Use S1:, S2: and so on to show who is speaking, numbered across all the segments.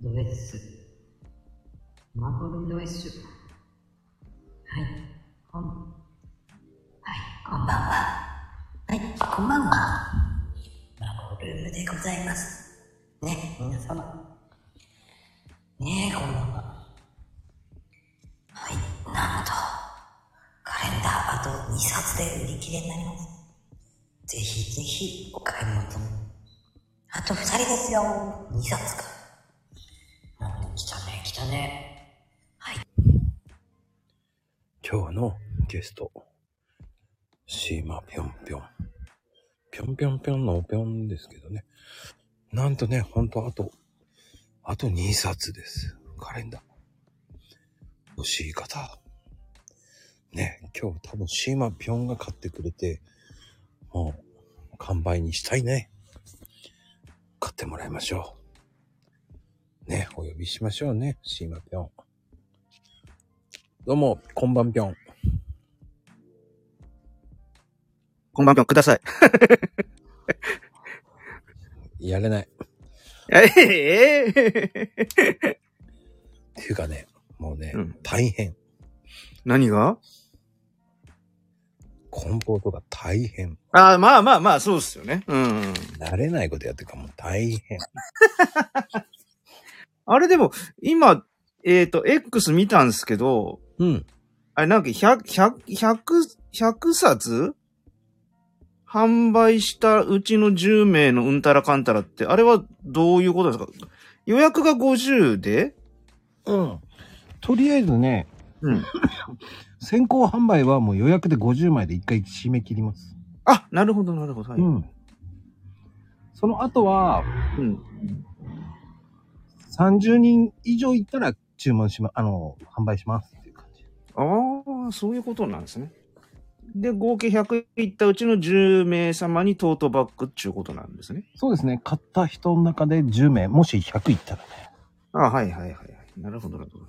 S1: ド S。マーボード S。はい。こん、はい、こんばんは。はい、こんばんは。マーボールームでございます。ね、皆様。ねえ、こんばんは。はい、なんと、カレンダーあと2冊で売り切れになります。ぜひぜひお買い求め。あと2人ですよ。2冊か。なんで来たね、来たね。
S2: 今日のゲスト、シーマぴょんぴょん。ぴょんぴょんぴょんのおぴょんですけどね。なんとね、ほんとあと、あと2冊です。カレンダー。欲しい方。ね、今日多分シーマぴょんが買ってくれて、もう、完売にしたいね。買ってもらいましょう。ね、お呼びしましょうね、シーマぴょん。どうも、こんばんぴょん。
S3: こんばんは、ください。
S2: やれない。
S3: ええ
S2: っていうかね、もうね、
S3: うん
S2: 大変。
S3: 何が
S2: 梱包とか大変。
S3: ああ、まあまあまあ、そうですよね。うん。
S2: 慣れないことやってるからもう大変。
S3: あれでも、今、えっ、と、X 見たんですけど、
S2: うん。
S3: あれなんか100、100、100、100冊販売したうちの10名のうんたらかんたらって、あれはどういうことですか予約が50で
S2: うん。とりあえずね、
S3: うん。
S2: 先行販売はもう予約で50枚で一回締め切ります。
S3: あ、なるほど、なるほど。はい。
S2: ん。その後は、
S3: うん。
S2: 30人以上いったら注文しま、あの、販売しますっていう感じ。
S3: ああ、そういうことなんですね。で、合計100いったうちの10名様にトートバッグっていうことなんですね。
S2: そうですね。買った人の中で10名、もし100いったらね、
S3: あはいはいはいはい。なるほど、なるほど。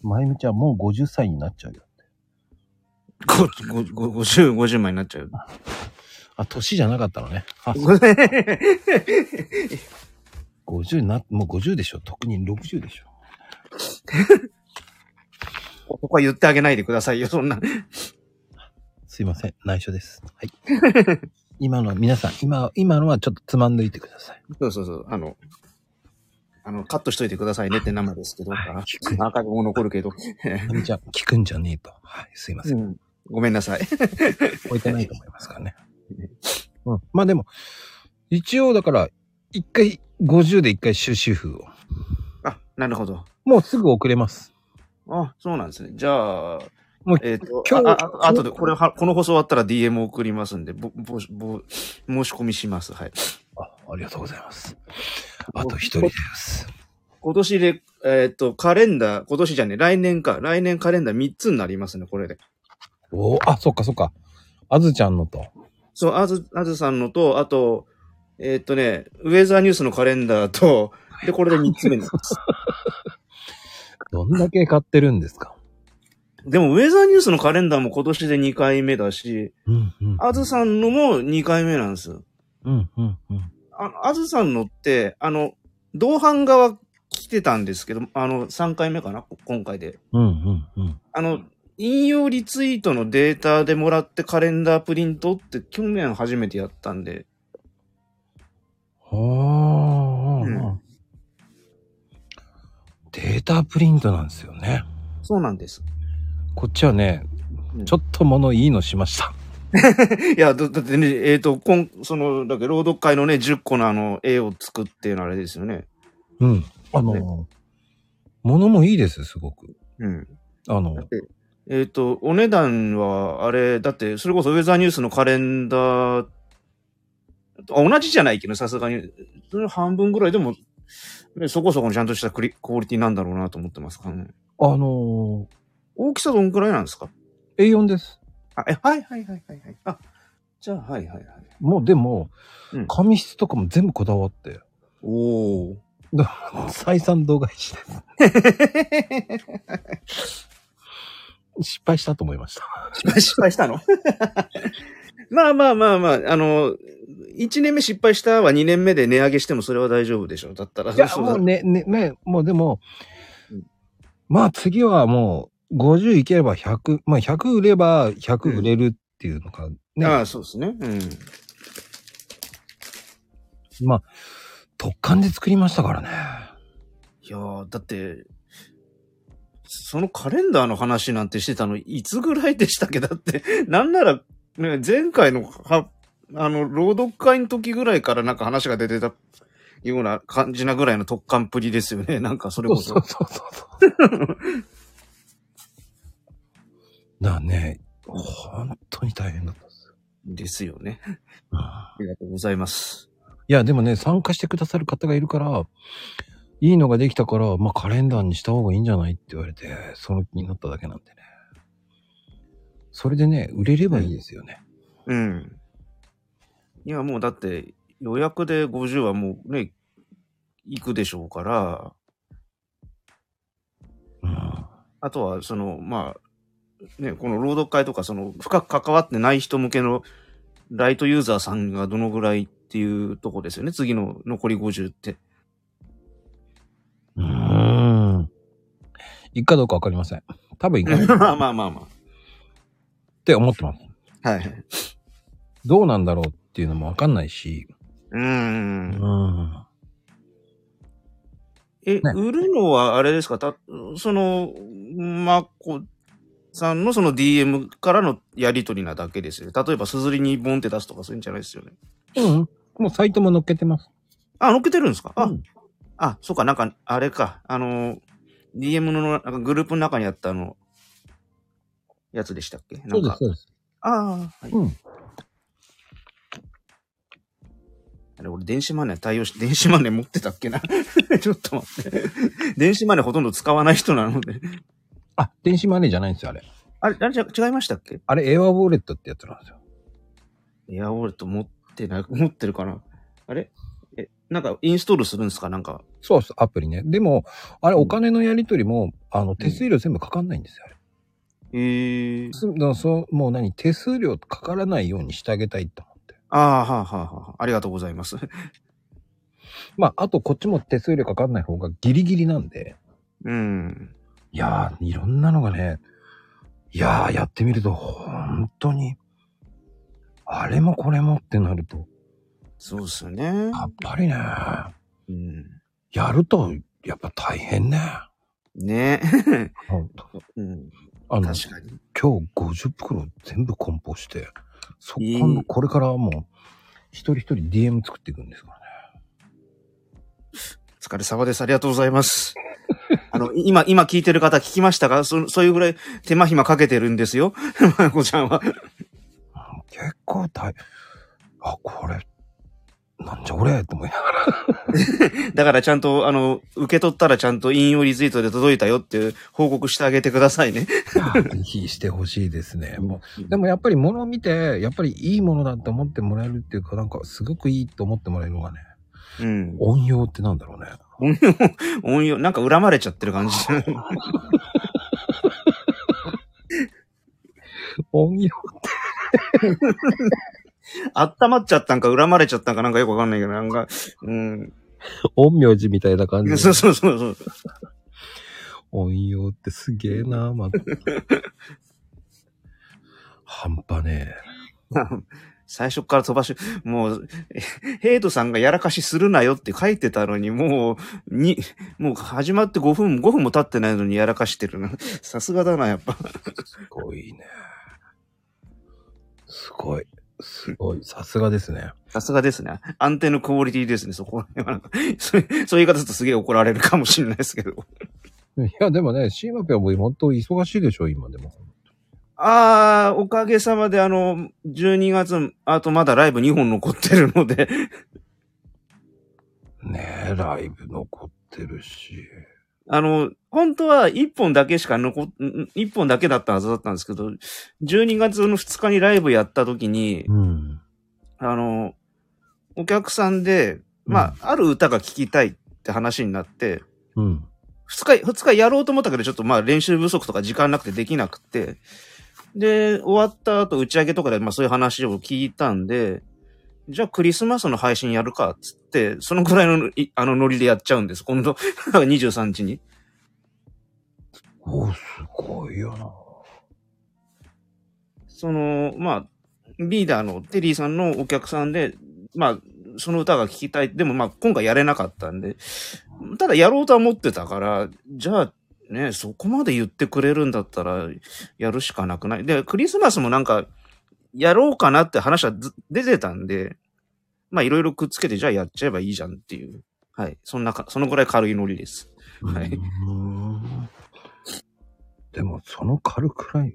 S2: まゆみちゃんもう50歳になっちゃうよ。
S3: ごごご50、50枚になっちゃう。
S2: あ、年じゃなかったのね。あ
S3: ごめん
S2: 50な、もう50でしょ。特に60でしょ。
S3: ここは言ってあげないでくださいよ、そんな。
S2: すいません。内緒です。はい。 今のは皆さん、今、今のはちょっとつまんどいてください。
S3: そうそうそう、あの、あの、カットしといてくださいねって生ですけど、あ
S2: 聞く。
S3: アーカイブも残るけど、
S2: まみちゃん、聞くんじゃねえと。はい。すいません。
S3: うんごめんなさい。
S2: 超えてないと思いますからね。うん。まあでも、一応だから、一回、50で一回終止符を。
S3: あ、なるほど。
S2: もうすぐ遅れます。
S3: あ、そうなんですね。じゃあ、
S2: もう
S3: えっ、と、
S2: 今日
S3: 今日、あああとで、これは、この放送終わったら DM 送りますんで、ぼ、ぼ、ぼ、申し込みします。はい。
S2: あありがとうございます。あと一人です。
S3: 今年で、えっ、と、カレンダー、今年じゃね、来年か。来年カレンダー3つになりますね、これで。
S2: おおあ、そっかそっか。あずちゃんのと。
S3: そう、あず、あずさんのと、あと、えっ、とね、ウェザーニュースのカレンダーと、で、これで3つ目になり ます。
S2: どんだけ買ってるんですか
S3: でも、ウェザーニュースのカレンダーも今年で2回目だし、
S2: うんうん。
S3: あずさんのも2回目なんですよ。
S2: うんうんうん。
S3: ああずさんのって、あの、同伴側来てたんですけど、あの、3回目かな、今回で。
S2: うんうんうん。
S3: あの、引用リツイートのデータでもらってカレンダープリントって去年初めてやったんで、
S2: はあ、
S3: うん
S2: データプリントなんですよね。
S3: そうなんです。
S2: こっちはね、
S3: うん
S2: ちょっと物いいのしました。
S3: いや、だだってね、えっ、と、今、その、だけど朗読会のね、10個のあの、絵を作っていうのはあれですよね。
S2: うん。あの、物もいいです、すごく。
S3: うん。
S2: あの
S3: だ、って、えっ、と、お値段は、あれ、だって、それこそウェザーニュースのカレンダー、あ同じじゃないけど、さすがに、それ半分ぐらいでも、ねそこそこにちゃんとしたクリクオリティなんだろうなと思ってますからね。
S2: あの
S3: 大きさどんくらいなんですか
S2: ー、A4 です。
S3: あ、え、はいはいはいはいはい。あ、じゃあ、はいはいはい。
S2: もうでも、
S3: うん
S2: 紙質とかも全部こだわって、
S3: おお。
S2: 採算度外視です。 失敗したと思いました。
S3: 失敗したのまあまあまあまあ、あの、 1年目失敗したは2年目で値上げしてもそれは大丈夫でしょう。だったら。
S2: いや、
S3: そうだ
S2: もうね、ね、ね、もうでも
S3: うん、
S2: まあ次はもう50いければ100、まあ100売れば100売れるっていうのか、ね、
S3: ああ、そうですね。うん。
S2: まあ、突貫で作りましたからね。
S3: いやー、だって、そのカレンダーの話なんてしてたの、いつぐらいでしたっけだって、 なんなら、ね、前回の、は、あの、朗読会の時ぐらいからなんか話が出てたような感じなぐらいの突貫っぷりですよね。なん かそれ
S2: そ
S3: こ
S2: う
S3: そ。
S2: そうそうそう。 だからね、本当に大変だったですよ。
S3: ですよね。
S2: うん
S3: ありがとうございます。
S2: いや、でもね、参加してくださる方がいるから、いいのができたから、まあカレンダーにした方がいいんじゃないって言われて、その気になっただけなんでね。それでね、売れればいいですよね。
S3: うん。いや、もうだって、予約で50はもうね、行くでしょうから、
S2: うん。
S3: あとは、その、まあ、ね、この朗読会とか、その、深く関わってない人向けのライトユーザーさんがどのぐらいっていうとこですよね。次の残り50って。
S2: うーん。行くかどうかわかりません。多分行かない
S3: ま
S2: っ
S3: あまあま
S2: て思ってます。
S3: あ。はい。
S2: どうなんだろうっていうのもわかんないし。
S3: う。
S2: うんん。
S3: え、
S2: ね
S3: 売るのはあれですかた、その、まこさんのその DM からのやりとりなだけですよね。例えば、すずりにボンって出すとかそういうんじゃないですよね。
S2: うん。もうサイトも載っけてます。
S3: あ、乗っけてるんですかあ、
S2: うん
S3: あ、そうか、なんか、あれか、あのー、DM のなんかグループの中にあったあの、やつでしたっけな
S2: そう
S3: ん
S2: です、
S3: か。
S2: そうです。
S3: ああ、はい。
S2: うん。
S3: あれ、俺、電子マネー対応し、 電子マネー持ってたっけな ちょっと待って。電子マネーほとんど使わない人なので。
S2: あ、電子マネーじゃないんですよ、あれ。
S3: あれ、あれじゃ、違いましたっけ
S2: あれ、エアウォレットってやつなんですよ。
S3: いや、俺と持ってな、持ってるかなあれえ、なんか、インストールするんですかなんか。
S2: そうそう、アプリね。でも、あれ、お金のやり取りも、あの、手数料全部かかんないんですよ、あれ。
S3: ええ
S2: すだからそう、もう何、手数料かからないようにしてあげたいと思って。
S3: ああ、はあ、はあ、はあ。ありがとうございます。
S2: まあ、あと、こっちも手数料かかんない方がギリギリなんで。
S3: うん。
S2: いやー、いろんなのがね、いやー、やってみると、本当に、あれもこれもってなると、
S3: そうっすよね。
S2: やっぱりね、
S3: うん。
S2: やると、やっぱ大変ね。
S3: ね
S2: 本当
S3: うん。
S2: あの、
S3: 確かに。
S2: 今日50袋全部梱包して、そこの、
S3: ええ
S2: これからはもう、一人一人 DM 作っていくんですからね。
S3: お疲れ様です。ありがとうございます。 あの、今、今聞いてる方聞きましたかそそういうぐらい手間暇かけてるんですよ。 まこちゃんは。
S2: 結構大、あ、これ、なんじゃ俺って思いながら。
S3: だからちゃんと、あの、受け取ったらちゃんと引用リツイートで届いたよっていう報告してあげてくださいね。
S2: ぜひしてほしいですね。もうでもやっぱり物を見て、やっぱりいいものだと思ってもらえるっていうか、なんかすごくいいと思ってもらえるのがね、
S3: うん。
S2: 音用ってなんだろうね。
S3: 音用、なんか恨まれちゃってる感じ。
S2: 音用
S3: 温まっちゃったんか恨まれちゃったんかなんかよくわかんないけど、なんか、うん。
S2: 音名字みたいな感じ
S3: そうそうそうそう。
S2: 音用ってすげえなまた。 半端ね
S3: 最初から飛ばし、もう、えヘイトさんがやらかしするなよって書いてたのに、もう、に、もう始まって5分、5分も経ってないのにやらかしてるな。さすがだな、やっぱ。
S2: え。すごいね。すごい。すごい。さすがですね。
S3: さすがですね。安定のクオリティですね、そ こら辺はなんか。そういうそういう言い方するとすげえ怒られるかもしれないですけど。
S2: いや、でもね、シーマピョンも本当忙しいでしょ、今でも。
S3: あー、おかげさまであの、12月、あとまだライブ2本残ってるので、
S2: ねえ、ライブ残ってるし。
S3: あの、本当は1本だけしか残っ、1本だけだったはずだったんですけど、12月の2日にライブやった時に、
S2: うん。
S3: あの、お客さんで、まあ、ある歌が聴きたいって話になって、
S2: うん。
S3: 二日、二日やろうと思ったけど、ちょっとまあ練習不足とか時間なくてできなくて、で、終わった後打ち上げとかでまあそういう話を聞いたんで、じゃあクリスマスの配信やるか、つって、そのくらいの、いあのノリでやっちゃうんです。今度、23日に。
S2: おーすごいよな。
S3: その、まあ、リーダーのテリーさんのお客さんで、まあ、その歌が聴きたい。でもまあ、今回やれなかったんで、ただやろうとは思ってたから、じゃあ、ね、そこまで言ってくれるんだったら、やるしかなくない。で、クリスマスもなんか、やろうかなって話はず出てたんで、まあ、いろいろくっつけて、じゃあやっちゃえばいいじゃんっていう。はい。そんなか、そのぐらい軽いノリです。はいう
S2: ーんでも、その軽くらい、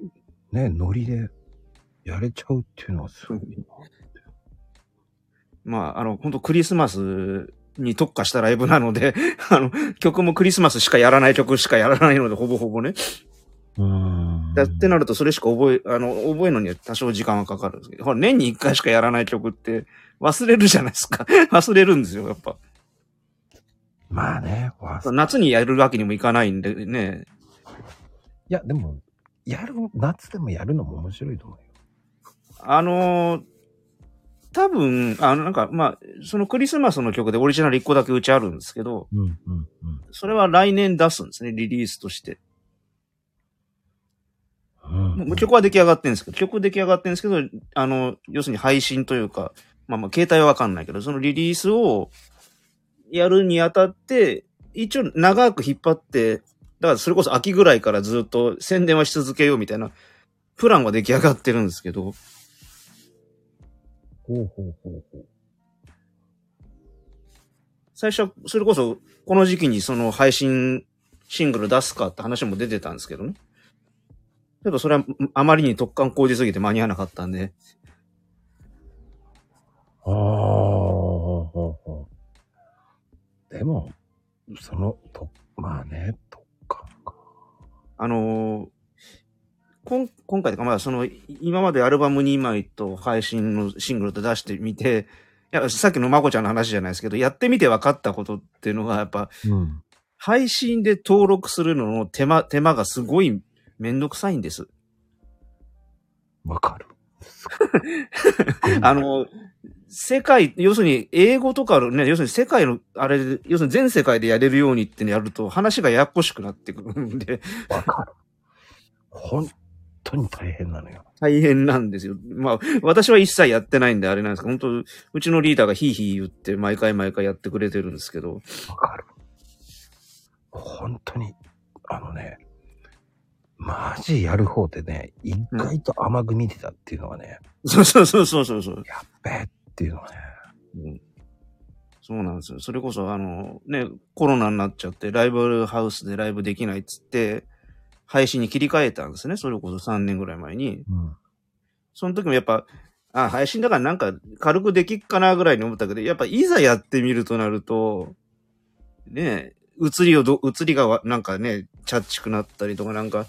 S2: ね、ノリでやれちゃうっていうのはすごいな。
S3: まあ、あの、本当クリスマスに特化したライブなので、 あの、曲もクリスマスしかやらない曲しかやらないので、ほぼほぼね。
S2: うーん
S3: だってなると、それしか覚え、あの、覚えるのには多少時間はかかるんですけど、ほら、年に一回しかやらない曲って、忘れるじゃないですか。 忘れるんですよ、やっぱ。
S2: まあね、わい
S3: 夏にやるわけにもいかないんでね。
S2: や、でも、やる、夏でもやるのも面白いと思うよ。
S3: あのー多分、あの、なんか、まあ、そのクリスマスの曲でオリジナル一個だけうちあるんですけど、
S2: うんうんうん。
S3: それは来年出すんですね、リリースとして。
S2: うん
S3: もう曲は出来上がってるんですけど、曲出来上がってるんですけど、あの、要するに配信というか、まあまあ、携帯はわかんないけど、そのリリースをやるにあたって、一応長く引っ張って、だからそれこそ秋ぐらいからずっと宣伝はし続けようみたいな、プランは出来上がってるんですけど、
S2: ほうほうほうほう。
S3: 最初はそれこそこの時期にその配信シングル出すかって話も出てたんですけどね。けどそれはあまりに特感工事すぎて間に合わなかったんで、
S2: ああ、ほうほうほう。でも、その、と、まあね、とっかか。
S3: あのーこん今回とか、まあ、その、い今までアルバム2枚と配信のシングルと出してみて、いや、さっきのまこちゃんの話じゃないですけど、やってみて分かったことっていうのが、やっぱ、
S2: うん。
S3: 配信で登録するのの手間、手間がすごいめんどくさいんです。
S2: わかる。
S3: あの、世界、要するに英語とかのね、要するに世界の、あれ、要するに全世界でやれるようにってやると話がややこしくなってくるんで、
S2: わかる。本当に大変なのよ。
S3: 大変なんですよ。まあ、私は一切やってないんであれなんですけど、本当うちのリーダーがヒーヒー言って毎回毎回やってくれてるんですけど、
S2: わかる。本当に、あのね、マジやる方ってね、意外と甘く見てたっていうのはね、
S3: そうそうそうそうそうそう、
S2: やっべえっていうのはね、
S3: うんそうなんですよ。それこそ、あの、ね、コロナになっちゃって、ライブハウスでライブできないっつって、配信に切り替えたんですね。それこそ3年ぐらい前に。
S2: うん。
S3: その時もやっぱ、あ、配信だからなんか軽くできっかなぐらいに思ったけど、やっぱいざやってみるとなると、ねえ、映りをど、映りがわなんかね、チャッチくなったりとか、なんか、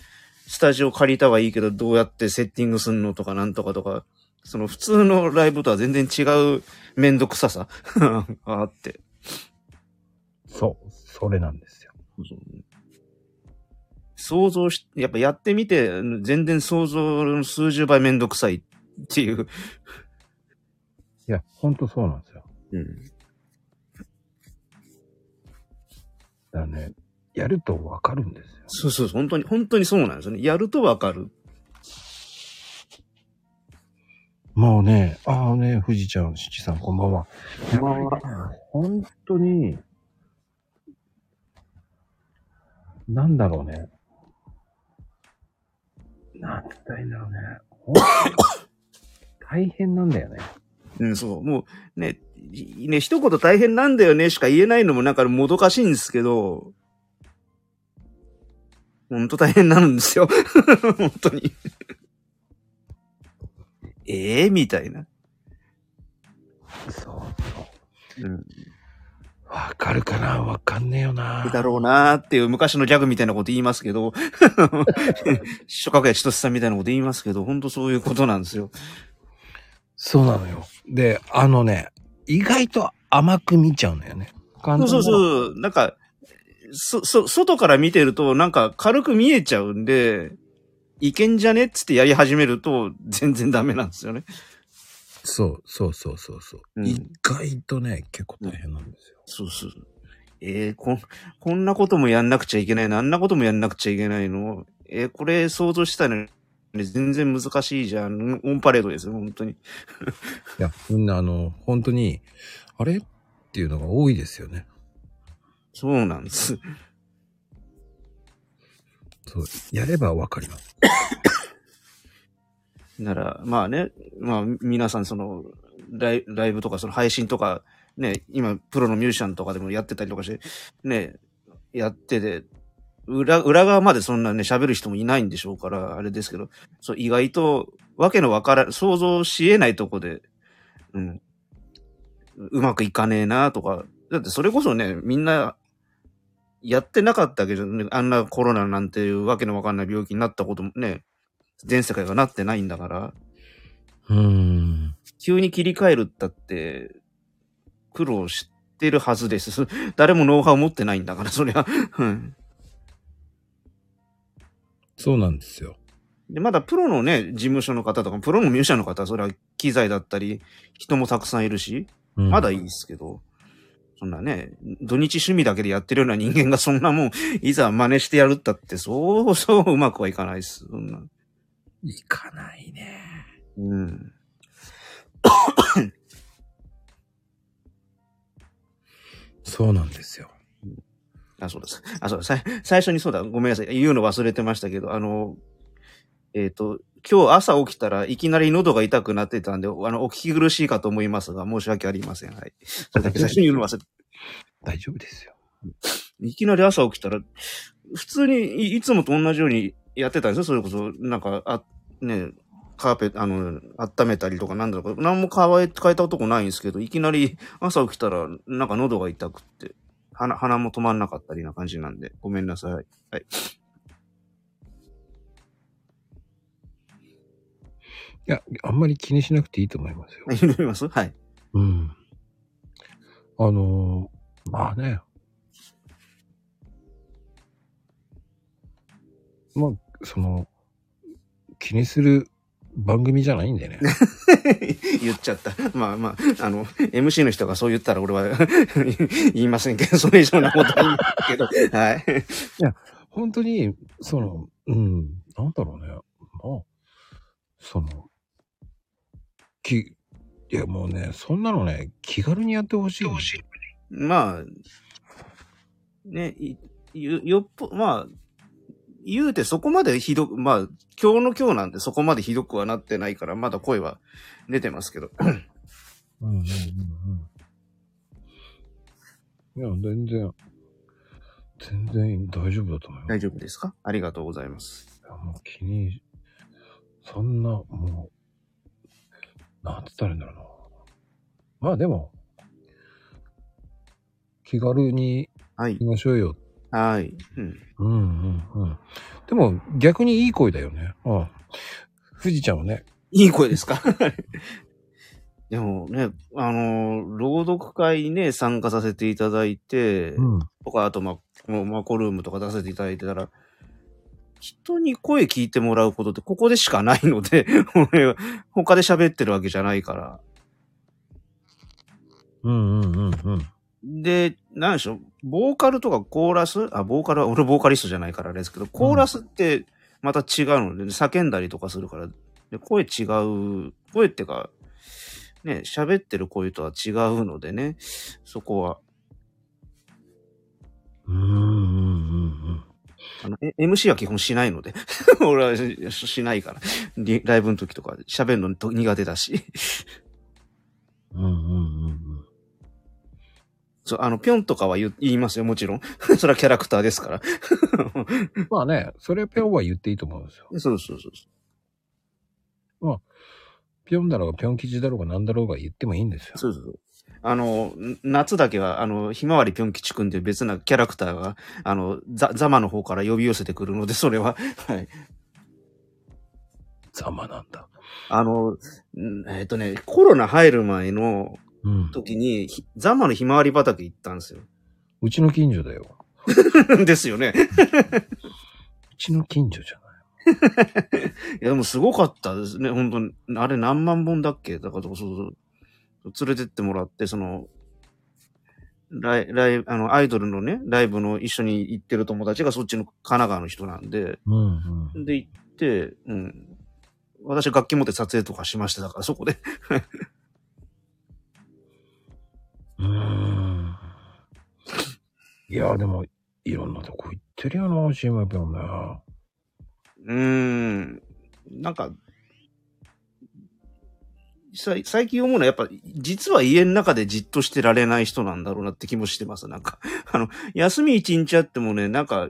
S3: スタジオ借りたはいいけど、どうやってセッティングすんのとかなんとかとか、その普通のライブとは全然違うめんどくささ があって。
S2: そう、それなんですよ。
S3: 想像し、やっぱやってみて、全然想像の数十倍めんどくさいっていう。
S2: いや、本当そうなんですよ。だからね、やるとわかるんですよ。
S3: そうそうそう、本当に、本当にそうなんですよね。やるとわかる。
S2: もうね、ああね、富士ちゃん、七さん、こんばんは。こんばんは。本当に、なんだろうね。なんて言ったらいいんだろうね。ほん大変なんだよね。
S3: うん、そう。もう、ね、いね、一言大変なんだよねしか言えないのもなんかもどかしいんですけど、ほんと大変なんですよ。 本当に。ええみたいな。
S2: そう
S3: う
S2: そ
S3: ん。
S2: う。わかるかなわかんねえよな。
S3: だろうなーっていう昔のギャグみたいなこと言いますけど、初角や千歳さんみたいなこと言いますけど、ほんとそういうことなんですよ。
S2: そうなのよ。で、あのね、意外と甘く見ちゃうんだよね。
S3: そうそう
S2: う。
S3: そう。なんか、そ、そ、外から見てると、なんか軽く見えちゃうんで、いけんじゃねっつってやり始めると、全然ダメなんですよね。
S2: そうそうそうそうそう、
S3: うん
S2: 意外とね、結構大変なんですよ。
S3: そうそう。えー、こん、こんなこともやんなくちゃいけないの、あんなこともやんなくちゃいけないの。えー、これ想像したのに全然難しいじゃん。オンパレードですよ、本当に。
S2: いや、みんなあの、本当に、あれっていうのが多いですよね。
S3: そうなんです。
S2: そう、やればわかります。
S3: なら、まあね、まあ皆さんその、ライライブとかその配信とか、ね、今プロのミュージシャンとかでもやってたりとかして、ね、やってて、裏、裏側までそんなね、喋る人もいないんでしょうから、あれですけど、そう、意外と、わけのわからん、想像し得ないとこで、うん、うまくいかねえなとか、だってそれこそね、みんな、やってなかったわけじゃん、ね、あんなコロナなんていうわけのわかんない病気になったこともね、全世界がなってないんだから、
S2: うーん。
S3: 急に切り替えるったって、苦労してるはずです。 そ誰もノウハウ持ってないんだから、そりゃ。 うん
S2: そうなんですよ。
S3: で、まだプロのね、事務所の方とか、プロのミュージシャンの方は、それは機材だったり、人もたくさんいるし、
S2: うん
S3: まだいいですけど、そんなね、土日趣味だけでやってるような人間がそんなもん、いざ真似してやるったって、そうそううまくはいかないです。そんな。
S2: いかないね。
S3: うん。
S2: そうなんですよ。
S3: あ、そうです。あ、そうです。さい最初にそうだ。ごめんなさい。言うの忘れてましたけど、あの、えっ、と、今日朝起きたらいきなり喉が痛くなってたんで、あの、お聞き苦しいかと思いますが、申し訳ありません。はい。それだけ最初に言うの忘れて。
S2: 大丈夫ですよ。
S3: いきなり朝起きたら、普通にいいつもと同じようにやってたんですよ。それこそ、なんか、あ、ね、カーペット、あの、温めたりとかなんだろう。何も変え、変えたとこないんですけど、いきなり朝起きたら、なんか喉が痛くって、鼻、鼻も止まんなかったりな感じなんで、ごめんなさい。
S2: いや、あんまり気にしなくていいと思いますよ。
S3: 読みますはい。
S2: うん。あのーまあね。まあ、その、気にする番組じゃないんでね。
S3: 言っちゃった。まあまあ、あの、MC の人がそう言ったら俺は 言いませんけど、それ以上なことは言いませんけど、はい。
S2: 本当に、その、うん、なんだろうね。まあ、その、き、いやもうね、そんなのね、気軽にやってほしい、
S3: まあ、ね、いよ、よっぽ、まあ、言うてそこまでひどく、まあ、今日の今日なんてそこまでひどくはなってないから、まだ声は出てますけど。
S2: うんうんうんうん。いや、全然、全然大丈夫だと思います。
S3: 大丈夫ですかありがとうございます。
S2: いやもう気に、そんな、もう、なんつったらいいんだろうな。まあでも、気軽に
S3: はい
S2: 行き。ましょうよ。
S3: はい。うん。
S2: うんうんうん。でも、逆にいい声だよね。うん。富士ちゃんはね、
S3: いい声ですか でもね、あのー朗読会にね、参加させていただいて、
S2: うん。
S3: とか、あと、まあ、このマコルームとか出させていただいてたら、人に声聞いてもらうことってここでしかないので、 俺は他で喋ってるわけじゃないから。
S2: うんうんうんうん。
S3: で、なんでしょう、ボーカルとかコーラスあ、ボーカルは、俺ボーカリストじゃないからあれですけど、コーラスってまた違うので、叫んだりとかするから、で声違う、声ってか、ね、喋ってる声とは違うのでね、そこは。
S2: うんうんうんうん。
S3: あの、え MC は基本しないので。 俺はししないから。リライブの時とか喋るのと苦手だし。
S2: うんうんうんうん。
S3: そう、あの、ぴょんとかは言う言いますよ、もちろん。 それはキャラクターですから。
S2: まあね、それはぴょんは言っていいと思うんですよ。
S3: そうそうそうそ
S2: ぴょんだろうがぴょん吉だろうがなんだろうが言ってもいいんですよ
S3: う。。そうそうそう。あの、ん夏だけは、あの、ひまわりぴょん吉くんっていう別なキャラクターが、あの、ざざまの方から呼び寄せてくるので、それは、はい。
S2: ざまなんだ。
S3: あの、んえっ、とね、コロナ入る前の
S2: うん。
S3: 時に、ひざまのひまわり畑行ったんですよ。
S2: うちの近所だよ。
S3: ですよね。
S2: うちの近所じゃない。
S3: いや、でもすごかったですね。本当に。あれ何万本だっけだから、そうそうそう。連れてってもらって、その、ライ、ライ、あの、アイドルのね、ライブの一緒に行ってる友達がそっちの神奈川の人なんで、
S2: うんうん。
S3: で行って、うん。私楽器持って撮影とかしました。だからそこで。
S2: うーんいや、でも、いろんなとこ行ってるよな、シーマピョンね。
S3: うーん。なんか、さい最近思うのはやっぱ、実は家の中でじっとしてられない人なんだろうなって気もしてます。なんか、 あの、休み一日あってもね、なんか、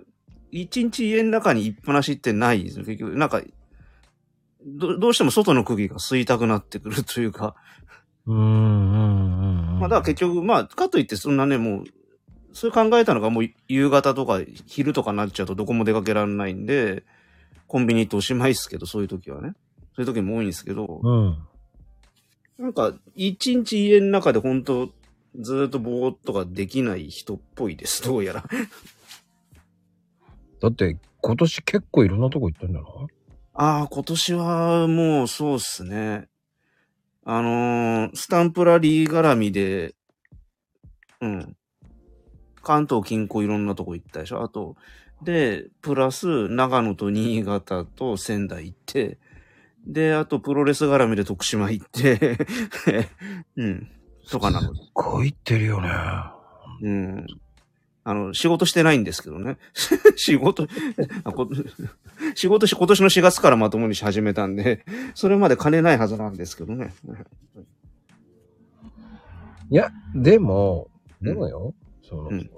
S3: 一日家の中にいっぱなしってないですよ結局、なんか、どどうしても外の空気が吸いたくなってくるというか、
S2: うん、うん、うん。
S3: まあだから結局、まあ、かといってそんなね、もう、そう考えたのがもう夕方とか昼とかになっちゃうとどこも出かけられないんで、コンビニ行っておしまいですけど、そういう時はね。そういう時も多いんですけど、
S2: うん。
S3: なんか、一日家の中で本当ずーっとぼーっとができない人っぽいです、どうやら。
S2: だって、今年結構いろんなとこ行ってんだろ
S3: ああ、今年はもうそうっすね。あのースタンプラリー絡みで、うん。関東近郊いろんなとこ行ったでしょあと、で、プラス、長野と新潟と仙台行って、で、あとプロレス絡みで徳島行って、 うん。とかなの。
S2: すごい行ってるよね。
S3: うん。あの、仕事してないんですけどね。 仕事、あこ仕事し、今年の4月からまともにし始めたんで、それまで金ないはずなんですけどね。
S2: いや、でも、でもよ、その、
S3: うん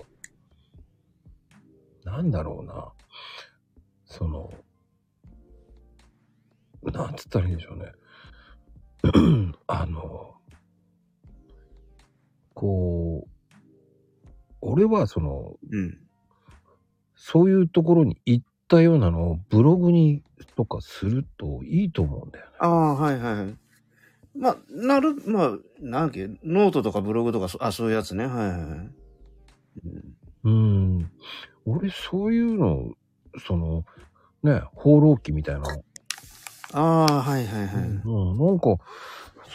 S2: なんだろうな。その、なんつったらいいんでしょうね。 あの、こう、俺はその、
S3: うん。
S2: そういうところに行ったようなのをブログにとかするといいと思うんだよね。
S3: ああ、はいはいはい。まあ、なる、まあ、なんだっけ、ノートとかブログとか、そあ、そういうやつね。はいはいはい。
S2: うん。俺そういうの、その、ね、放浪記みたいな、
S3: ああ、はいはいはい。
S2: うん、なんか、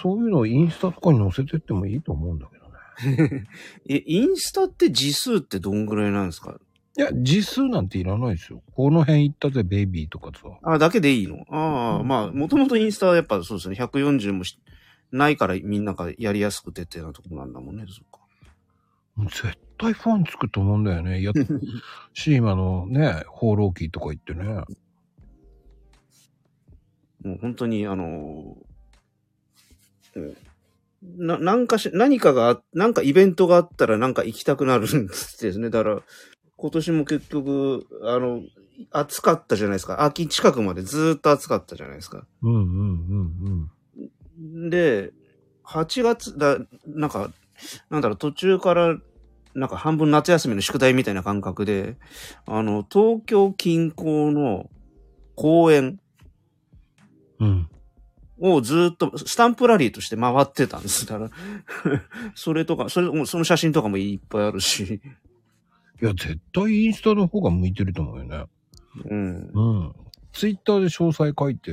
S2: そういうのをインスタとかに載せてってもいいと思うんだけどね。
S3: え、インスタって字数ってどんぐらいなんですか
S2: いや、字数なんていらないですよ。この辺行ったぜ、ベイビーとかさ。
S3: あ、だけでいいのああ、
S2: うん
S3: まあ、もともとインスタはやっぱそうですね、140もしないからみんながやりやすくてってなとこなんだもんね、そっか。
S2: もう絶対ファンつくと思うんだよね。 いや、シーマのね、放浪記とか行ってね。
S3: もう本当に、あのーうんな、なんかし、何かがあ、なんかイベントがあったらなんか行きたくなるんですね。だから、今年も結局、あの、暑かったじゃないですか。秋近くまでずーっと暑かったじゃないですか。
S2: うんうんうんうん。
S3: で、8月だ、なんか、なんだろう、途中から、なんか半分夏休みの宿題みたいな感覚で、あの、東京近郊の公園
S2: うん。
S3: をずーっとスタンプラリーとして回ってたんです。だから、 それとか、それ、もうその写真とかもいっぱいあるし、
S2: いや、絶対インスタの方が向いてると思うよね。
S3: うん。
S2: うん。ツイッターで詳細書いて、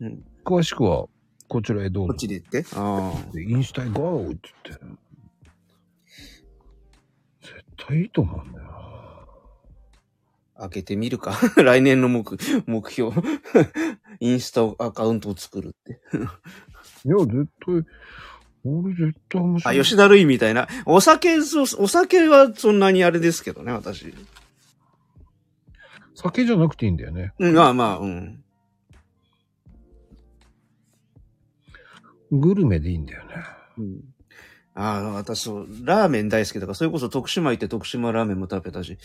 S3: うん
S2: 詳しくは、こちらへどう
S3: こ
S2: ぞ
S3: っ。ちで行って。ああ。
S2: でインスタへゴーって言って。絶対いいと思うんだよな。
S3: 開けてみるか。 来年の目、目標。 インスタアカウントを作るって。
S2: いや、絶対、俺絶対面白
S3: あ、
S2: い。
S3: 吉田類みたいな。お酒、そうお酒はそんなにあれですけどね、私。
S2: 酒じゃなくていいんだよね。
S3: うん、まあまあ、うん。
S2: グルメでいいんだよね。
S3: うん、ああ、私そう、ラーメン大好きだから、それこそ徳島行って徳島ラーメンも食べたし。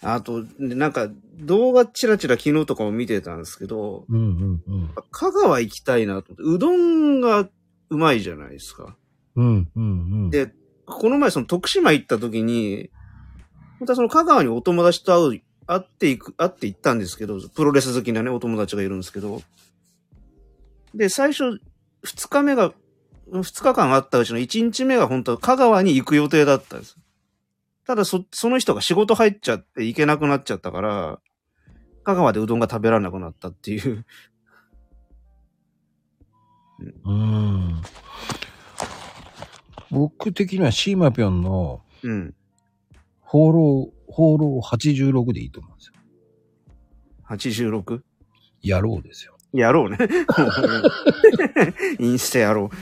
S3: あと、でなんか、動画チラチラ昨日とかも見てたんですけど、
S2: うんうんうん。
S3: 香川行きたいなと思って、うどんがうまいじゃないですか。
S2: うんうんうん。
S3: で、この前その徳島行った時に、またその香川にお友達と会う、会っていく、会って行ったんですけど、プロレス好きなね、お友達がいるんですけど。で、最初、二日目が、二日間あったうちの一日目が本当は香川に行く予定だったんです。ただそ、その人が仕事入っちゃって行けなくなっちゃったから、香川でうどんが食べられなくなったっていう。
S2: うん。僕的にはシーマピョンの
S3: うん。
S2: 放浪、放浪86でいいと思うんですよ。
S3: 86?
S2: やろうですよ。
S3: やろうね。 インスタやろう。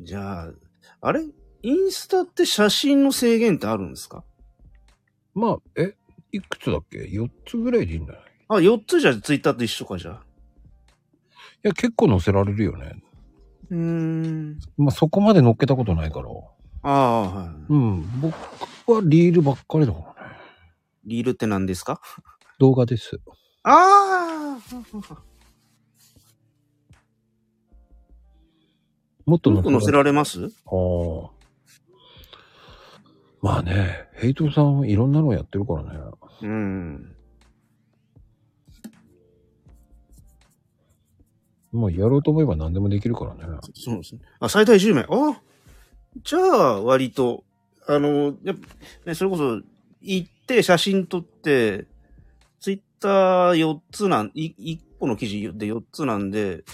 S3: じゃあ、あれインスタって写真の制限ってあるんですか
S2: まあ、え、いくつだっけ ?4 つぐらいでいいんじゃないい
S3: あ、4つじゃツイッターと一緒かじゃあ。
S2: や、結構載せられるよね。
S3: うーん。
S2: まあ、そこまで載っけたことないから。
S3: ああ、はい。
S2: うん。僕はリールばっかりだからね。
S3: リールって何ですか
S2: 動画です。
S3: ああ
S2: もっと
S3: よく載せら
S2: れ
S3: れます
S2: ああ。まあね、ヘイトさんはいろんなのやってるからね。
S3: うん。
S2: もうやろうと思えば何でもできるからね。
S3: そうですね。あ、最大10名。あじゃあ、割と、あの、やっぱ、ね、それこそ、行って、写真撮って、ツイッター4つなん、い1個の記事で4つなんで、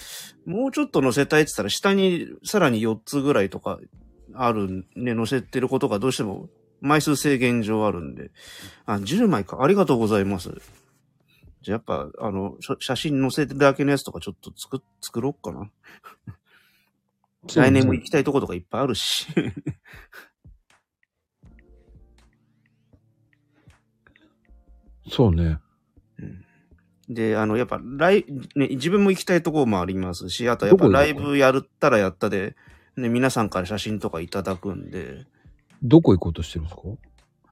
S3: もうちょっと載せたいって言ったら、下にさらに4つぐらいとかあるね、載せてることがどうしても、枚数制限上あるんで。あ、10枚か。ありがとうございます。じゃあやっぱ、あの、しょ写真載せてるだけのやつとかちょっと作、作ろうかな。来年も行きたいとことかいっぱいあるし。
S2: そうね。
S3: で、あの、やっぱ、ライね、自分も行きたいとこもありますし、あとやっぱ
S2: どこ
S3: ライブやったらやったで、ね、皆さんから写真とかいただくんで、
S2: どこ行こうとしてるんですか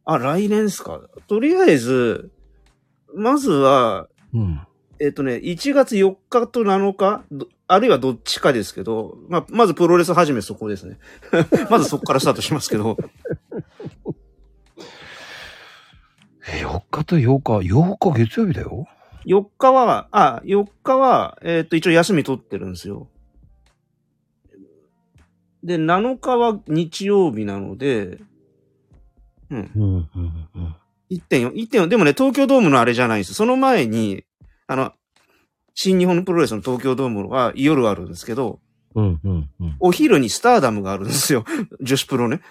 S3: あ、来年ですか。とりあえず、まずは、
S2: うん。
S3: えっ、とね、1月4日と7日、どあるいはどっちかですけど、まあ、まずプロレス始めそこですね。 まずそこからスタートしますけど、
S2: え、4日と8日、8日月曜日だよ。
S3: 4日は、あ、4日は、えっ、と、一応休み取ってるんですよ。で、7日は日曜日なので、うん、
S2: うん、うん、うん。
S3: 1.4、1.4、でもね、東京ドームのあれじゃないんです。その前に、あの、新日本プロレスの東京ドームは夜あるんですけど、
S2: うん、うん、 うん。
S3: お昼にスターダムがあるんですよ。 女子プロね。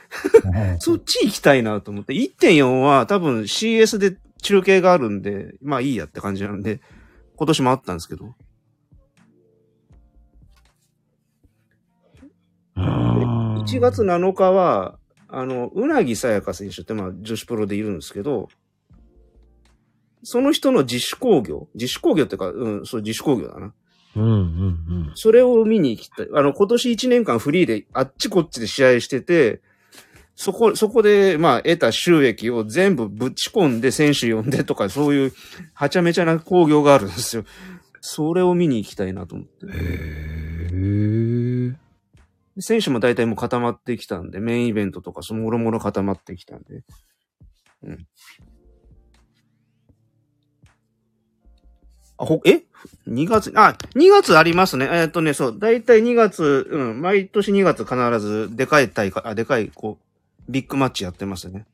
S3: そっち行きたいなと思って、1.4は多分 CS で中継があるんで、まあいいやって感じなんで、今年もあったんですけど。1
S2: 1
S3: 月。7日は、あの、うなぎさやか選手って、まあ、女子プロでいるんですけど、その人の自主工業、自主工業っていうか、うん、そう、自主工業だな。
S2: うん、うん、うん。
S3: それを見に行きたい。あの、今年1年間フリーで、あっちこっちで試合してて、そこ、そこで、まあ、得た収益を全部ぶち込んで選手呼んでとか、そういう、はちゃめちゃな工業があるんですよ。それを見に行きたいなと思って。
S2: へえ。
S3: 選手も大体もう固まってきたんで、メインイベントとか、そのもろもろ固まってきたんで。うん。あ、ほ、え ?2 月、あ、2月ありますね。えーっとね、そう、大体2月、うん、毎年2月必ず、でかい大会、あ、でかい、こう、ビッグマッチやってますね。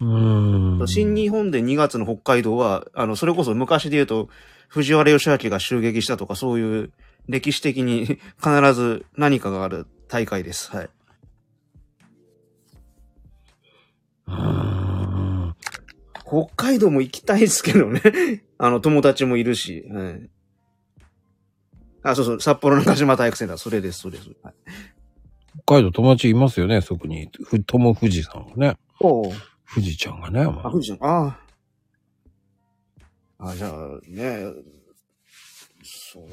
S2: うん。
S3: 新日本で2月の北海道は、あの、それこそ昔で言うと、藤原義明が襲撃したとか、そういう歴史的に必ず何かがある大会です。はい。
S2: うん。
S3: 北海道も行きたいですけどね。 あの、友達もいるし。はい。あ、そうそう、札幌中島体育センター、それです、それです。はい、
S2: 北海道友達いますよね、そこに。ふ、とも富士さんがね。
S3: お
S2: 富士ちゃんがね。ま
S3: あ、
S2: あ
S3: 富士山、ああ。あ、じゃあ、ねそう。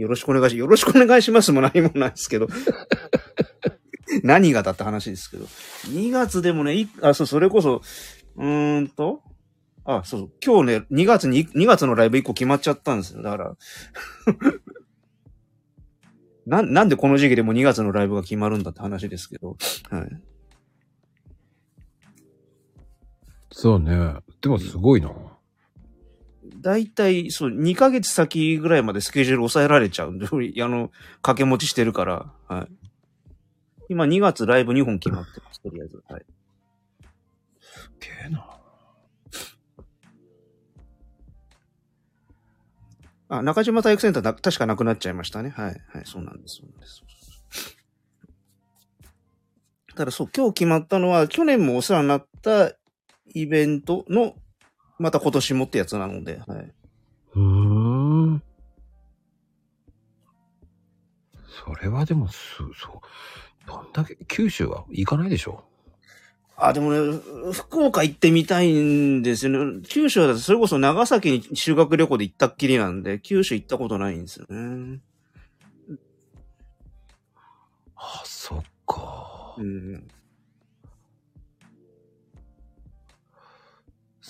S3: よろしくお願いし、よろしくお願いしますも何もないですけど。 何がだって話ですけど。2月でもね、いあ、そう、それこそ、うーんと、あ、そうそう、今日ね、2月に、2月のライブ1個決まっちゃったんですよ。だから、 な、なんでこの時期でも2月のライブが決まるんだって話ですけど。はい。
S2: そうね。でもすごいな。
S3: 大体、そう、2ヶ月先 ぐらいまでスケジュール抑えられちゃうんで、あの、掛け持ちしてるから、はい。今2月ライブ2本決まってます、とりあえず。はい。
S2: すっげえな。
S3: あ、中島体育センターな、確かなくなっちゃいましたね。はい。はい、そうなんです。そうなんです。ただそう、今日決まったのは、去年もお世話になったイベントの、また今年もってやつなので、はい。
S2: うーん。それはでも、す、そう。どんだけ、九州は行かないでしょ
S3: あ、でもね、福岡行ってみたいんですよね。九州だとそれこそ長崎に修学旅行で行ったっきりなんで、九州行ったことないんですよね。
S2: あ、そっか
S3: う。ん。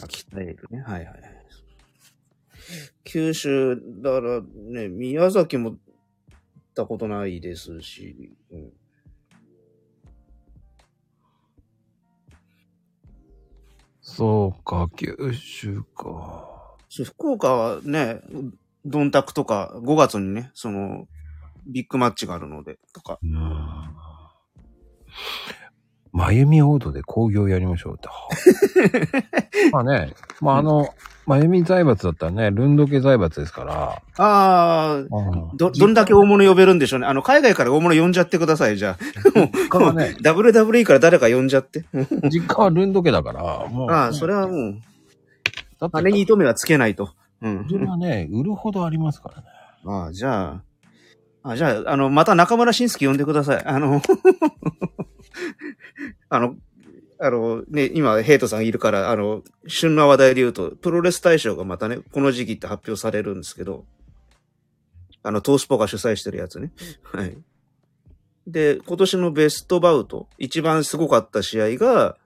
S2: き
S3: 北へ行くね。はいはい。九州、だからね、宮崎も行ったことないですし、うん
S2: そうか、九州か。
S3: そう福岡はね、ドンタクとか5月にね、その、ビッグマッチがあるので、とか。
S2: うーん。まゆみオードで興行やりましょう って。まあね、まああの、まゆみ財閥だったらね、ルンドケ財閥ですから。
S3: ああ、ど、どんだけ大物呼べるんでしょうね。あの、海外から大物呼んじゃってください、じゃ
S2: 実家がね、
S3: あ。WWE から誰か呼んじゃって。
S2: 実家はルンド家だから、もう。
S3: ああ、それはもう、
S2: だって
S3: あれに糸目はつけないと。うん。
S2: それはね、売るほどありますからね。
S3: ああ、じゃあ、あじゃあ、あの、また中村晋介呼んでください。あの、 あの、あの、ね、今、ヘイトさんいるから、あの、旬な話題で言うと、プロレス大賞がまたね、この時期って発表されるんですけど、あの、トースポが主催してるやつね。はい。で、今年のベストバウト、一番すごかった試合が、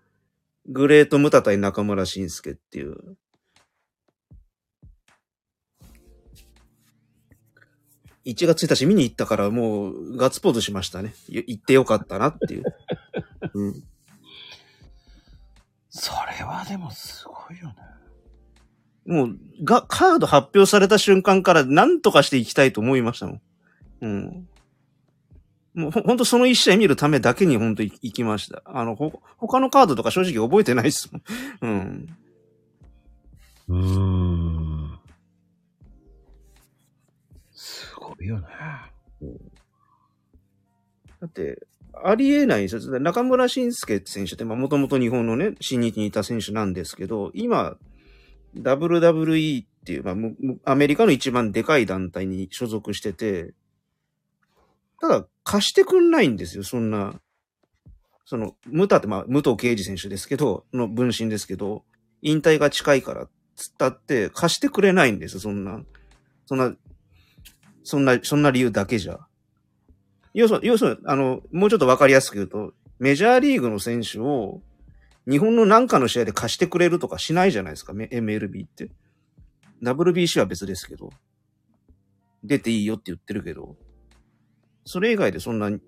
S3: グレートムタ対中村晋介っていう、1月1日見に行ったからもうガッツポーズしましたね。い行ってよかったなっていう。うん、
S2: それはでもすごいよね。
S3: もうが、カード発表された瞬間から何とかして行きたいと思いましたもん。うん。もうほほんとその一試合見るためだけにほんと行行きました。あの、ほ、他のカードとか正直覚えてないっすもん。うん。
S2: うーん。すごいよね。
S3: だって、ありえないんですよ。中村晋介って選手って、まあ、もともと日本のね、新日にいた選手なんですけど、今、WWE っていう、まあ、むむアメリカの一番でかい団体に所属してて、ただ、貸してくんないんですよ、そんな。その、ムタって、まあ、武藤敬司選手ですけど、の分身ですけど、引退が近いから、つったって、貸してくれないんですよ、そんな。そんな、そんな、そんな理由だけじゃ。要する要するに、あの、もうちょっとわかりやすく言うと、メジャーリーグの選手を日本の何かの試合で貸してくれるとかしないじゃないですか、め MLB って。WBC は別ですけど。出ていいよって言ってるけど。それ以外でそんな、ね、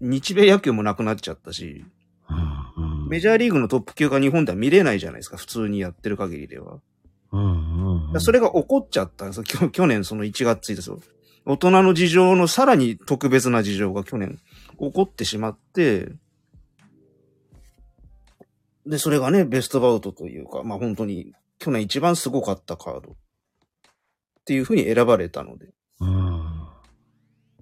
S3: 日米野球もなくなっちゃったし、
S2: うんうん。
S3: メジャーリーグのトップ級が日本では見れないじゃないですか、普通にやってる限りでは。
S2: うん
S3: だか
S2: う
S3: ら
S2: ん。
S3: それが起こっちゃったんですよ。きょ去年その1月1日ですよ。大人の事情のさらに特別な事情が去年起こってしまって、で、それがね、ベストバウトというか、まあ本当に去年一番すごかったカードっていうふうに選ばれたので。
S2: うん。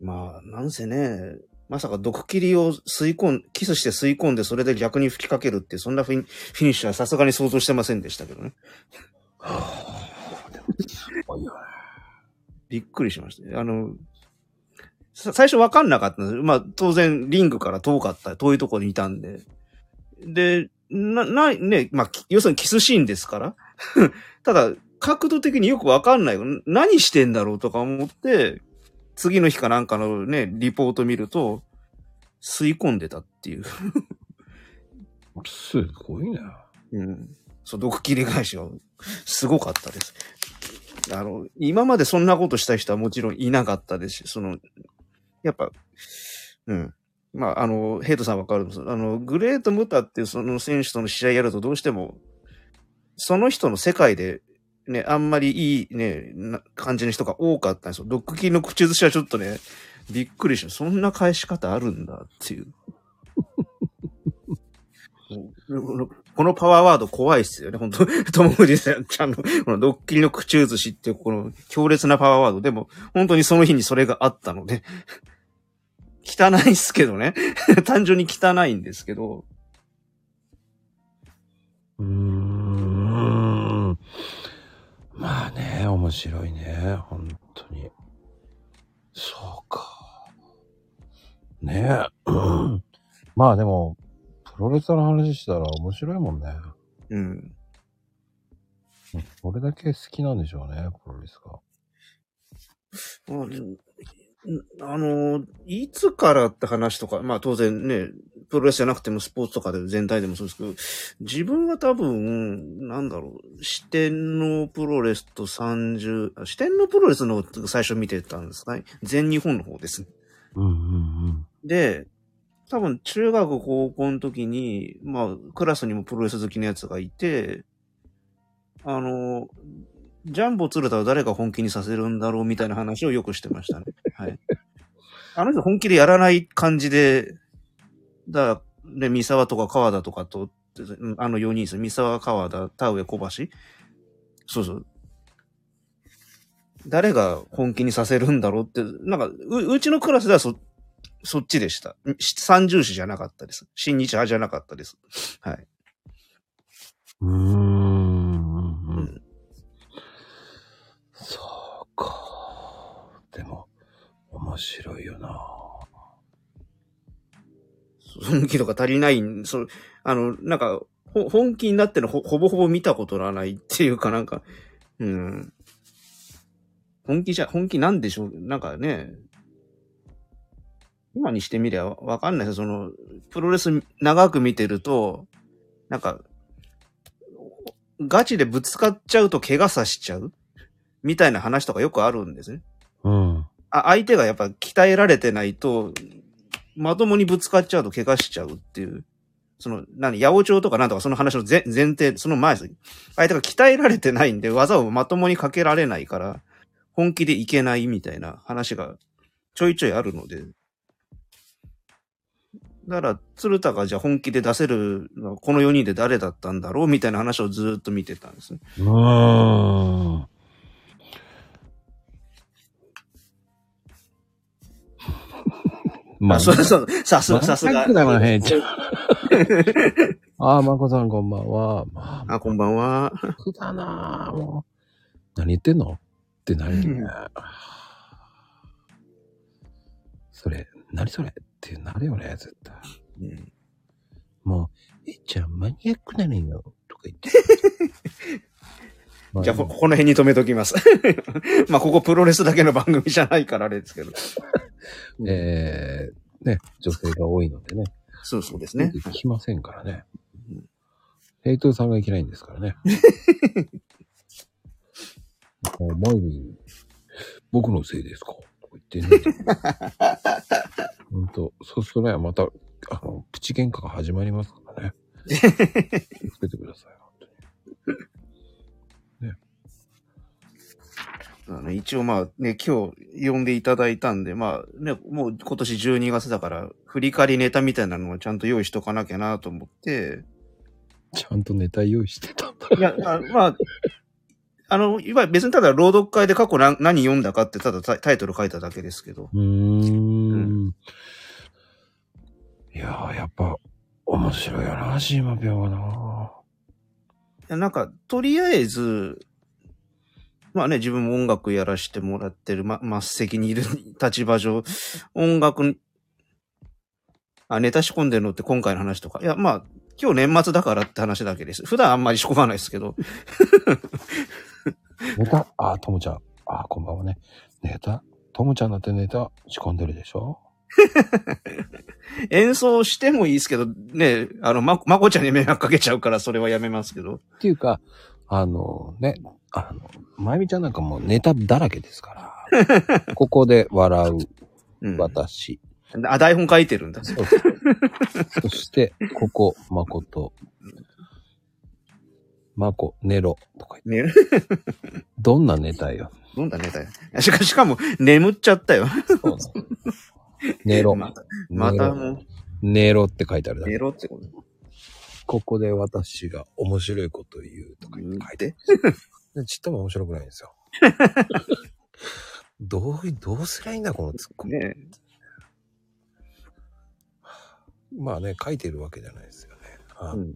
S3: まあ、なんせね、まさか毒切りを吸い込ん、キスして吸い込んでそれで逆に吹きかけるって、そんなフィニフィニッシュはさすがに想像してませんでしたけどね。
S2: すごいよね。
S3: びっくりしましたね。あの、さ最初わかんなかったんですまあ、当然、リングから遠かった、遠いところにいたんで。で、な、ない、ね、まあ、き要するにキスシーンですから。 ただ、角度的によくわかんないよ。ん何してんだろうとか思って、次の日かなんかのね、リポート見ると、吸い込んでたっていう。
S2: すごいね。
S3: うん。そう、毒切り返しは、すごかったです。あの、今までそんなことした人はもちろんいなかったですし、その、やっぱ、うん。まあ、あの、ヘイトさんわかると思うんですあの、グレート・ムタっていうその選手との試合やるとどうしても、その人の世界でね、あんまりいいね、な感じの人が多かったんですよ。ドッグキーの口寿司はちょっとね、びっくりした。そんな返し方あるんだっていう。このパワーワード怖いっすよね、本当 ともふじさん、ちゃんの、このドッキリの口寿司っていう、この強烈なパワーワード。でも、本当にその日にそれがあったので、 汚いっすけどね。 単純に汚いんですけど、
S2: うーん。まあね、面白いね、本当に。そうか。ねえ。うんまあでも、プロレスの話したら面白いもんね。
S3: うん。
S2: 俺だけ好きなんでしょうね、プロレスが。
S3: まあうんあの、いつからって話とか、まあ当然ね、プロレスじゃなくてもスポーツとかで全体でもそうですけど、自分は多分、なんだろう、四天王プロレスと30、あ四天王プロレスの方を最初見てたんですかね。全日本の方ですね。
S2: うんうん
S3: で、多分中学高校の時に、まあクラスにもプロレス好きなやつがいて、あの、ジャンボ鶴田は誰が本気にさせるんだろうみたいな話をよくしてましたね。はい。あの人本気でやらない感じで、だから、ね、三沢とか川田とかと、うんあの4人ですね。三沢、川田、田上、小橋。そうそう。誰が本気にさせるんだろうって、なんか、ううちのクラスではそ、そっちでした。し三重視じゃなかったです。新日派じゃなかったです。はい。
S2: うん。うーんうんう。
S3: うん
S2: そうか。でも、面白いよな。
S3: 本気とか足りないん、そあの、なんか、ほ本気になってるのほほぼほぼ見たことがないっていうかなんか、うん。本気じゃ、本気なんでしょうなんかね、今にしてみりゃわかんないですその、プロレス長く見てると、なんか、ガチでぶつかっちゃうと怪我さしちゃうみたいな話とかよくあるんですね。
S2: うん。
S3: あ相手がやっぱ鍛えられてないと、まともにぶつかっちゃうと怪我しちゃうっていう。その、何、八百長とかなんとかその話の前前提、その前です。相手が鍛えられてないんで技をまともにかけられないから、本気でいけないみたいな話がちょいちょいあるので。だから、鶴田がじゃあ本気で出せるのはこの4人で誰だったんだろうみたいな話をずーっと見てたんですね。
S2: うーん。ま
S3: あ、そう
S2: う。
S3: そう、さすが、さすが。
S2: だへんちゃん。 ああ、まこさんこんばんは。まあ、
S3: あ、こんばんは。
S2: 好きだなあもう。何言ってんのってなるよね。それ、何それってなるよね、絶対。
S3: うん
S2: もう、えっちゃんマニアックなのよ、とか言 って。ま
S3: じゃあ、ここの辺に止めときます。 まあ、ここプロレスだけの番組じゃないからあれですけど。
S2: えー、ね、女性が多いのでね。
S3: そうそうですね。
S2: 聞きませんからね。ヘイトさんがいけないんですからね。 もう前に、僕のせいですかとか言ってね。ほんと、そうするとね、また、あの、プチ喧嘩が始まりますからね。気をつけてください、本当に。
S3: あの一応まあね、今日呼んでいただいたんで、まあね、もう今年12月だから、振り返りネタみたいなのをちゃんと用意しとかなきゃなと思って、
S2: ちゃんとネタ用意してたんだ。
S3: いや、あまあ、あの、いわゆる別にただ朗読会で過去何何読んだかってただタイタイトル書いただけですけど。
S2: うーん。いやー、やっぱ、面白いよな、シーマピョンはな。
S3: いやなんか、とりあえず、まあね、自分も音楽やらしてもらってる、ま、末席にいる 立場上、音楽、あ、ネタ仕込んでるのって今回の話とか。いや、まあ、今日年末だからって話だけです。普段あんまり仕込まないです けど。
S2: ネタ、あ、ともちゃん。あ、こんばんはね。ネタ、ともちゃんだってネタ仕込んでるでしょ
S3: 演奏してもいいですけど、ね、あの、ま、まこちゃんに迷惑かけちゃうからそれはやめますけど。
S2: っていうか、あのね、あの、まゆみちゃんなんかもうネタだらけです から。ここで笑
S3: うん
S2: う、。私。
S3: あ、台本書いてるんだ。
S2: そうそうそして、ここ、まこと。マコ、ネロとか言って、
S3: ね、
S2: どんなネタよ。
S3: 飲んだね、だよ。しかしかも、眠っちゃったよ。
S2: そうなのネロ。
S3: また、ま
S2: ネ
S3: た
S2: ロ
S3: もう、
S2: ネロって書いてあるだけ。
S3: 寝ろってこと。
S2: ここで私が面白いこと言うとか言って書いてある。ちっとも面白くないんです よ。どうい、どうすりゃいいんだ、このツッコミ。
S3: ね
S2: まあね、書いてるわけじゃないですよね。あ
S3: うん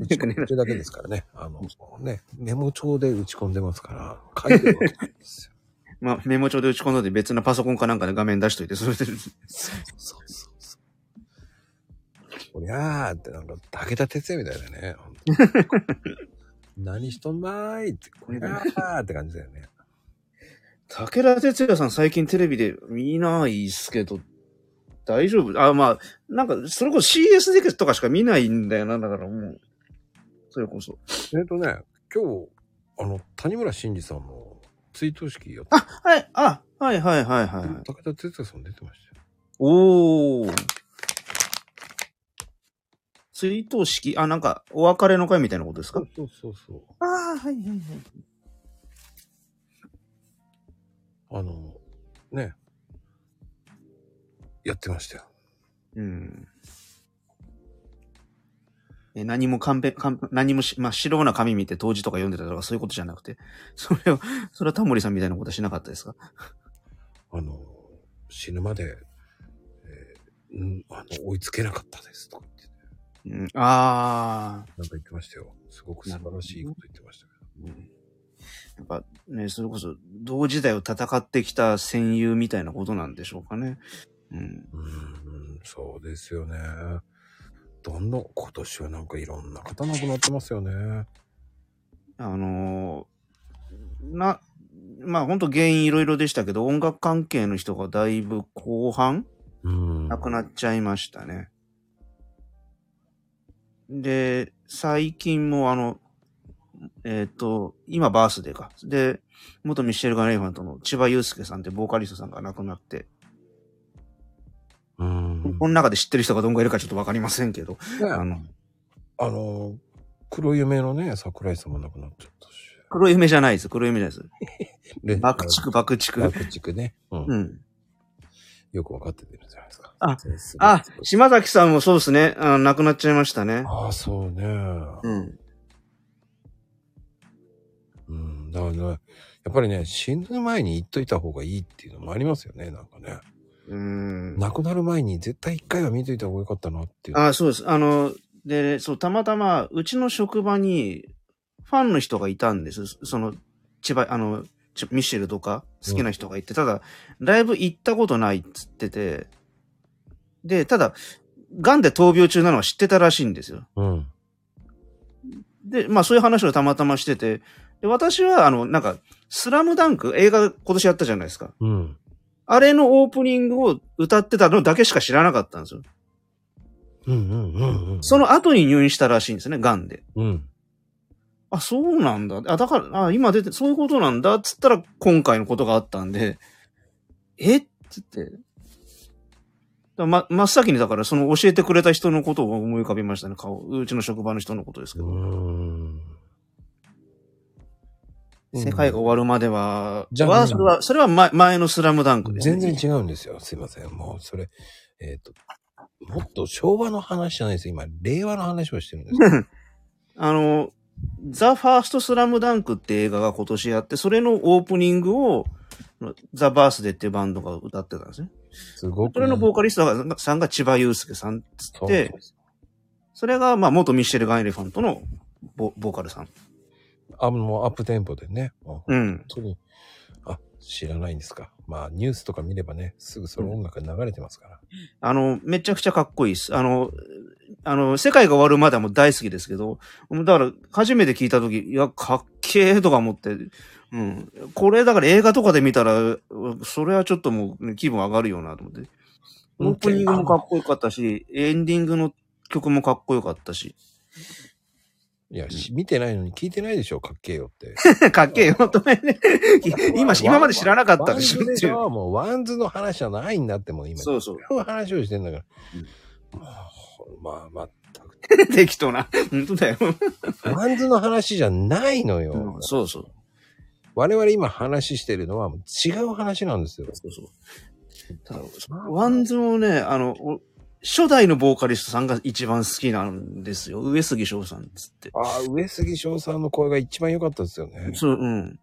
S2: 打ち込んでるだけですからね。あの、ね、メモ帳で打ち込んでますから、書いてるわけないです よ。
S3: まあ、メモ帳で打ち込んだで別なパソコンかなんかで画面出しといて、それで、
S2: そうそうそう。おりゃーってなんか武田鉄矢みたいだね。ほん と何しとんまーいって、こりゃーって感じだよね。
S3: 武田鉄矢さん最近テレビで見ないっすけど、大丈夫あ、まあ、なんか、それこそ CS とかしか見ないんだよな、だからもう。それこそ。
S2: えっとね、今日、あの、谷村新司さんの追悼式やって、
S3: あ、はい、あ、はいはいはいはい。
S2: 武田鉄矢さん出てましたよ。
S3: おー。追悼式あ、なんか、お別れの会みたいなことですか
S2: そうそうそうそう。
S3: ああ、はいはいはい。
S2: あの、ね、やってましたよ。
S3: うん。え何もかんべ、かん何もし、まあ、白な紙見て当時とか読んでたとかそういうことじゃなくて、 それを、それはタモリさんみたいなことはしなかったですか
S2: あの、死ぬまで、えーうん、あの、追いつけなかったですとか言って、
S3: うん。ああ。
S2: なんか言ってましたよ。すごく素晴らしいこと言ってましたけど。
S3: うんやっぱね、それこそ、同時代を戦ってきた戦友みたいなことなんでしょうかね。うん。
S2: うーん、そうですよね。どんどん、今年はなんかいろんな方亡くなってますよね。
S3: あのーな、まあ本当原因いろいろでしたけど、音楽関係の人がだいぶ後半
S2: うん。
S3: 亡くなっちゃいましたね。で、最近もあの、えっ、と、今バースデーか。で、元ミシェルガン・エレファントの千葉祐介さんってボーカリストさんが亡くなって、
S2: うん。
S3: この中で知ってる人がどんぐらいいるかちょっとわかりませんけど、
S2: ね
S3: あの、
S2: あの、黒夢のね、桜井さんも亡くなっちゃったし。
S3: 黒い夢じゃないです。黒い夢じゃないです。
S2: レ
S3: 爆竹、爆竹。
S2: 爆竹ね。うん。
S3: うん。
S2: よくわかっててるじゃないですか。
S3: あ
S2: そうです、
S3: あ
S2: そう、です
S3: 島崎さんもそうですね。あ亡くなっちゃいましたね。
S2: ああ、そうね。
S3: うん。
S2: うん。だからね、やっぱりね、死ぬ前に言っといた方がいいっていうのもありますよね、なんかね。
S3: うん。
S2: 亡くなる前に絶対一回は見といた方がよかったなっていう。
S3: あ、そうです。あの、で、そう、たまたま、うちの職場に、ファンの人がいたんです。その、千葉、あの、ちミシェルとか、好きな人がいて、ただ、ライブ行ったことないっつってて、で、ただ、癌で闘病中なのは知ってたらしいんですよ。
S2: うん。
S3: で、まあそういう話をたまたましてて、で、私は、あの、なんか、スラムダンク、映画今年やったじゃないですか。
S2: うん。
S3: あれのオープニングを歌ってたのだけしか知らなかったんですよ。
S2: うんうんうんうん。
S3: その後に入院したらしいんですね、癌で。
S2: うん。
S3: あ、そうなんだ。あ、だから、あ、今出て、そういうことなんだ、っつったら、今回のことがあったんで、えっつって。だからま、真っ先にだから、その教えてくれた人のことを思い浮かびましたね、顔。うちの職場の人のことですけ
S2: う
S3: ど。
S2: ん。
S3: 世界が終わるまでは、
S2: じゃあ
S3: はそれは、それは前前のスラムダンクです、
S2: 全
S3: ね。
S2: 然違うんですよ。すいません。もう、それ、えっ、と、もっと昭和の話じゃないですよ。今、令和の話をしてるんですよ。
S3: あの、ザ・ファースト・スラムダンクって映画が今年やって、それのオープニングを、ザ・バースデーっていうバンドが歌ってたんですね。
S2: すごく、
S3: それのボーカリストがさんが千葉祐介さんっつ
S2: そ
S3: っ
S2: う
S3: て、それが、まあ、元ミッシェル・ガン・エレファントのボボーカルさん。
S2: あ、もうアップテンポでね。もう
S3: うん。
S2: 本当に、あ、知らないんですか。まあ、ニュースとか見ればね、すぐその音楽が流れてますから。
S3: あの、めちゃくちゃかっこいいです。あの、あの、世界が終わるまではもう大好きですけど、もうだから、初めて聞いたとき、いや、かっけーとか思って、うん。これ、だから映画とかで見たら、それはちょっともうね、気分上がるよなと思って。オープニングもかっこよかったし、エンディングの曲もかっこよかったし、
S2: いや、し見てないのに聞いてないでしょ、かっけえよって。
S3: かっけえよ、とね。今、今まで知らなかったでしょ
S2: ワンズ
S3: っていう。
S2: もうワンズの話じゃないんだってもう今。
S3: そうそう
S2: 違う話をしてんだから。まあ、全く。
S3: 適当な。本当だよ。
S2: バンズの話じゃないのよ。
S3: そうそう。
S2: 我々今話してるのは違う話なんですよ。
S3: そうそう。ただ、ワンズもね、あの、お初代のボーカリストさんが一番好きなんですよ。上杉翔さんっつって。
S2: ああ、上杉翔さんの声が一番良かったですよね。
S3: そう、うん。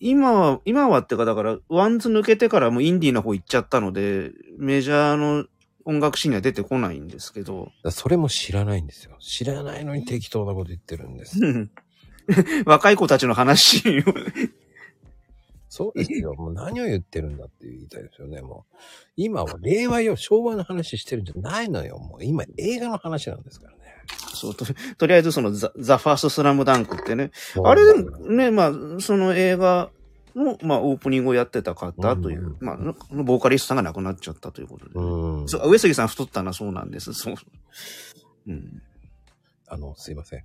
S3: 今は、今はってか、だから、ワンズ抜けてからもうインディーの方行っちゃったので、メジャーの音楽シーンには出てこないんですけど、
S2: それも知らないんですよ。知らないのに適当なこと言ってるんです。
S3: うん若い子たちの話を、
S2: そうですよ。もう何を言ってるんだって言いたいですよね。もう。今は令和よ、昭和の話してるんじゃないのよ。もう今映画の話なんですからね。
S3: そうと、とりあえずそのザ・ザファーストスラムダンクってね、あれでもね、まあ、その映画の、まあ、オープニングをやってた方という、まあ、ボーカリストさんが亡くなっちゃったということで、
S2: うん。
S3: そう上杉さん太ったな、そうなんです。そう。うん、
S2: あの、すいません。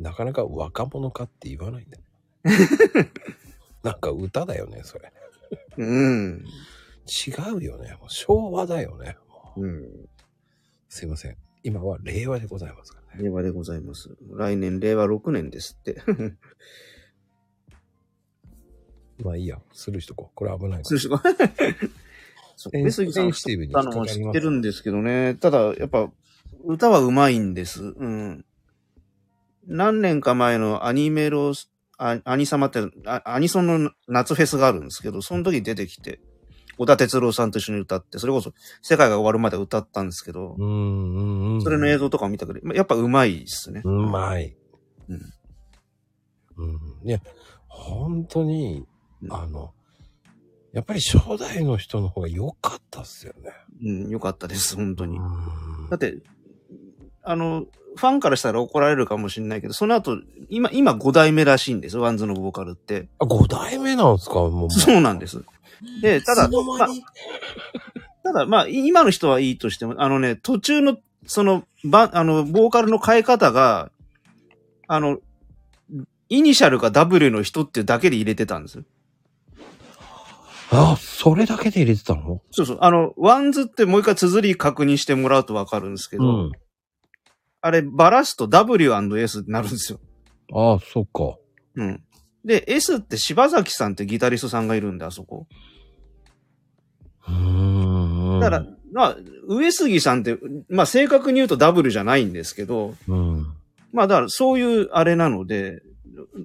S2: なかなか若者かって言わないん だよ。なんか歌だよね、それ。
S3: うん。
S2: 違うよね。もう昭和だよね。もう
S3: うん。
S2: すいません。今は令和でございますからね。
S3: 令和でございます。来年、令和6年ですって。
S2: まあいいや、スルーしとこう。これ危ないか
S3: そ
S2: ら
S3: う。し ようそう
S2: セン
S3: 上杉
S2: セ
S3: さんが
S2: ンシティブ
S3: 作
S2: に
S3: ったのも
S2: 引っか
S3: 知
S2: かります
S3: ってるんですけどね。ただ、やっぱ、歌は上手いんです。うん。何年か前のアニメロス、あアニ様ってあ、アニソンの夏フェスがあるんですけど、その時に出てきて、小田哲郎さんと一緒に歌って、それこそ世界が終わるまで歌ったんですけど、
S2: うんうんうん。
S3: それの映像とかを見たけど、まやっぱ上手いですね。
S2: うまい。
S3: うん
S2: うん。いや、本当に
S3: う、ん
S2: あの、やっぱり初代の人の方が良かったっすよね。
S3: うん、よかったです、本当に。
S2: うん
S3: だって、あの、ファンからしたら怒られるかもしれないけど、その後、今、今5代目らしいんです、ワンズのボーカルって。
S2: あ、5代目なんですかもう。
S3: そうなんです。で、ただ、
S2: いつの
S3: ま
S2: 間
S3: あ
S2: に、
S3: ただ、まあ、い今の人はいいとしても、あのね、途中の、その、ば、あの、ボーカルの変え方が、あの、イニシャルか W の人っていうだけで入れてたんですよ。
S2: あ、それだけで入れてたの
S3: そうそう。あの、ワンズってもう一回綴り確認してもらうとわかるんですけど、
S2: うん。
S3: あれ、バラすと W&S になるんですよ。
S2: ああ、そっか。
S3: うん。で、S って柴崎さんってギタリストさんがいるんで、あそこ。
S2: うーん。
S3: だから、まあ、上杉さんって、まあ正確に言うとダブルじゃないんですけど、
S2: うん。
S3: まあだからそういうあれなので、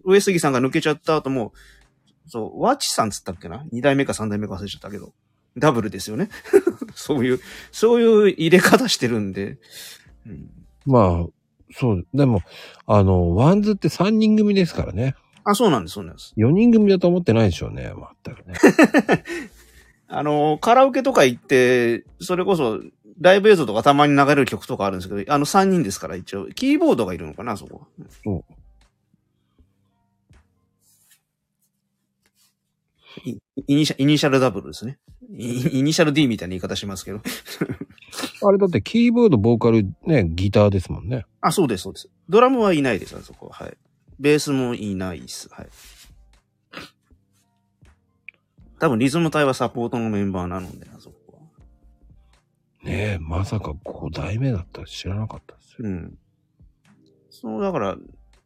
S3: 上杉さんが抜けちゃった後も、そう、ワチさんっつったっけな二代目か三代目か忘れちゃったけど、ダブルですよね。 そういう、そういう入れ方してるんで、うん、
S2: まあ、そう、でも、あの、ワンズって3人組ですからね。
S3: あ、そうなんです、そうなんです。
S2: 4人組だと思ってないでしょうね。全くね。
S3: あの、カラオケとか行って、それこそ、ライブ映像とかたまに流れる曲とかあるんですけど、あの3人ですから一応、キーボードがいるのかな、そこ。
S2: そう。
S3: イイニシャイニシャルダブルですねイ。イニシャル D みたいな言い方しますけど。
S2: あれだってキーボード、ボーカル、ね、ギターですもんね。
S3: あ、そうです、そうです。ドラムはいないです、あそこは。はい。ベースもいないです。はい。多分リズム隊はサポートのメンバーなので、あそこは。
S2: ねえ、まさか5代目だったら知らなかったですよ。
S3: うん。その、だから、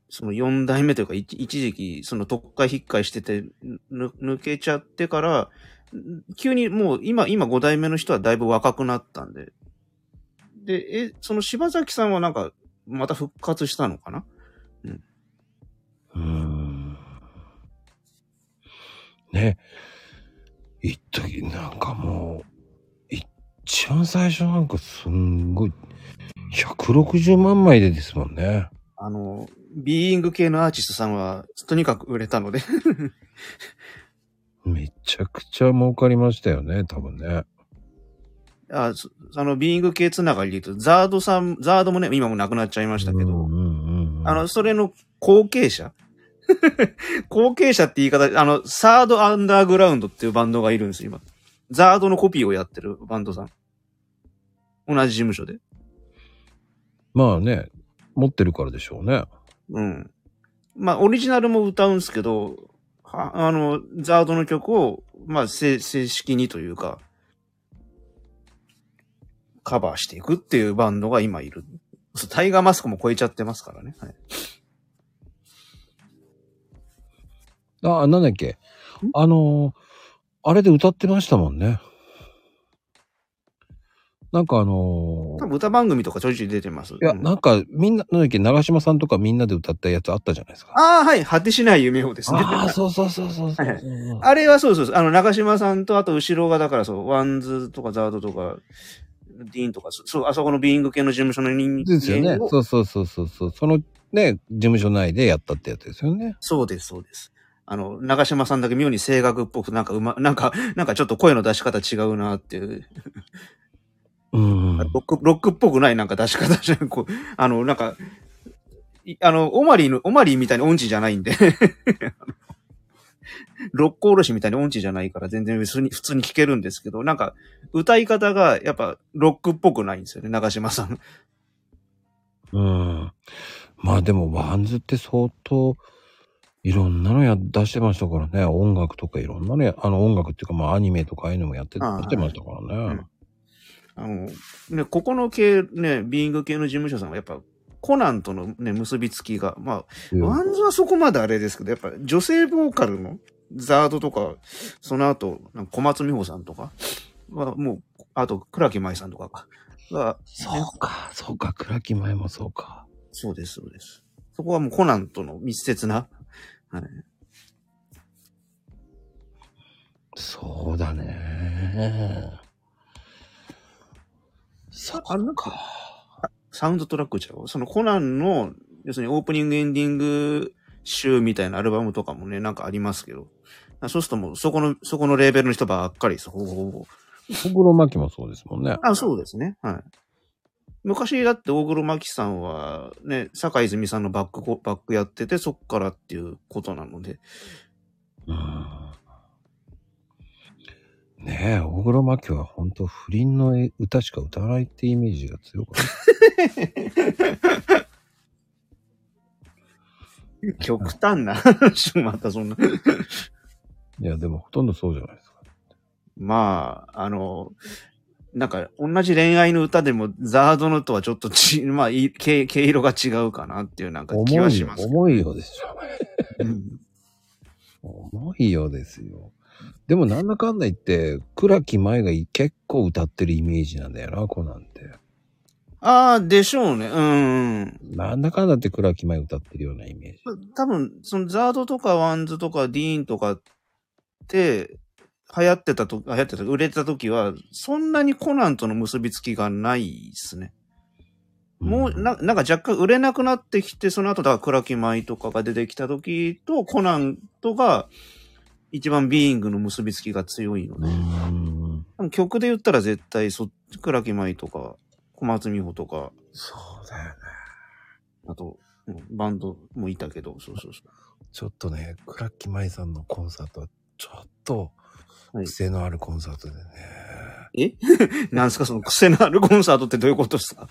S3: その4代目というか、一一時期、その特会引っかいしてて、ぬ抜けちゃってから、ん急にもう今、今5代目の人はだいぶ若くなったんで。で、え、その柴崎さんはなんか、また復活したのかな
S2: うーん。ねえ、一時なんかもう、一番最初なんかすんごい、160万枚でですもんね。
S3: あの、ビーイング系のアーティストさんは、とにかく売れたので。
S2: めちゃくちゃ儲かりましたよね、多分ね。
S3: あそあの、ビーイング系つながりで言うと、ザードさん、ザードもね、今もう亡くなっちゃいましたけど、
S2: うんうんうん、
S3: あの、それの後継者 後継者って言い方、あの、サードアンダーグラウンドっていうバンドがいるんですよ、今。ザードのコピーをやってるバンドさん。同じ事務所で。
S2: まあね、持ってるからでしょうね。
S3: うん。まあ、オリジナルも歌うんですけど、はあの、ザードの曲を、まあ、正正式にというか、カバーしていくっていうバンドが今いる。そうタイガーマスクも超えちゃってますからね。はい、
S2: あ、なんだっけ。あのーあれで歌ってましたもんね。なんかあのー
S3: 多分歌番組とかちょいちょい出てます。
S2: いや、
S3: うん
S2: なんかみんな、なんだっけ、長島さんとかみんなで歌ったやつあったじゃないですか。
S3: ああ、はい。果てしない夢をですね。
S2: ああ、そうそうそうそうそうそう
S3: はいあれはそうですそうです。あの、中島さんと、あと後ろが、だからそう、ワンズとかザードとか、ディーンとか、そう、あそこのビーイング系の事務所の人間を
S2: ですよね。そうそうそうそうそう。そのね、事務所内でやったってやつですよね。
S3: そうです、そうです。あの、長島さんだけ妙に声楽っぽく、なんかうま、なんか、なんかちょっと声の出し方違うなっていう。
S2: うん。
S3: ロック、ロックっぽくないなんか出し方じゃん。こう、あの、なんか、いあの、オマリーの、オマリーみたいに音痴じゃないんで。 ロックおろしみたいに音痴じゃないから全然普通に、普通に聴けるんですけど、なんか、歌い方がやっぱロックっぽくないんですよね、長島さん。
S2: うん。まあでも、ワンズって相当、いろんなのや出してましたからね。音楽とかいろんなのや、あの音楽っていうか、まあアニメとかああいうのもやって、
S3: ああ
S2: 出してましたからね。
S3: あの、ね、ここの系、ね、ビーイング系の事務所さんはやっぱ、コナンとのね、結びつきが、まあ、
S2: うん
S3: ワンズはそこまであれですけど、やっぱ女性ボーカルのザードとか、その後、なんか小松美穂さんとかはもう、あと倉木舞さんとかかが、
S2: そうか、そうか、倉木前もそうか。
S3: そうです、そうです。そこはもうコナンとの密接な、はい、
S2: そうだね。そっ
S3: あなん
S2: か。
S3: サウンドトラックちゃうそのコナンの、要するにオープニングエンディング集みたいなアルバムとかもね、なんかありますけど、そうするともうそこの、そこのレーベルの人ばっかりです、ほぼほぼ。
S2: 小黒摩季もそうですもんね。
S3: あ、そうですね。はい。昔だって大黒摩季さんはね、坂井泉さんのバックコ、バックやってて、そっからっていうことなので。
S2: うんねえ、大黒摩季は本当不倫の歌しか歌わないってイメージが強かった。
S3: 極端な話もまたそんな。
S2: いや、でもほとんどそうじゃないですか。
S3: まあ、あの、なんか、同じ恋愛の歌でも、ザードのとはちょっとち、 まあ、い毛毛色が違うかなっていうなんか気
S2: 重
S3: はいし
S2: よ、
S3: ます。
S2: 重いよでし
S3: うん
S2: ょ。重いよですよ。でもなんだかんだ言って、倉木舞が結構歌ってるイメージなんだよな、子なんて。
S3: ああ、でしょうね。うん。
S2: なんだかんだって倉木舞歌ってるようなイメージ。
S3: 多分、そのザードとかワンズとかディーンとかって、流行ってたと、流行ってた、売れてた時は、そんなにコナンとの結びつきがないですね。もう、
S2: ん
S3: な、なんか若干売れなくなってきて、その後、だから、倉木舞とかが出てきた時と、コナンとが、一番ビーイングの結びつきが強いの
S2: う
S3: で、
S2: ん。
S3: でも曲で言ったら絶対、そ、倉木舞とか、小松美穂とか、
S2: そうだよね。
S3: あと、うんバンドもいたけど、そうそうそう。
S2: ちょっとね、倉木舞さんのコンサートは、ちょっと
S3: は、い
S2: 癖のあるコンサートでね。
S3: えなんすかその癖のあるコンサートってどういうことですか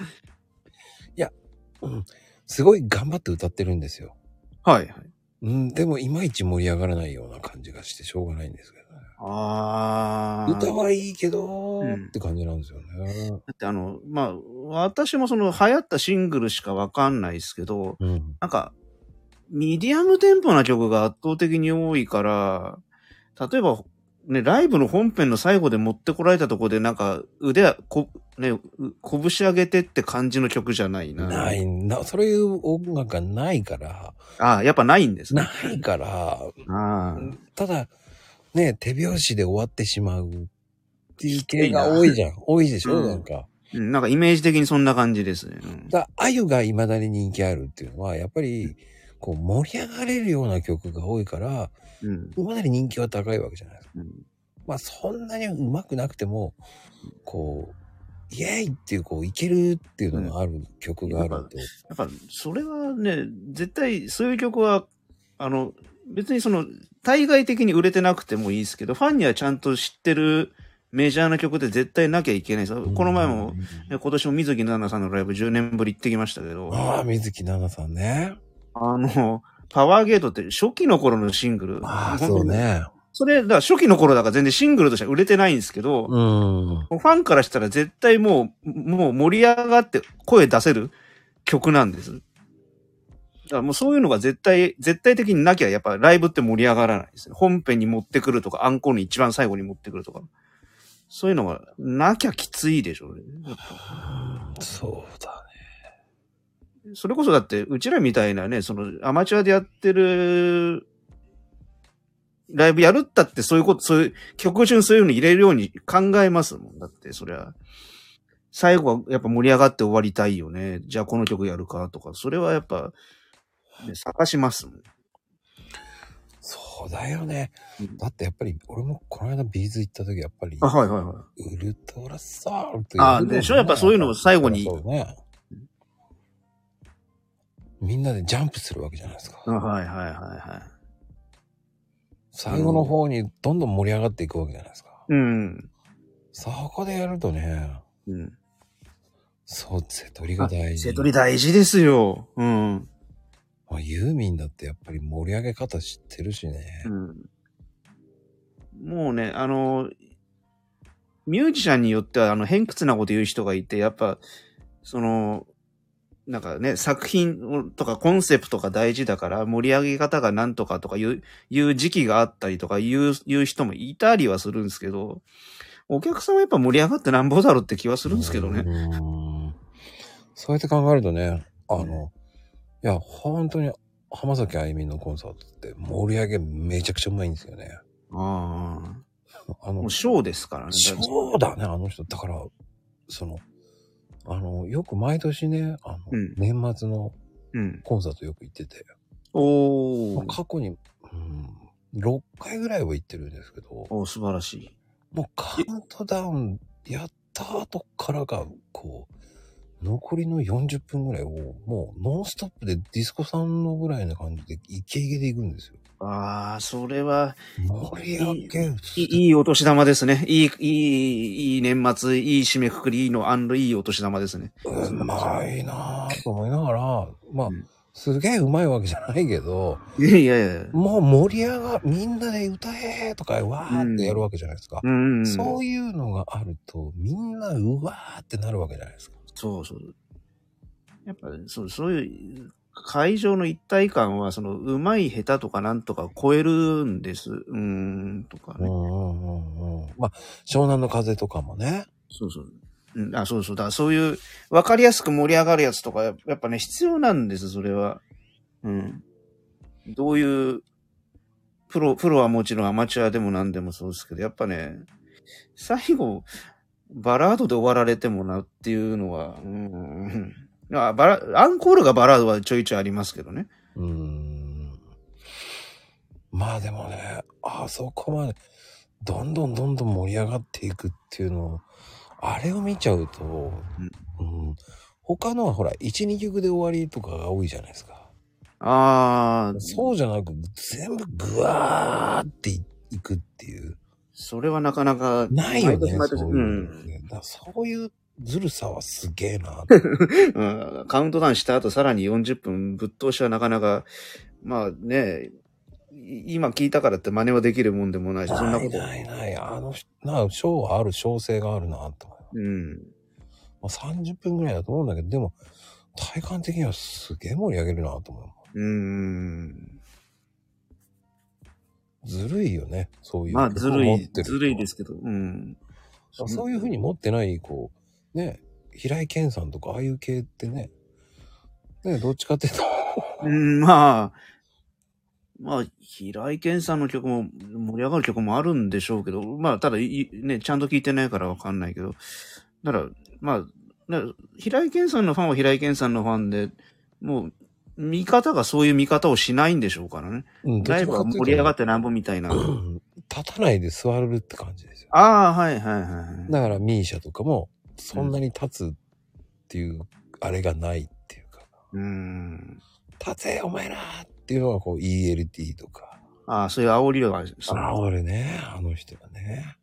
S2: うんすごい頑張って歌ってるんですよ。
S3: はい。
S2: うん、でもいまいち盛り上がらないような感じがしてしょうがないんですけどね。
S3: ああ。
S2: 歌はいいけど
S3: う
S2: ー
S3: ん
S2: って感じなんですよね。
S3: だってあの、まあ、私もその流行ったシングルしかわかんないですけど、
S2: うん。
S3: なんか、ミディアムテンポな曲が圧倒的に多いから、例えば、ね、ライブの本編の最後で持ってこられたとこで、なんか、腕、こ、ね、う拳上げてって感じの曲じゃないな。
S2: ないな、そういう音楽がないから、
S3: ああ、やっぱないんですね。
S2: ないから、
S3: ああ。
S2: ただ、ね、手拍子で終わってしまうっていう系が多いじゃん。多いでしょ、
S3: うん
S2: なんか。
S3: うんなんかイメージ的にそんな感じですね。うん
S2: だあゆが未だに人気あるっていうのは、やっぱり、こう、盛り上がれるような曲が多いから、
S3: うん。
S2: 未だに人気は高いわけじゃないですか。
S3: うん
S2: まあ、そんなにうまくなくても、こう、イエーイっていう、こう、いけるっていうのがある曲があると。
S3: やっぱ、それはね、絶対、そういう曲は、あの、別にその、対外的に売れてなくてもいいですけど、ファンにはちゃんと知ってるメジャーな曲で絶対なきゃいけないです。この前も、ね今年も水木奈々さんのライブ10年ぶり行ってきましたけど、
S2: ああ、水木奈々さんね。
S3: あの、パワーゲートって初期の頃のシングル。
S2: ああ、
S3: 本当
S2: そう
S3: に。
S2: ね。
S3: それ、だから初期の頃だから全然シングルとしては売れてないんですけど、
S2: うん。
S3: ファンからしたら絶対もう、もう盛り上がって声出せる曲なんです。だからもうそういうのが絶対、絶対的になきゃやっぱライブって盛り上がらないですね。本編に持ってくるとか、アンコールに一番最後に持ってくるとか。そういうのがなきゃきついでしょうね。
S2: そうだね。
S3: それこそだって、うちらみたいなね、そのアマチュアでやってる、ライブやるったってそういうこと、そういう、曲順そういうの入れるように考えますもん。だって、そりゃ、最後はやっぱ盛り上がって終わりたいよね。じゃあこの曲やるかとか、それはやっぱ、ね、探しますもん。
S2: そうだよね
S3: うん。
S2: だってやっぱり、俺もこの間ビーズ行った時、やっぱり、
S3: あ、はいはいはい。
S2: ウルトラソウルと
S3: あでしょやっぱそういうのを最後に
S2: そうね。みんなでジャンプするわけじゃないですか。
S3: あはいはいはいはい。
S2: 最後の方にどんどん盛り上がっていくわけじゃないですか。
S3: うん。
S2: そこでやるとね、
S3: うん。
S2: そう、瀬取りが大事。
S3: セトリ大事ですよ。うん。
S2: まあユーミンだってやっぱり盛り上げ方知ってるしね
S3: う。んもうね、あの、ミュージシャンによっては、あの、偏屈なこと言う人がいて、やっぱ、その、なんかね、作品とかコンセプトが大事だから、盛り上げ方がなんとかとかいう、いう時期があったりとか、言う、言う人もいたりはするんですけど、お客さんはやっぱ盛り上がってなんぼだろうって気はするんですけどね。
S2: ね。そうやって考えるとね、あの、いや、本当に浜崎あゆみのコンサートって盛り上げめちゃくちゃうまいんですよね。
S3: ああ。
S2: あ
S3: も
S2: の
S3: う、ショーですからね。
S2: そうだね、あの人。だから、その、あの、よく毎年ね、あの、
S3: うん
S2: 年末の
S3: うん。
S2: コンサートよく行ってて、
S3: お
S2: まあ
S3: ー。
S2: 過去に、うん、6回ぐらいは行ってるんですけど、
S3: おー素晴らしい。
S2: もうカウントダウンやった後からが、こう、残りの40分ぐらいを、もうノンストップでディスコさんのぐらいな感じで、イケイケで行くんですよ。
S3: ああ、それは、
S2: 盛り上げる。
S3: いいいいお年玉ですね。いい、いい、いい年末、いい締めくくりのアンドいいお年玉ですね。
S2: うまいなぁと思いながら、まあ
S3: うん、
S2: すげえうまいわけじゃないけど、
S3: いやいやいや。
S2: もう盛り上が、みんなで歌えとか、わーってやるわけじゃないですか。
S3: うん、うん。
S2: そうういうのがあると、みんなうわーってなるわけじゃないですか。
S3: そうそう。やっぱ、そう、そういう、会場の一体感は、その、うまい下手とかなんとか超えるんです。うーん、とか
S2: う
S3: ね。
S2: んうんうんうん。まあ、湘南の風とかもね。
S3: そうそう。うん、あ、そうそう。だからそういう、わかりやすく盛り上がるやつとか、やっぱね、必要なんです、それは。うん。どういう、プロ、プロはもちろんアマチュアでも何でもそうですけど、やっぱね、最後、バラードで終わられてもなっていうのは、うん。あバラ、アンコールがバラードはちょいちょいありますけどね。
S2: うーん。まあでもね、あそこまで、どんどんどんどん盛り上がっていくっていうのを、あれを見ちゃうと、うん、他のはほら、1、2曲で終わりとかが多いじゃないですか。
S3: ああ、
S2: そうじゃなく、全部ぐわーっていくっていう。
S3: それはなかなか、
S2: ないよね。
S3: 毎年毎年
S2: そう
S3: う
S2: い
S3: ん
S2: う,、ねだからそういうずるさはすげえなって。
S3: うんカウントダウンした後さらに40分ぶっ通しはなかなか、まあね、い今聞いたからって真似はできるもんでもないし、 そんなこと。
S2: ないないない。あの、な、賞はある、賞性があるなって思います。
S3: うん。
S2: まあ、30分ぐらいだと思うんだけど、でも、体感的にはすげえ盛り上げるなと思
S3: うーん。
S2: う。ずるいよね、そういう。
S3: まあずる
S2: 持っ
S3: い、
S2: てる
S3: ずるいですけど、うん。
S2: まあそういうふうに持ってない、こう、ね、平井堅さんとか、ああいう系ってね、ね、どっちかっていうと、
S3: うん、まあ、まあ、平井堅さんの曲も、盛り上がる曲もあるんでしょうけど、まあ、ただい、ね、ちゃんと聞いてないからわかんないけど、だから、まあ、だから平井堅さんのファンは平井堅さんのファンで、もう、見方がそういう見方をしないんでしょうからね。
S2: うん、
S3: ライブは盛り上が
S2: っ
S3: ってなんぼみたいな。
S2: う
S3: あ
S2: ん立たないで座るって感じですよ。
S3: あ、はいはいはいは
S2: だから、ミーシャとかも、そんなに立つっていう、あれがないっていうか、
S3: い。うん。
S2: 立てお前らっていうのがこう ELT とか。
S3: ああ、そういう煽りが、そう
S2: あ、俺ね、あの人がね。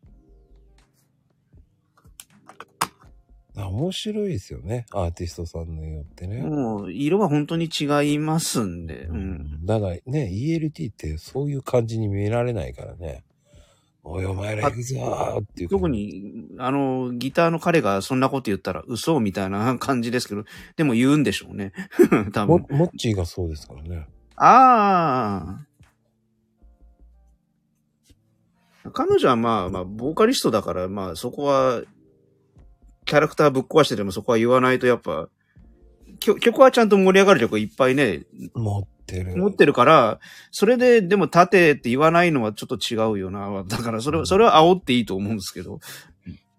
S2: あ面白いですよね、アーティストさんによってね。
S3: もう、色は本当に違いますんで、うん。
S2: だからね、ELT ってそういう感じに見られないからね。おいお前ら行くぞーっていう。
S3: 特。に、あの、ギターの彼がそんなこと言ったら嘘みたいな 感じですけど、でも言うんでしょうね。 多
S2: も、
S3: 分。
S2: もっちーがそうですからね。
S3: ああ。彼女はまあまあ、ボーカリストだから、まあそこは、キャラクターぶっ壊してでもそこは言わないとやっぱ、曲曲はちゃんと盛り上がる曲いっぱいね、
S2: 持ってる。
S3: 持ってるから、それででも立てって言わないのはちょっと違うよな。だからそれ、それは煽っていいと思うんですけど、
S2: だか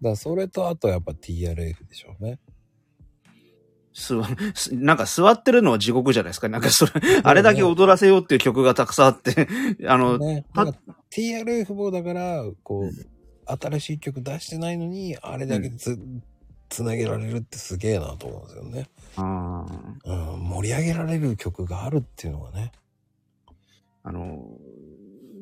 S2: らそれとあとやっぱ TRF でしょうね。
S3: すわ、すなんか座ってるのは地獄じゃないですか。なんかそれ、あれだけ踊らせようっていう曲がたくさんあって、 あの、
S2: ね、
S3: た
S2: なんか TRF もだから、こう、新しい曲出してないのに、あれだけつ、つなげられるってすげえなと思うんですよね。
S3: あー
S2: うん、盛り上げられる曲があるっていうのがね。
S3: あの、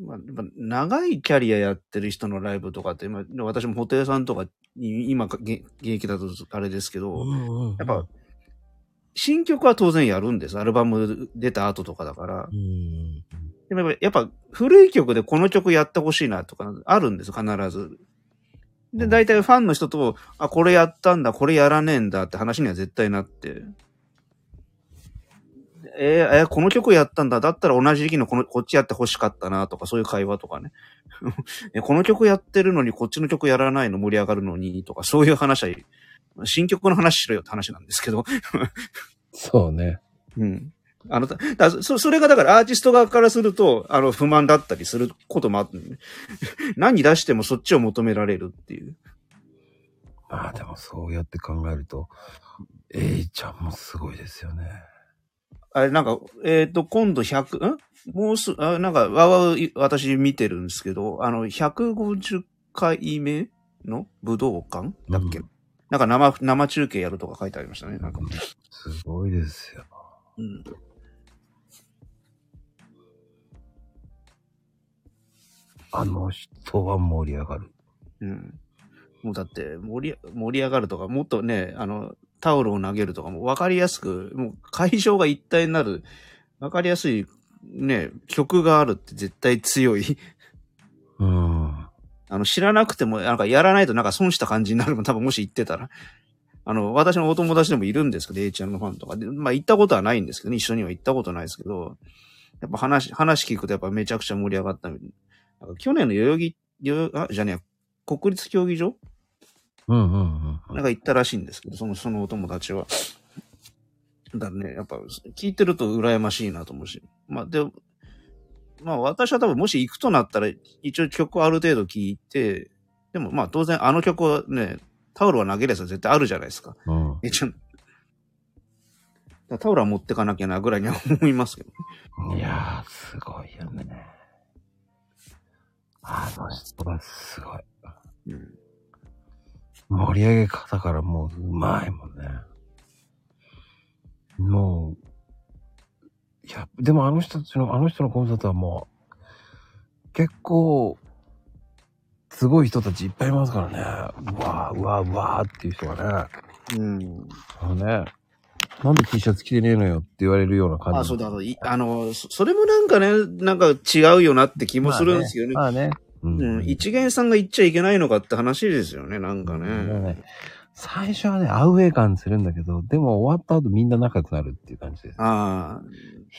S3: まあ、やっぱ長いキャリアやってる人のライブとかって、まあ、私も布袋さんとか、い今か、げ現役だとあれですけど、
S2: んうん
S3: やっぱ、新曲は当然やるんです。アルバム出た後とかだから
S2: う。ん。
S3: でもやっぱやっぱ古い曲でこの曲やってほしいなとか、あるんです、必ず。で、大体ファンの人と、あ、これやったんだ、これやらねえんだって話には絶対なって。えーえーこの曲やったんだ。だったら同じ時期のこの、こっちやって欲しかったなとか、そういう会話とかね。 えこの曲やってるのに、こっちの曲やらないの盛り上がるのに、とか、そういう話は、新曲の話しろよって話なんですけど。
S2: そうね。
S3: うん。あの、だだそそれがだからアーティスト側からすると、あの、不満だったりすることもあって、ね、 何出してもそっちを求められるっていう。
S2: まあでもそうやって考えると、エイちゃんもすごいですよね。
S3: あれ、なんか、えっ、と、今度100、んもうす、あなんか、わわう、私見てるんですけど、あの、150回目の武道館だっけ、
S2: う
S3: なんか生、生中継やるとか書いてありましたね。なんか、
S2: すごいですよ。
S3: うん。
S2: あの人は盛り上がる。
S3: うん。もうだって盛り、盛り上がるとか、もっとね、あの、タオルを投げるとかも分かりやすく、もう会場が一体になる、分かりやすい、ね、曲があるって絶対強い。
S2: うん。
S3: あの、知らなくても、なんかやらないとなんか損した感じになるもん、多分もし行ってたら。あの、私のお友達でもいるんですけど、A ちゃんのファンとかで、まあ行ったことはないんですけどね、一緒には行ったことないですけど、やっぱ話、話聞くとやっぱめちゃくちゃ盛り上がったみたいな。なんか去年の代々木、代々木あ、じゃねえや、国立競技場
S2: うんうんうんうん。
S3: なんか行ったらしいんですけど、その、そのお友達は。だからね、やっぱ聞いてると羨ましいなと思うし。まあで、まあ私は多分もし行くとなったら、一応曲をある程度聞いて、でもまあ当然あの曲はね、タオルは投げるやつは絶対あるじゃないですか。
S2: うん
S3: え、ちょ、だからタオルは持ってかなきゃなぐらいには思いますけど。
S2: いやー、すごいよね。あの人はすごい。
S3: うん
S2: 盛り上げ方からもううまいもんね。もう、いや、でもあの人たちの、あの人のコンサートはもう、結構、すごい人たちいっぱいいますからね。うわー、うわー、うわーっていう人がね。
S3: うん。
S2: あのね、なんで T シャツ着てねえのよって言われるような感じ。
S3: あ、そうだ、あのいあの、そそれもなんかね、なんか違うよなって気もするんですよね。
S2: まあね。うん
S3: うん、一元さんが言っちゃいけないのかって話ですよね、なんかね。
S2: ね最初はね、アウェー感するんだけど、でも終わった後みんな仲良くなるっていう感じです。
S3: あ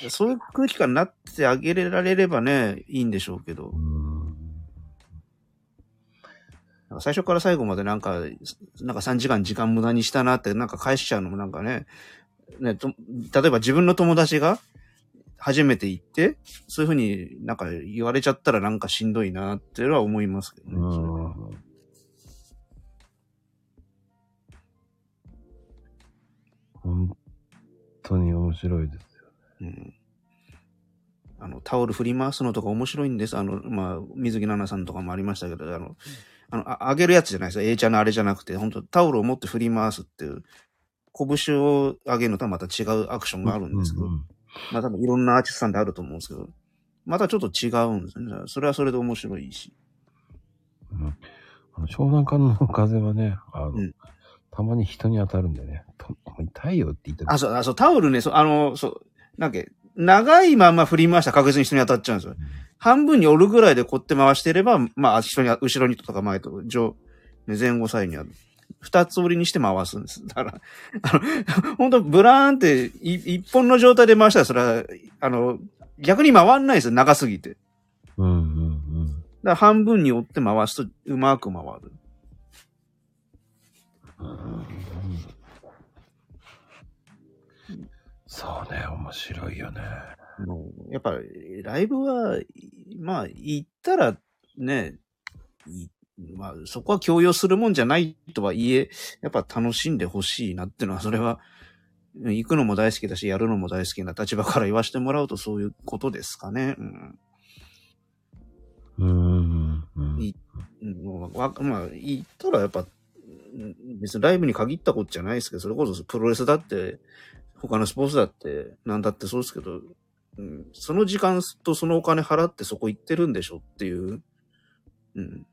S3: あ、そういう空気感になってあげられればね、いいんでしょうけど
S2: う、ん。
S3: なんか最初から最後までなんか、なんか3時間時間無駄にしたなって、なんか返しちゃうのもなんかね、ねと例えば自分の友達が初めて行って、そういうふうになんか言われちゃったらなんかしんどいなっていうのは思いますけどね。
S2: うん。本当に面白いです。
S3: うんあの、タオル振り回すのとか面白いんです。あの、まあ、水木奈々さんとかもありましたけど、あの、あの、ああげるやつじゃないですよ。A ちゃんのあれじゃなくて、本当タオルを持って振り回すっていう、拳を上げるのとはまた違うアクションがあるんですけど、
S2: うんうん
S3: まあ多分いろんなアーティストさんであると思うんですけど、またちょっと違うんですね。それはそれで面白いし。
S2: うんあの湘南館の風はね、あの、
S3: うん
S2: たまに人に当たるんでね、と痛いよって言って
S3: あ、そう、あ、そう、タオルね、そう、あの、そう、なんか、長いまんま振り回したら確実に人に当たっちゃうんですよ。半分に折るぐらいで凝って回していれば、まあ、後ろに、後ろにとか前と、上、前後左右にある。二つ折りにして回すんです。だから、あの、本当ブラーンって、い一本の状態で回したら、それは、あの、逆に回んないですよ、長すぎて。だか
S2: うんうん
S3: ら半分に折って回すと、うまく回る。
S2: うん。そうね、面白いよね。
S3: もうやっぱりライブは、まあ、行ったらね、いまあ、そこは強要するもんじゃないとはいえ、やっぱ楽しんでほしいなってのは、それは、うん行くのも大好きだし、やるのも大好きな立場から言わせてもらうとそういうことですかね。うん。
S2: うんうんうん。
S3: うんもうわまあ、行ったらやっぱ、うん別にライブに限ったことじゃないですけど、それこそプロレスだって、他のスポーツだって、なんだってそうですけど、うん、その時間とそのお金払ってそこ行ってるんでしょっていう。うん。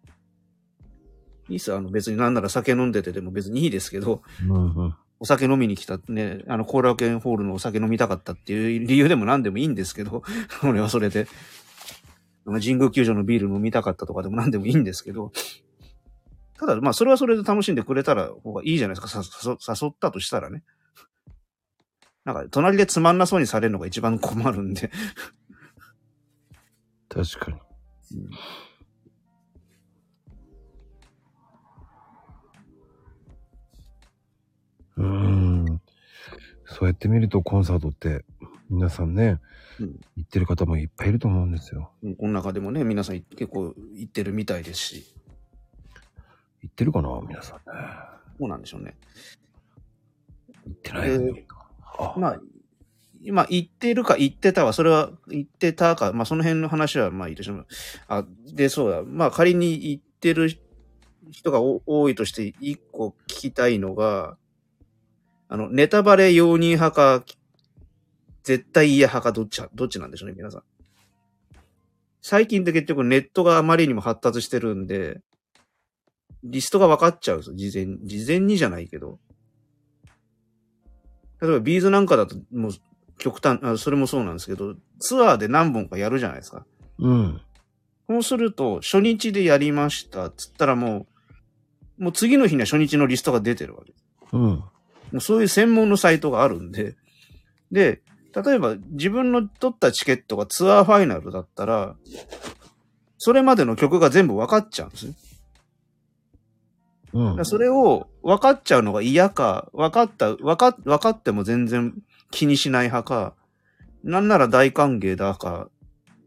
S3: いいっすよあの別になんなら酒飲んでてでも別にいいですけど、
S2: うんうん
S3: お酒飲みに来たってね、あの、後楽園ホールのお酒飲みたかったっていう理由でも何でもいいんですけど、 俺はそれで、あの神宮球場のビール飲みたかったとかでも何でもいいんですけど、ただ、まあ、それはそれで楽しんでくれたら、方がいいじゃないですか、さ誘誘ったとしたらね。なんか、隣でつまんなそうにされるのが一番困るんで。
S2: 確かに。うーん。そうやって見るとコンサートって皆さんね、
S3: うん
S2: 行ってる方もいっぱいいると思うんですよ。
S3: この中でもね、皆さん結構行ってるみたいですし、
S2: 行ってるかな皆さんね。
S3: どうなんでしょうね。
S2: 行ってないよねあ、
S3: まあ、今言ってるか言ってたは、それは言ってたか、まあその辺の話はまあいいとしても、あ、で、そうだ、まあ仮に言ってる人がお多いとして、一個聞きたいのが、あの、ネタバレ容認派か、絶対嫌派かどっち、どっちなんでしょうね、皆さん。最近って結局ネットがあまりにも発達してるんで、リストが分かっちゃうんですよ、事前に、事前にじゃないけど。例えばビーズなんかだと、もう、極端あ、それもそうなんですけど、ツアーで何本かやるじゃないですか。
S2: うん。
S3: そうすると、初日でやりましたっつったらもう、もう次の日には初日のリストが出てるわけ。
S2: うん。
S3: もうそういう専門のサイトがあるんで。で、例えば自分の取ったチケットがツアーファイナルだったら、それまでの曲が全部分かっちゃうんですね。
S2: う
S3: だ
S2: ん
S3: から。それを分かっちゃうのが嫌か、分かった、分か、分かっても全然気にしない派か、なんなら大歓迎だか、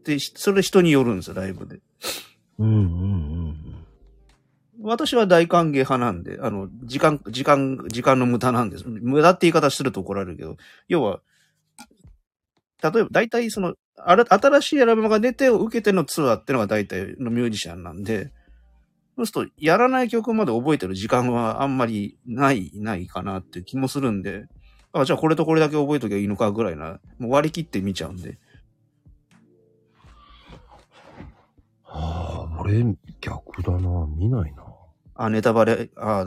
S3: で、しそれ人によるんですよ、ライブで。
S2: うんうんうん。
S3: 私は大歓迎派なんで、あの、時間、時間、時間の無駄なんです。無駄って言い方すると怒られるけど、要は、例えば大体その、あら新しいアルバムが出てを受けてのツアーってのが大体のミュージシャンなんで、そうすると、やらない曲まで覚えてる時間はあんまりない、ないかなっていう気もするんで、あ、じゃあこれとこれだけ覚えときゃいいのかぐらいな、もう割り切って見ちゃうんで。
S2: ああ、俺逆だな。見ないな。
S3: あ、ネタバレ、あ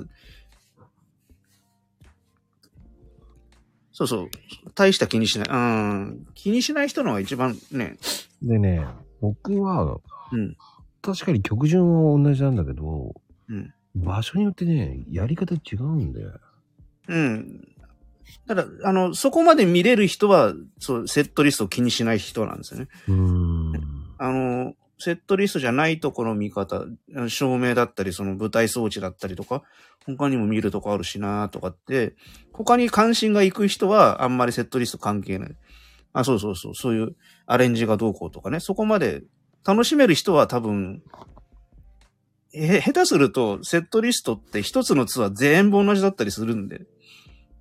S3: そうそう。大した気にしない。うん。気にしない人のが一番ね。
S2: でね、僕は
S3: うん。
S2: 確かに曲順は同じなんだけど、
S3: うん
S2: 場所によってね、やり方違うんだよ。
S3: うん。ただ、あの、そこまで見れる人は、そう、セットリストを気にしない人なんですよね。
S2: うーん。
S3: あの、セットリストじゃないところの見方、あの照明だったり、その舞台装置だったりとか、他にも見るとこあるしなとかって、他に関心が行く人はあんまりセットリスト関係ない。あ、そうそうそう、そういうアレンジがどうこうとかね、そこまで楽しめる人は多分、へ、下手すると、セットリストって一つのツアー全部同じだったりするんで。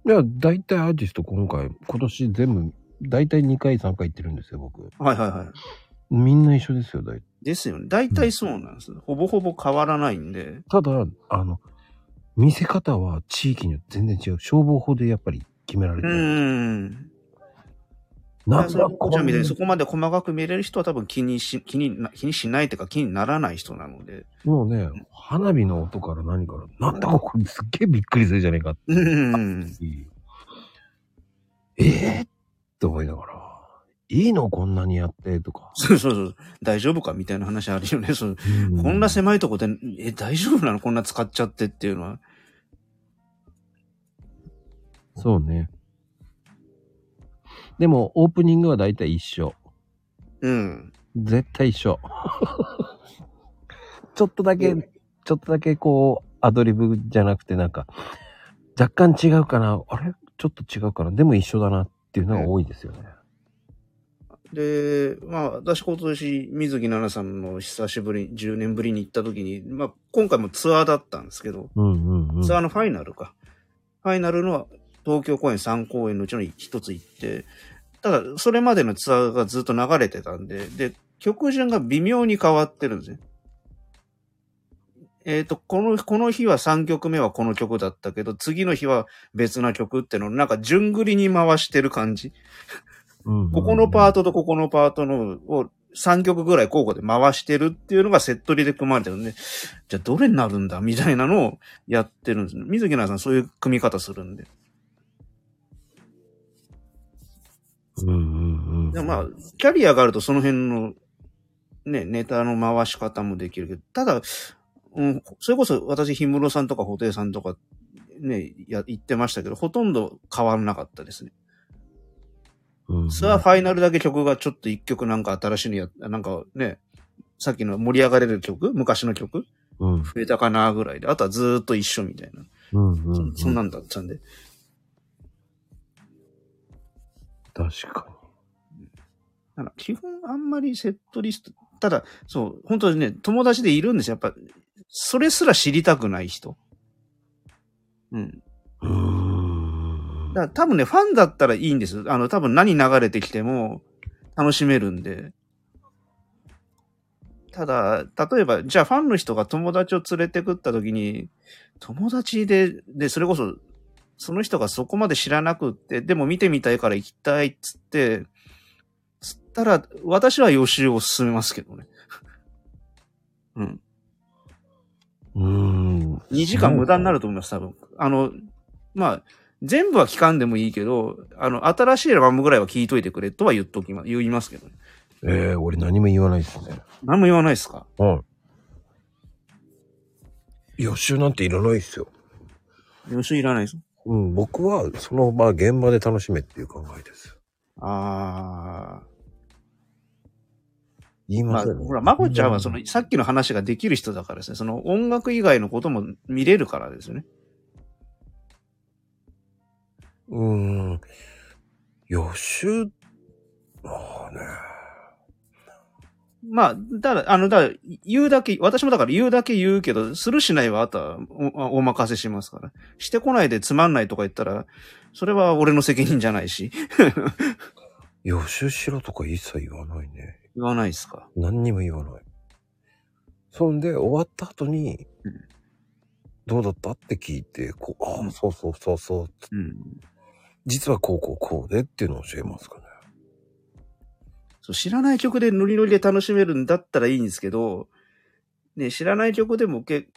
S2: いや、大体アーティスト今回、今年全部、大体2回3回行ってるんですよ、僕。
S3: はいはいはい。
S2: みんな一緒ですよ、大体。
S3: ですよね。大体そうなんです。ほぼほぼ変わらないんで。
S2: ただ、あの、見せ方は地域によって全然違う。消防法でやっぱり決められ
S3: う
S2: てる。
S3: ん。
S2: なん
S3: そ
S2: だ
S3: うこっち
S2: こ
S3: ゃんみたいにそ
S2: れ
S3: こまで細かく見れる人は多分気にし、気にな、気にしないというか気にならない人なので。
S2: もうね、花火の音から何から、なんだかこれすっげえびっくりするじゃねえかって
S3: うん。
S2: いう。ええー、って思いながら、いいのこんなにやって、とか。
S3: そうそうそう。大丈夫かみたいな話あるよね。そう
S2: う
S3: こんな狭いとこで、え、大丈夫なのこんな使っちゃってっていうのは。
S2: そうね。でも、オープニングはだいたい一緒。
S3: うん。
S2: 絶対一 緒。ちょっとだけ、ちょっとだけこう、アドリブじゃなくてなんか、若干違うかな。あれちょっと違うかな。でも一緒だなっていうのが多いですよね。
S3: で、まあ、私今年、水木奈々さんの久しぶり、10年ぶりに行った時に、まあ、今回もツアーだったんですけど、
S2: うんうんうん。
S3: ツアーのファイナルか。ファイナルの東京公演3公演のうちの一つ行って、ただ、それまでのツアーがずっと流れてたんで、で、曲順が微妙に変わってるんですね。えっ、と、この、この日は3曲目はこの曲だったけど、次の日は別な曲ってのをなんか順繰りに回してる感じ。
S2: うんうんうん
S3: ここのパートとここのパートのを3曲ぐらい交互で回してるっていうのがセットリで組まれてるんで、じゃあどれになるんだみたいなのをやってるんですね。水木奈々さんそういう組み方するんで。
S2: うんうんうん。
S3: でもまあ、キャリアがあるとその辺のね、ネタの回し方もできるけど、ただ、うん、それこそ私、氷室さんとか布袋さんとかね、や、言ってましたけど、ほとんど変わらなかったですね。
S2: うんうん、
S3: ツアーファイナルだけ曲がちょっと一曲なんか新しいのや、なんかね、さっきの盛り上がれる曲昔の曲
S2: うん
S3: 増えたかなぐらいで、あとはずーっと一緒みたいな。
S2: うんうんうん
S3: そそんなんだったんで。
S2: 確か
S3: だから基本あんまりセットリスト、ただ、そう、本当にね、友達でいるんですよ。やっぱ、それすら知りたくない人。うん。
S2: に。うーん
S3: だから多分ね、ファンだったらいいんです。あの、多分何流れてきても楽しめるんで。ただ、例えば、じゃあファンの人が友達を連れてくった時に、友達で、で、それこそ、その人がそこまで知らなくって、でも見てみたいから行きたいっつって、つったら、私は予習を進めますけどね。うん。
S2: うーん。
S3: 2時間無駄になると思います、多分。あの、まあ、全部は聞かんでもいいけど、あの、新しいアルバムぐらいは聞いといてくれとは言っときま、言いますけどね。
S2: ええ俺何も言わないですね。
S3: 何も言わないですか
S2: はい。予習なんていらないですよ。
S3: 予習いらないです。
S2: うん、僕はその場、現場で楽しめっていう考えです。
S3: あ
S2: 言い
S3: あ。ま
S2: ま
S3: あ、
S2: せん、ね
S3: ほら、まこちゃんはその、さっきの話ができる人だからですね。その音楽以外のことも見れるからですよね。
S2: うーん。予習、ああね。
S3: まあ、ただ、あの、だから言うだけ、私もだから言うだけ言うけど、するしないはあとはおお任せしますから。してこないでつまんないとか言ったら、それは俺の責任じゃないし。
S2: 予習しろとか一切言わないね。
S3: 言わないですか。
S2: 何にも言わない。そんで、終わった後に
S3: うん、
S2: どうだったって聞いて、こう、あ
S3: う
S2: あ、
S3: ん
S2: そうそうそうそう、
S3: うん。
S2: 実はこうこうこうでっていうのを教えますかね。
S3: そう知らない曲でノリノリで楽しめるんだったらいいんですけど、ね、知らない曲でもけ、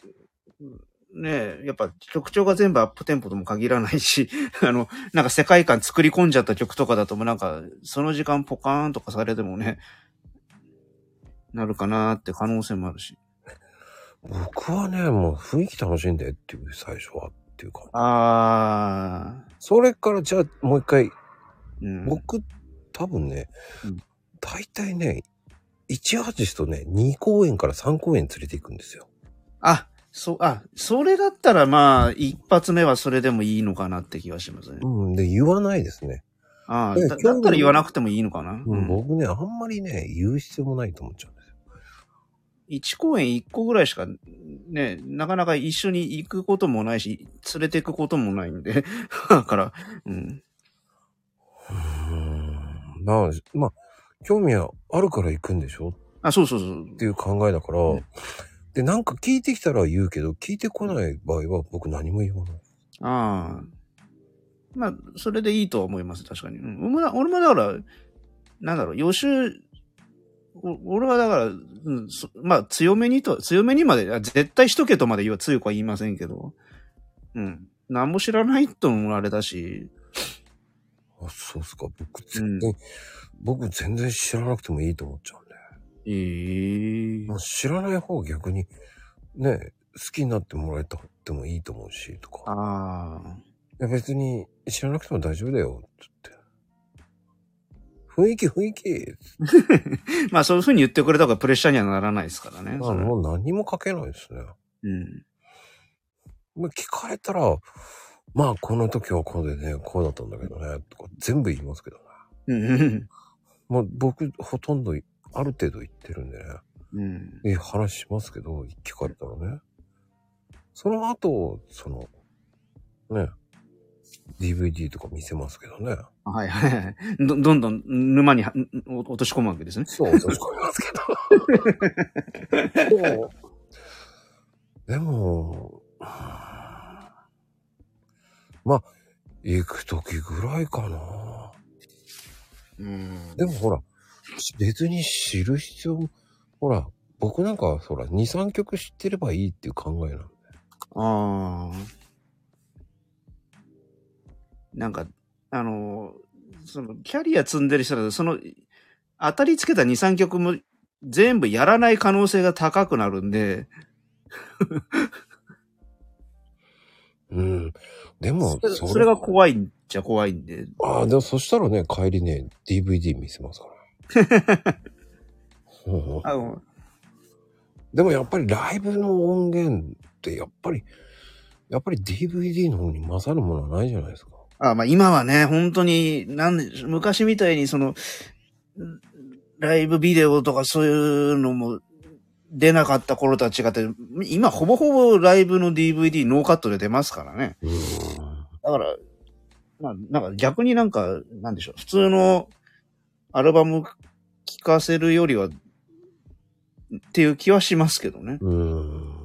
S3: ね、やっぱ曲調が全部アップテンポとも限らないし、 あの、なんか世界観作り込んじゃった曲とかだともうなんか、その時間ポカーンとかされてもね、なるかなーって可能性もあるし。
S2: 僕はね、もう雰囲気楽しんでっていう最初はっていうか、
S3: あ
S2: それからじゃあもう一回、
S3: ー、うん。
S2: 僕多分ね
S3: うん、
S2: 大体ね、1アーティストね、2公演から3公演連れて行くんですよ。
S3: あ、そう、あ、それだったらまあ、一発目はそれでもいいのかなって気がしますね。
S2: うん、で、言わないですね。
S3: あ
S2: ええ
S3: あ、だだったら言わなくてもいいのかな。
S2: うん、
S3: うん
S2: 僕ね、あんまりね、言う必要もないと思っちゃうんですよ。
S3: 一公演一個ぐらいしか、ね、なかなか一緒に行くこともないし、連れて行くこともないんで、 だから、うん。
S2: うん、なまあ、興味はあるから行くんでしょ
S3: あ、そうそうそう
S2: っ。ていう考えだから、
S3: うん
S2: で、なんか聞いてきたら言うけど、聞いてこない場合は僕何も言わない。
S3: ああ。まあ、それでいいとは思います、確かに。うん、俺も俺もだから、なんだろう、予習、お俺はだから、うん、そまあ、強めにと、強めにまで、あ絶対しとけとまで言う強くは言いませんけど、うん。何も知らないともあれだし、
S2: あ、そうっすか。僕、全然、僕全然知らなくてもいいと思っちゃうんで。
S3: ええ
S2: まあ、知らない方が逆に、ね、好きになってもらえたってもいいと思うし、とか。
S3: ああ。
S2: いや別に知らなくても大丈夫だよ、つって。雰囲気雰囲気
S3: まあそういうふうに言ってくれた方がプレッシャーにはならないですからね。
S2: ま
S3: そ
S2: あ
S3: れ
S2: もう何もかけないですね。
S3: うん。
S2: まあ聞かれたら、まあこの時はこうでね、こうだったんだけどね、とか全部言いますけどね。
S3: うん。
S2: まあ僕ほとんどある程度言ってるんでね、
S3: うん。
S2: いい話しますけど、聞かれたらね。その後、その、ね、DVD とか見せますけどね。
S3: はいはいはい。どどんどん沼にはん落とし込むわけですね。
S2: そう、落とし込みます けど。でも、でも、うーんまあ、行く時ぐらいかな。
S3: うん
S2: でもほら、別に知る必要も、ほら、僕なんかはほら、2、3曲知ってればいいっていう考えなんで。
S3: ああ。なんか、あの、その、キャリア積んでる人だと、その、当たりつけた2、3曲も全部やらない可能性が高くなるんで、
S2: うん。でも
S3: そ、れそれが怖いんじゃ怖いんで、
S2: ああ、でもそしたらね、帰りね、DVD 見せますから。 ほうほう
S3: あの、
S2: でもやっぱりライブの音源ってやっぱり、やっぱり DVD の方に勝るものはないじゃないですか。
S3: あまあ今はね、本当に、なんでしょう、昔みたいにその、うんライブビデオとかそういうのも出なかった頃とは違って、今ほぼほぼライブの DVD ノーカットで出ますからね。
S2: うん。
S3: だから、まあ、なんか逆になんか、なんでしょう、普通のアルバム聴かせるよりは、っていう気はしますけどね。
S2: うん。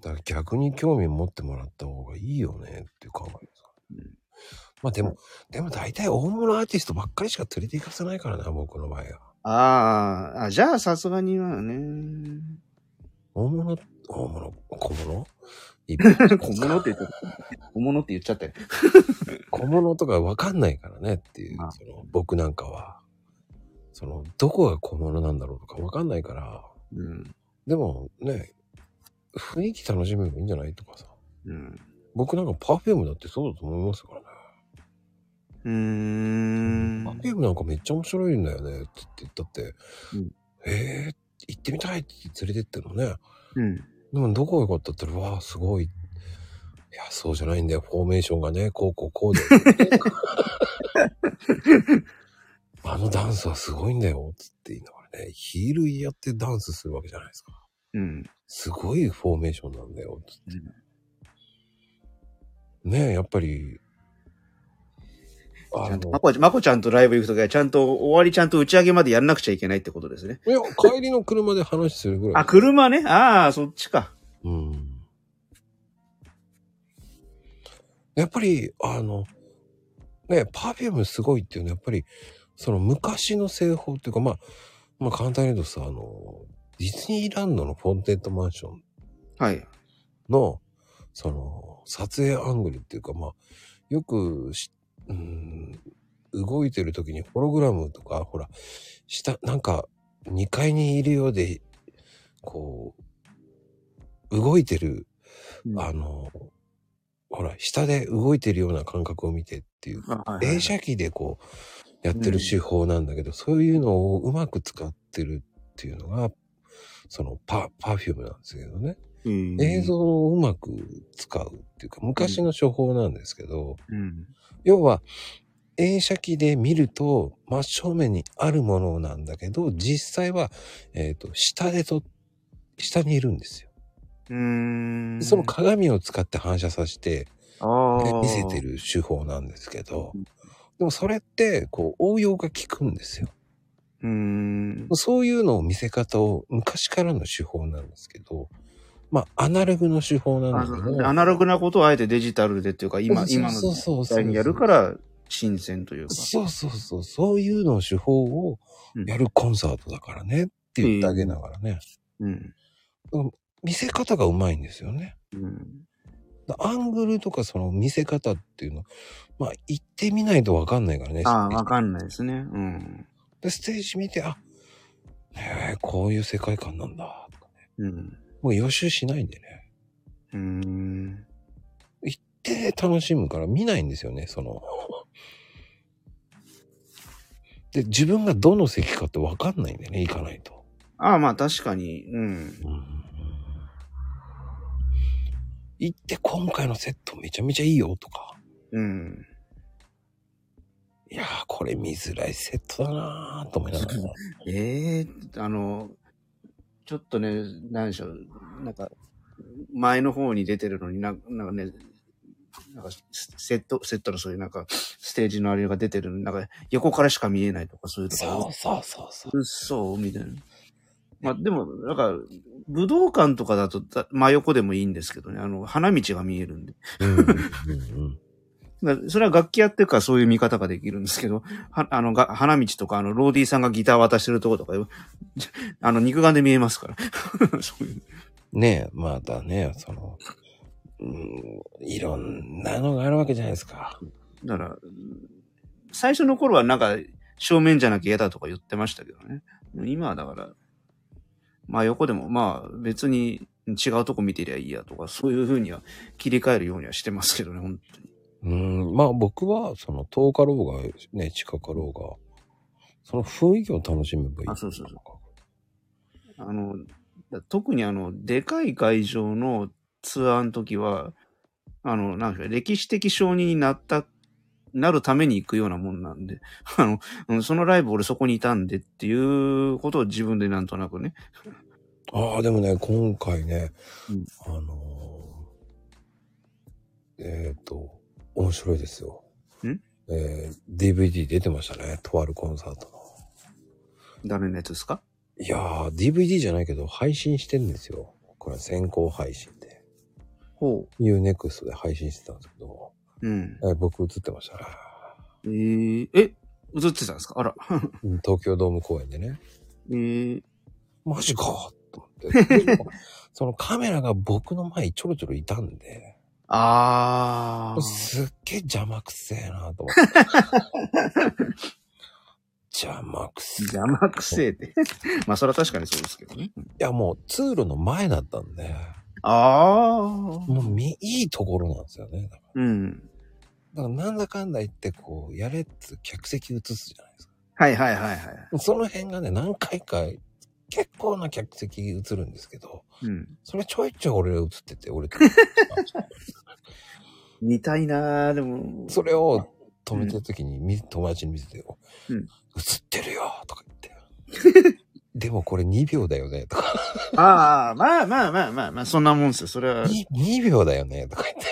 S2: だから逆に興味持ってもらった方がいいよねっていう考えですか。まあでも、でも大体大物アーティストばっかりしか連れて行かせないからな、僕の場合は。
S3: あーあ、じゃあさすがにはね。
S2: 大物、大物、小 物
S3: 小物って言っちゃった。小物って言っちゃったよ。
S2: 小物とかわかんないからねっていう、
S3: まあ
S2: その僕なんかは。その、どこが小物なんだろうとかわかんないから。
S3: うん。
S2: でもね、雰囲気楽しめばいいんじゃないとかさ。
S3: うん。
S2: 僕なんかパフュームだってそうだと思いますからね。
S3: うーん。
S2: パフュームなんかめっちゃ面白いんだよねって言ったって、
S3: うん
S2: えー、行ってみたいって連れてってんのね。
S3: うん。
S2: でもどこが良かったって言ったら、わあ、すごい。いや、そうじゃないんだよ。フォーメーションがね、こうこうこう で。あのダンスはすごいんだよ。つって言いながらね、ヒールやってダンスするわけじゃないですか。
S3: うん。
S2: すごいフォーメーションなんだよ。つってねえ、やっぱり、あ
S3: ちゃんと、ま
S2: の、
S3: こ、まこちゃんとライブ行くときは、ちゃんと終わりちゃんと打ち上げまでやんなくちゃいけないってことですね。
S2: いや、帰りの車で話するぐらい。
S3: あ、車ね。ああ、そっちか。
S2: うん。やっぱり、あの、ね、パフュームすごいっていうのは、やっぱり、その昔の製法っていうか、まあ、まあ簡単に言うとさ、あの、ディズニーランドのフォンテントマンション
S3: はい。
S2: の、その、撮影アングルっていうか、まあ、よくし、うん、動いてる時にホログラムとか、ほら、下、なんか、2階にいるようで、こう、動いてる
S3: うん
S2: あの、ほら、下で動いてるような感覚を見てっていう、
S3: あはいはい
S2: 映写機でこう、やってる手法なんだけど、そういうのをうまく使ってるっていうのが、そのパ、パフュームなんですけどね。
S3: うん
S2: 映像をうまく使うっていうか、昔の処方なんですけど、
S3: うん。
S2: 要は、映写機で見ると真正面にあるものなんだけど、実際は、えっ、と、下でと、下にいるんですよ。
S3: うーん。
S2: その鏡を使って反射させて、
S3: あー
S2: 見せて。る手法なんですけど、でもそれって、こう、応用が効くんですよ。
S3: うーん。
S2: そういうのを見せ方を昔からの手法なんですけど、まあ、アナログの手法な
S3: あ
S2: んだけ
S3: の
S2: ど、
S3: アナログなことをあえてデジタルでっていうか、今、今の
S2: そうそう
S3: 時
S2: そう
S3: 代にやるから、新鮮というか。
S2: そうそうそう、そういうの手法をやるコンサートだからねって言ってあげながらね、
S3: うん。
S2: 見せ方がうまいんですよね。
S3: うん。
S2: アングルとかその見せ方っていうの、まあ行ってみないとわかんないからね。
S3: ああ、わかんないですね。うん。
S2: でステージ見て、あ、へえ、こういう世界観なんだ、とかね。
S3: うん。
S2: もう予習しないんでね。
S3: うーん。
S2: で、楽しむから見ないんですよね、その。で、自分がどの席かってわかんないんでね、行かないと。
S3: ああ、まあ確かに。うん。
S2: 行って、今回のセットめちゃめちゃいいよ、とか。
S3: うん。
S2: いやー、これ見づらいセットだなーと思いながらね。
S3: ええあの、ちょっとね、何でしょう。なんか、前の方に出てるのになんなんかね、なんかセット、セットのそういうなんか、ステージのあれが出てるのになんか横からしか見えないとかそういうとか。
S2: そうそうそうそう。
S3: 嘘みたいな。まあでも、なんか、武道館とかだとだ真横でもいいんですけどね、あの、花道が見えるんで。
S2: うんうんうん
S3: だからそれは楽器やってるからそういう見方ができるんですけど、はあの、が花道とか、あの、ローディーさんがギター渡してるとことか、 あの、肉眼で見えますから。 そういう。
S2: うんねえ、まだね、その、うん、いろんなのがあるわけじゃないですか。
S3: だから、最初の頃はなんか、正面じゃなきゃ嫌だとか言ってましたけどね。今はだから、まあ横でも、まあ別に違うとこ見てりゃいいやとか、そういうふうには切り替えるようにはしてますけどね、本当
S2: う
S3: に。
S2: ん、まあ僕は、その遠かろうが、ね、近かろうが、その雰囲気を楽しめばいい。
S3: あそうそうそあの、だ特にあの、でかい会場のツアーの時は、あの、なんか歴史的承認になった、なるために行くようなもんなんで、 あの、うんそのライブ俺そこにいたんでっていうことを自分でなんとなくね。
S2: ああ、でもね、今回ね、
S3: うん
S2: あのーえっ、と、面白いですよ。
S3: ん
S2: えー DVD 出てましたね、とあるコンサートの。
S3: 誰のやつですか
S2: いやー、DVD じゃないけど、配信してんですよ。これ先行配信で。
S3: ほ
S2: UNEXT で配信してたんですけど、
S3: う。うん。
S2: えー僕映ってましたね。
S3: えー、え、映ってたんですかあら。
S2: うん東京ドーム公演でね。
S3: えー、
S2: マジかと思 って。でもそのカメラが僕の前にちょろちょろいたんで、
S3: あー。
S2: すっげえ邪魔くせえなと思って。 邪魔くせえ。い
S3: 邪魔くせえって。 まあそれは確かにそうですけどね。
S2: やもう通路の前だったんで、
S3: あー。
S2: もうみいいところなんですよね。だか
S3: うん。
S2: らなんだかんだ言ってこう、やれっつ客席移すじゃないですか。
S3: はいはいはいはい。
S2: その辺がね、何回か結構な客席移るんですけど、
S3: うん。
S2: それちょいちょい俺が映ってて、俺と。
S3: 見たいなぁ、でも。
S2: それを止めてる時に、み友達に見せてよ。
S3: うん
S2: 映ってるよとか言って。でもこれ2秒だよねとか。
S3: ああ、まあまあまあまあまあ、そんなもんですよ。それは。
S2: に 2, 秒だよねとか言って。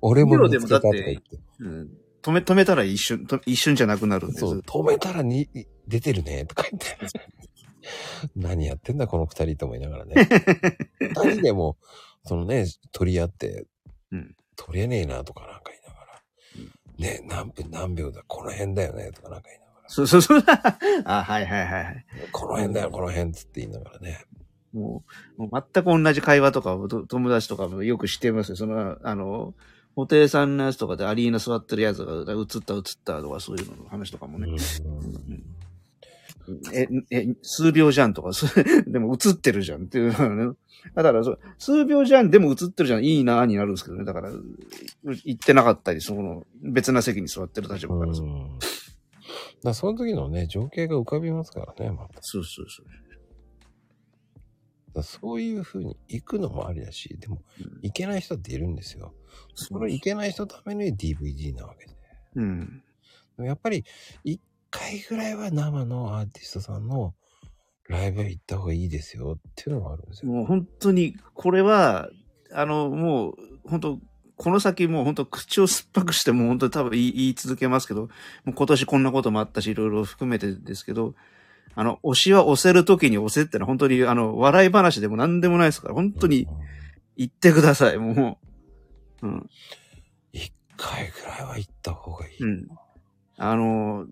S2: 俺も見つけたとか言って。
S3: うん止め、止めたら一瞬、と一瞬じゃなくなるんです
S2: そう、
S3: よ。
S2: 止めたらに出てるねとか言って。 何やってんだこの2人と思いながら ね。2人でも、そのね、取り合って、
S3: うん
S2: 取れねえなとかなんか言いながら。ね、何分何秒だ、この辺だよねとかなんか言いながら。
S3: そうそうそう。 あはいはいはいはい。
S2: この辺だよ、この辺っつって言いながらね。
S3: もう、もう全く同じ会話とかをと友達とかもよくしてますよ。その、あの、布袋さんのやつとかでアリーナ座ってるやつが映った映ったとかそういうの話とかもね。え、え、数秒じゃんとか、それ でも映ってるじゃんっていうのはね。だからそう、数秒じゃん、でも映ってるじゃん、いいなぁになるんですけどね。だから、う行ってなかったり、そこの別な席に座ってる立場からそう
S2: うんだからその時のね、情景が浮かびますからね、また。だか
S3: そうそうそう。
S2: らそういう風に行くのもありだし、でも
S3: うん、
S2: 行けない人っているんですよ。
S3: そ
S2: これ行けない人のために DVD なわけで。
S3: うん。
S2: でもやっぱり、一回ぐらいは生のアーティストさんのライブへ行った方がいいですよっていうのがあるんですよ。
S3: もう本当に、これは、あの、もう、本当この先もう本当口を酸っぱくしてもう本当に多分言い言い続けますけど、もう今年こんなこともあったし、いろいろ含めてですけど、あの、推しは押せるときに押せってのは本当に、あの、笑い話でも何でもないですから、本当に
S2: うん
S3: 言ってください、もう。うん。
S2: 一回ぐらいは行った方がいい。
S3: うん。あの、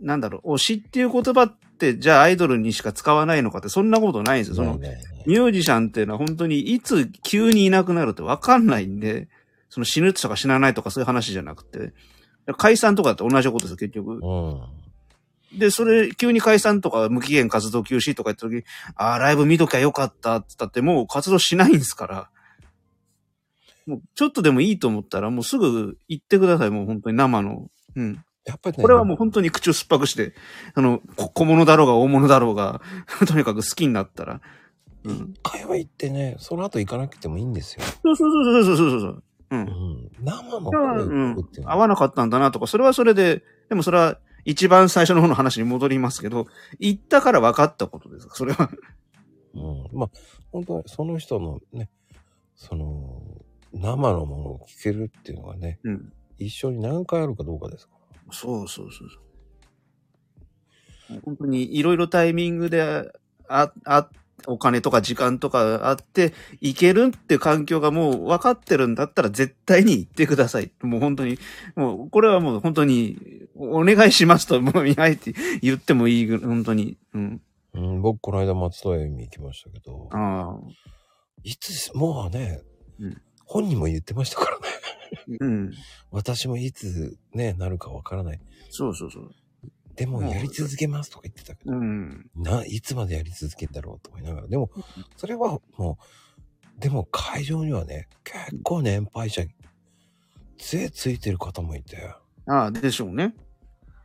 S3: なんだろう、推しっていう言葉っって、じゃあアイドルにしか使わないのかって、そんなことないんですよ。その、
S2: ね
S3: ミュージシャンっていうのは本当にいつ急にいなくなるってわかんないんで、その死ぬとか死なないとかそういう話じゃなくて、解散とかだって同じことですよ、結局。
S2: うん。
S3: で、それ、急に解散とか無期限活動休止とか言った時に、ああ、ライブ見ときゃよかったって言ったってもう活動しないんですから。もうちょっとでもいいと思ったらもうすぐ行ってください、もう本当に生の。うん。
S2: やっぱりね、
S3: これはもう本当に口を酸っぱくして、あの、こ小物だろうが大物だろうが、 とにかく好きになったら。うん。
S2: 一回は行ってね、その後行かなくてもいいんですよ。
S3: そうそうそうそうそうそうそう。う。
S2: うんん。生の
S3: だか
S2: 声
S3: ら
S2: を聞くっていうの
S3: 合
S2: は、
S3: わなかったんだなとか、それはそれで、でもそれは一番最初の方の話に戻りますけど、行ったから分かったことです。それは。
S2: うん。まあ、本当はその人のね、その、生のものを聞けるっていうのがね、
S3: うん。
S2: 一緒に何回あるかどうかですか
S3: そうそうそうそう。本当にいろいろタイミングで、あ、あ、お金とか時間とかあって、行けるって環境がもう分かってるんだったら絶対に行ってください。もう本当に、もうこれはもう本当に、お願いしますと、もう、いないって言ってもいいぐらい、本当に。うん。
S2: ら。うん、僕この間松戸恵美行きましたけど、
S3: ああ。
S2: いつ、もうね、
S3: うん
S2: 本人も言ってましたからね。
S3: うん。
S2: 私もいつね、なるかわからない。
S3: そうそうそう。
S2: でも
S3: もう
S2: やり続けますとか言ってたけど、
S3: うん。
S2: な、いつまでやり続けんだろうと思いながら。でも、それはもう、でも会場にはね、結構年配者、杖ついてる方もいて、
S3: ああ、でしょうね。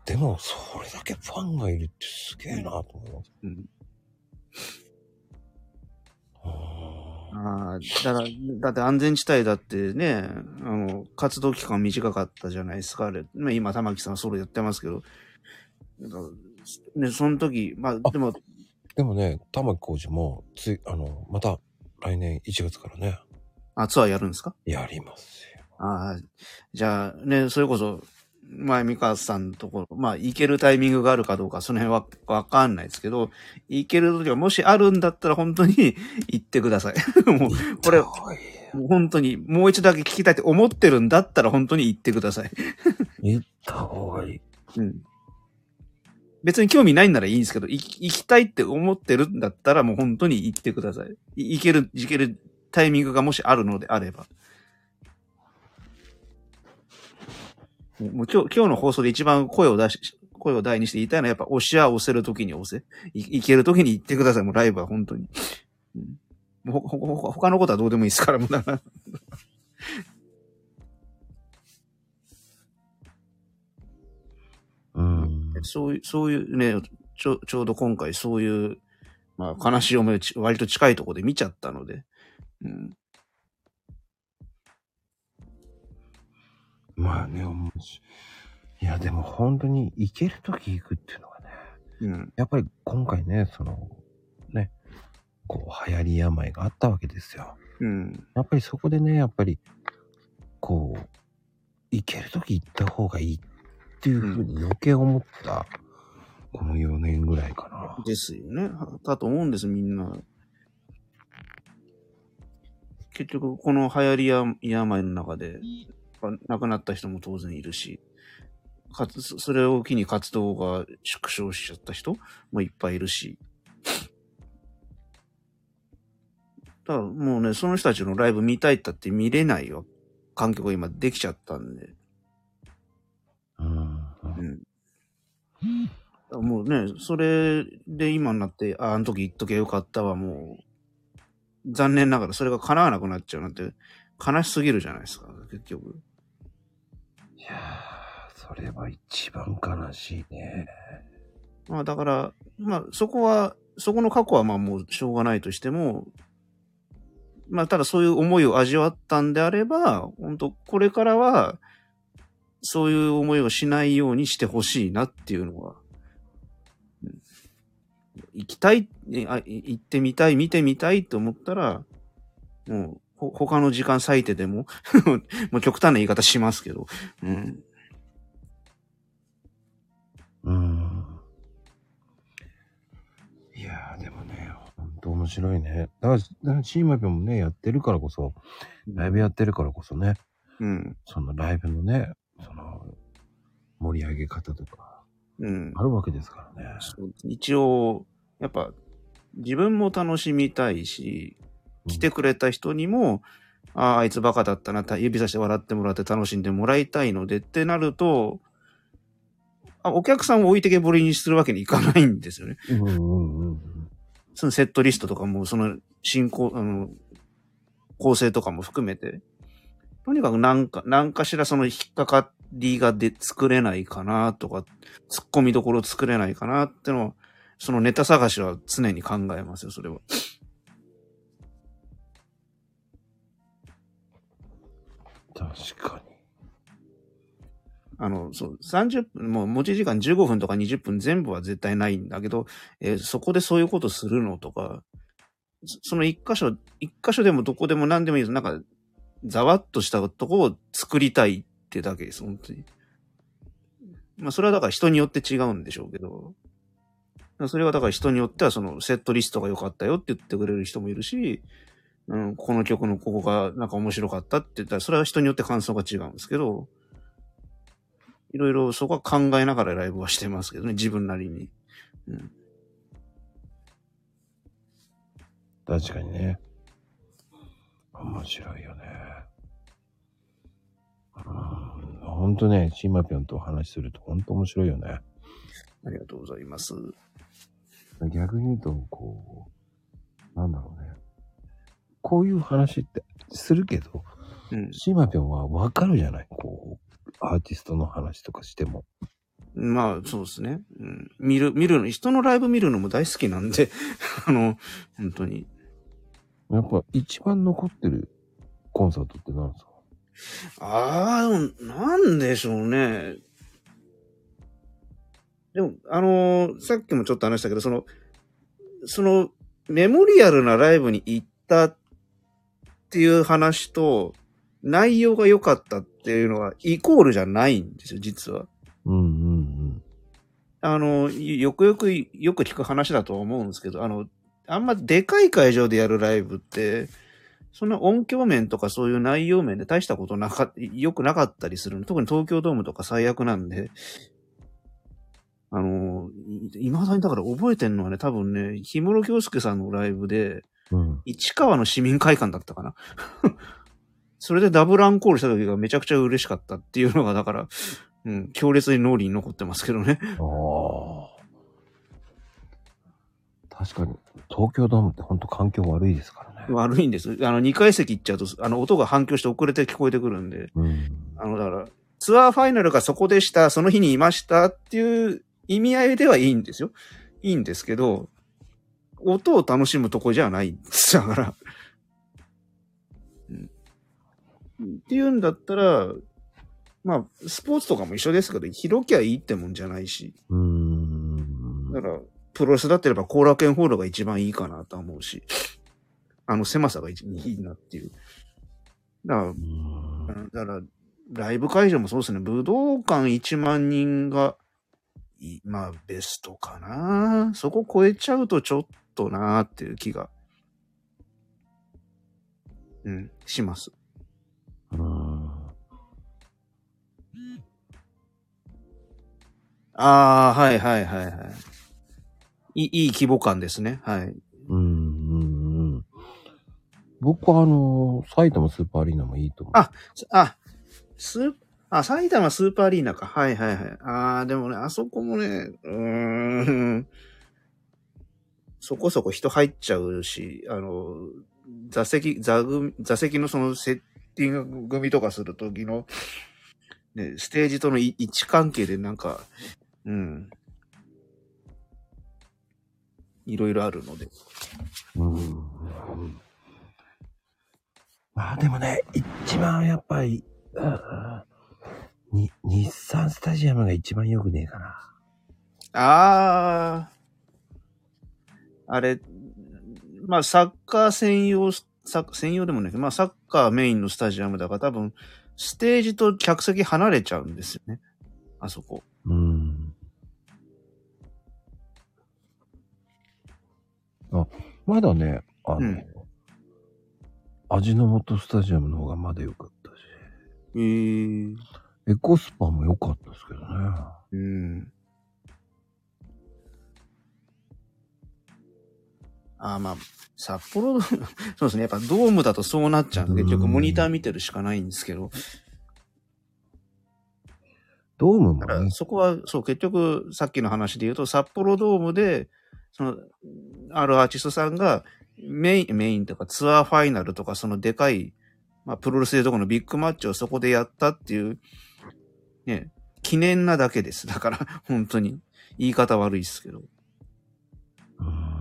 S2: でもそれだけファンがいるってすげえなと思います。
S3: うん。
S2: う
S3: ああ、だから、だって安全地帯だってね、あの、活動期間短かったじゃないですか、あれ。まあ今、玉木さんソロやってますけど。だからね、その時、まあ、でも、
S2: ーんでもね、玉木浩二も、つい、あの、また来年1月からね、
S3: あ、ツアーやるんですか
S2: やりますよ。
S3: ああ、じゃあ、ね、それこそ、前、美川さんのところ、まあ、行けるタイミングがあるかどうか、その辺はわかんないですけど、行ける時は、もしあるんだったら、本当に 行ってください。 もう、これ、も
S2: はいう
S3: 本当に、もう一度だけ聞きたいって思ってるんだったら、本当に行ってください。
S2: 言った方がいい。
S3: うん。別に興味ないんならいいんですけど、い行きたいって思ってるんだったらもう本当に行ってください。い行ける、行けるタイミングがもしあるのであれば。もうもう今日、今日の放送で一番声を出し、声を大にして言いたいのはやっぱ押しや押せるときに押せ。い行けるときに行ってください。もうライブは本当に。うんもうほ、ほ、ほ、ほ他のことはどうでもいいですから、もうだから
S2: うん。
S3: そういう、そういうね、ちょ、ちょうど今回そういう、まあ悲しい思いをち割と近いところで見ちゃったので、うん。
S2: まあね、思うし。いや、でも本当に行けるとき行くっていうのがね、
S3: うん。
S2: やっぱり今回ね、その、ね、こう、流行り病があったわけですよ。
S3: うん。
S2: やっぱりそこでね、やっぱり、こう、行けるとき行った方がいいっていうふうに余計思った、この4年ぐらいかな。
S3: ですよね。だと思うんです、みんな。結局、この流行りや病の中で、まあ亡くなった人も当然いるし、かつ、それを機に活動が縮小しちゃった人もいっぱいいるし。だからもうね、その人たちのライブ見たいったって見れないよ。環境が今できちゃったんで。
S2: うん。
S3: うん。もうね、それで今になって、あ、あの時言っとけばよかったわ、もう、残念ながらそれが叶わなくなっちゃうなんて、悲しすぎるじゃないですか、結局。
S2: いやー、それは一番悲しいね。
S3: まあだから、まあそこは、そこの過去はまあもうしょうがないとしても、まあただそういう思いを味わったんであれば、本当これからは、そういう思いをしないようにしてほしいなっていうのは。うん行きたい、えあい行ってみたい、見てみたいと思ったら、もう、ほ他の時間割いてでも、 もう極端な言い方しますけど、うん。
S2: うん。いやー、でもね、ほんと面白いね。だから、だからチームアピョンもね、やってるからこそ、ライブやってるからこそね、
S3: うん。
S2: そのライブのね、その、盛り上げ方とか、
S3: うん。
S2: あるわけですからね。
S3: そう一応、やっぱ、自分も楽しみたいし、
S2: うん
S3: 来てくれた人にも、ああ、あいつバカだったな、た指さして笑ってもらって楽しんでもらいたいのでってなると、あお客さんを置いてけぼりにするわけにいかないんですよね。
S2: うんうんうんうん。
S3: そのセットリストとかも、その進行、あの、構成とかも含めて、とにかくなんか、なんかしらその引っかかりがで作れないかなとか、突っ込みどころ作れないかなってのは、そのネタ探しは常に考えますよ、それは。
S2: 確かに。
S3: あの、そう、30分、もう持ち時間15分とか20分全部は絶対ないんだけど、えーそこでそういうことするのとか、そその一箇所、一箇所でもどこでも何でもいいです。なんか、ざわっとしたとこを作りたいってだけです、本当に。まあ、それはだから人によって違うんでしょうけど、それはだから人によってはそのセットリストが良かったよって言ってくれる人もいるし、うん、この曲のここがなんか面白かったって言ったら、それは人によって感想が違うんですけど、いろいろそこは考えながらライブはしてますけどね、自分なりに。うん、
S2: 確かにね。面白いよね。うんほんとね、シーマピョンとお話しするとほんと面白いよね。
S3: ありがとうございます。
S2: 逆に言うと、こう、なんだろうね。こういう話ってするけど、
S3: うん、
S2: シーマピョンはわかるじゃないこう、アーティストの話とかしても。
S3: まあ、そうですね、うん。見る、見るの、人のライブ見るのも大好きなんで、 あの、本当に。
S2: やっぱ一番残ってるコンサートって何ですか
S3: ああ、なんでしょうね。でも、あのーさっきもちょっと話したけど、その、その、メモリアルなライブに行ったっていう話と、内容が良かったっていうのは、イコールじゃないんですよ、実は。
S2: うんうん
S3: あの、よくよく、よく聞く話だとは思うんですけど、あの、あんまでかい会場でやるライブって、そんな音響面とかそういう内容面で大したことなか、良くなかったりするの。特に東京ドームとか最悪なんで、あの、い未だにだから覚えてんのはね、多分ね、氷室京介さんのライブで、
S2: うん。うん。
S3: 市川の市民会館だったかな。 それでダブルアンコールした時がめちゃくちゃ嬉しかったっていうのが、だから、うん、強烈に脳裏に残ってますけどね。
S2: ああ。確かに、東京ドームって本当環境悪いですからね。
S3: 悪いんです。あの、2階席行っちゃうと、あの、音が反響して遅れて聞こえてくるんで、
S2: うん。
S3: あの、だから、ツアーファイナルがそこでした、その日にいましたっていう意味合いではいいんですよ。いいんですけど、音を楽しむとこじゃないんです。だから。うんっていうんだったら、まあ、スポーツとかも一緒ですけど、広きゃいいってもんじゃないし、
S2: うーん。
S3: だから、プロレスだってれば後楽園ホールが一番いいかなとは思うし、あの狭さが一いいなっていう。だか
S2: うーん
S3: ら、うんだから、ライブ会場もそうですね、武道館1万人が、いまあ、ベストかな。そこ超えちゃうとちょっとなーっていう気が、うん、します。
S2: うーん。
S3: ああ、はいはいはいはい。いい、いい規模感ですね。はい。
S2: うんうんうん。僕はあの、埼玉スーパーアリーナもいいと思う。
S3: ああ、スー、あ、埼玉スーパーアリーナか。はいはいはい。ああ、でもね、あそこもね、うーん、そこそこ人入っちゃうし、あの、座席、座組、座席のそのセッティング組とかするときの、ね、ステージとのい位置関係でなんか、うん。いろいろあるので。
S2: うんうんうん。まあでもね、一番やっぱり、うんうんに、日産スタジアムが一番良くねえかな。
S3: ああ。あれ、まあ、サッカー専用、サッ専用でもないけど、まあ、サッカーメインのスタジアムだから多分、ステージと客席離れちゃうんですよね。あそこ。
S2: うん。あ、まだね、あの、
S3: うん
S2: 味の素スタジアムの方がまだ良かったし、
S3: ええ
S2: エコスパも良かったですけどね。
S3: うん。あーまあ、札幌、 そうですね。やっぱドームだとそうなっちゃうんで、結局モニター見てるしかないんですけど、
S2: ドームも
S3: だから
S2: ね、
S3: そこは、そう、結局、さっきの話で言うと、札幌ドームで、その、あるアーティストさんが、メイン、メインとかツアーファイナルとか、そのでかい、まあ、プロレスでどこのビッグマッチをそこでやったっていう、ね、記念なだけです。だから、本当に。言い方悪いですけど。
S2: うん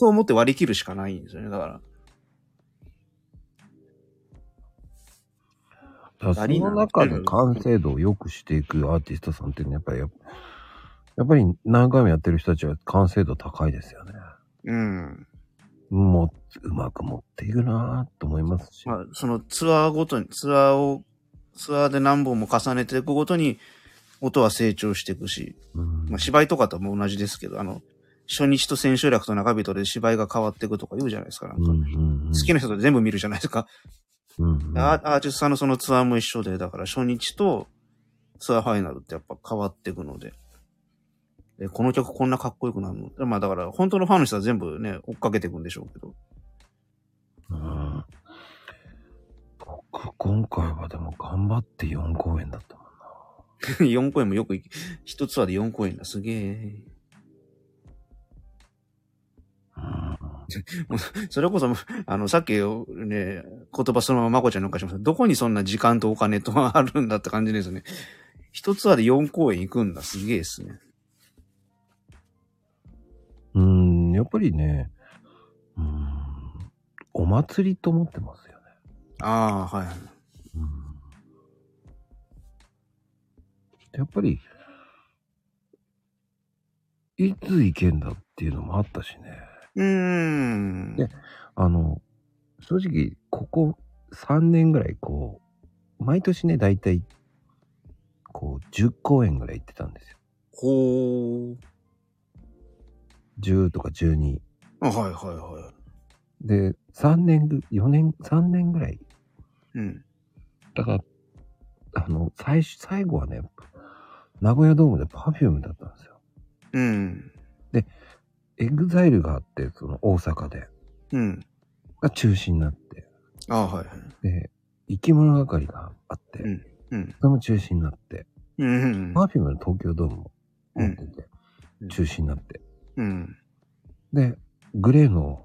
S3: と思って割り切るしかないんですよね。だか
S2: だからその中で完成度を良くしていくアーティストさんっていうのはやっぱり、やっぱり何回もやってる人たちは完成度高いですよね。
S3: ら。うん。
S2: もう、うまく持っていくなぁと思いますし。
S3: まあ、そのツアーごとに、ツアーを、ツアーで何本も重ねていくごとに、音は成長していくし、
S2: うん
S3: まあ、芝居とかとも同じですけど、あの、初日と千秋楽と中人で芝居が変わっていくとか言うじゃないですか。なんか
S2: うんうんうん
S3: 好きな人と全部見るじゃないですか。
S2: うんうん
S3: アーアーティストさんのそのツアーも一緒で、だから初日とツアーファイナルってやっぱ変わっていくので。でこの曲こんなかっこよくなるのまあだから本当のファンの人は全部ね、追っかけていくんでしょうけど。
S2: うん僕、今回はでも頑張って4公演だったもんな。
S3: 4公演もよく行き、一ツアーで4公演だ。すげえ。それこそ、あの、さっきね、言葉そのまままこちゃんのおかしました。どこにそんな時間とお金とあるんだって感じですね。一ツアーで4公演行くんだ。すげえですね。
S2: うん、やっぱりね、うん、お祭りと思ってますよね。
S3: ああ、はいはい。
S2: やっぱり、いつ行けんだっていうのもあったしね。
S3: うーん。
S2: ねあの、正直、ここ3年ぐらい、こう、毎年ね、だいたい、こう、10公演ぐらい行ってたんですよ。
S3: ほう。
S2: 10とか12。
S3: あはいはいは
S2: で、3年ぐ、4年、3年ぐらい。
S3: い。うん。
S2: だから、あの、最終、最後はね、名古屋ドームでパフュームだったんですよ。
S3: うん。
S2: エグザイルがあって、その大阪で、
S3: うん。
S2: が中止になって、
S3: ああ、はいはい。
S2: で、生き物係があって、
S3: うんうん。
S2: それも中止になって、
S3: うん。
S2: パフュームの東京ドームも持ってて、
S3: うん
S2: 中止になって、
S3: うん。
S2: で、グレーの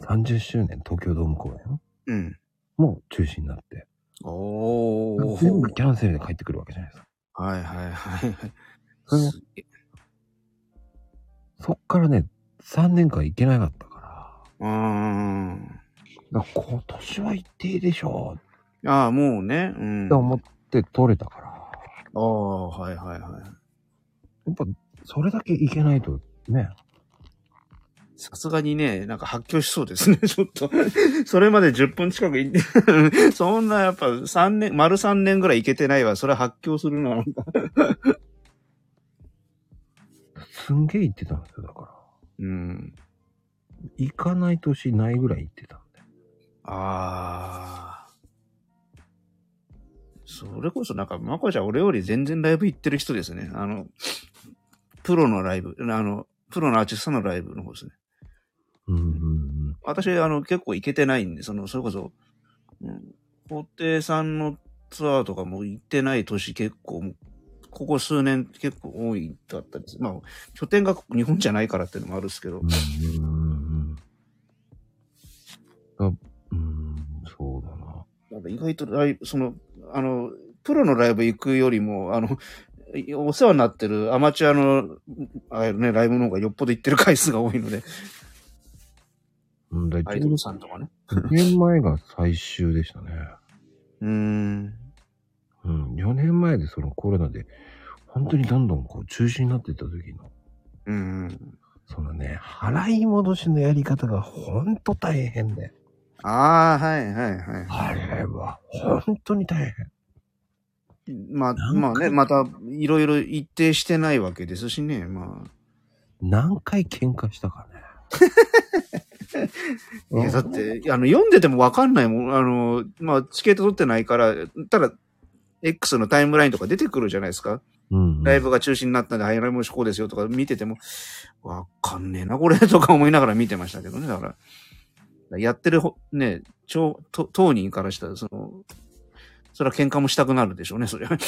S2: 30周年東京ドーム公演
S3: うん。
S2: も中止になって、
S3: お
S2: 全部
S3: ー。
S2: キャンセルで帰ってくるわけじゃないですか。
S3: はいはいはいはい。
S2: それも
S3: すげえ
S2: そっからね、3年間行けなかったから、
S3: うーん。
S2: だから今年は行っていいでしょ
S3: ああ、もうね。う。
S2: うんって思って取れたから、
S3: ああ、はいはいはい。
S2: やっぱそれだけ行けないとね、
S3: さすがにね、なんか発狂しそうですね、 ちょっと。それまで10分 近く行って、そんなやっぱ3年、丸3年ぐらい行けてないわ。それは発狂するな。なんか
S2: すんげえ行ってたんですよ、だから。
S3: うん。
S2: 行かない年ないぐらい行ってたんで。
S3: ああ。それこそなんか、まこちゃん俺より全然ライブ行ってる人ですね。あの、プロのライブ、あの、プロのアーティストのライブの方ですね。
S2: うんうん
S3: 私、あの、結構行けてないんで、その、それこそ、うん、法廷さんのツアーとかも行ってない年結構もう、ここ数年結構多いだったです。まあ、拠点が日本じゃないからっていうのもあるんですけど
S2: うん。う、んうんうん。あ、うん、そうだな。
S3: なんか意外とライブ、その、あの、プロのライブ行くよりも、あの、お世話になってるアマチュアの、ああいうね、ライブの方がよっぽど行ってる回数が多いので、
S2: うん、だい
S3: ア
S2: た
S3: イ
S2: い
S3: ドル
S2: 2
S3: さんとかね。
S2: 年前が最終でしたね。
S3: うーん。
S2: うん、4年前でそのコロナで、本当にどんどんこう中止になっていった時の、
S3: うーん。
S2: そのね、払い戻しのやり方が本当大変で。
S3: ああ、はいはいはい。
S2: あれは本当に大変。
S3: まあ、
S2: なんか
S3: まあね、また、いろいろ一定してないわけですしね、ま
S2: 何回喧嘩したか
S3: あ。 い
S2: ね。
S3: や、だって、あの、読んでてもわかんないもん。あの、まあ、チケット取ってないから、ただ、X のタイムラインとか出てくるじゃないですか。
S2: うん。
S3: ライブが中止になったんで、はい、ライブもこうですよとか見てても、わかんねえな、これとか思いながら見てましたけどね、だから。やってるほ、ね、超、と当人からしたら、その、それは喧嘩もしたくなるでしょうね、それは。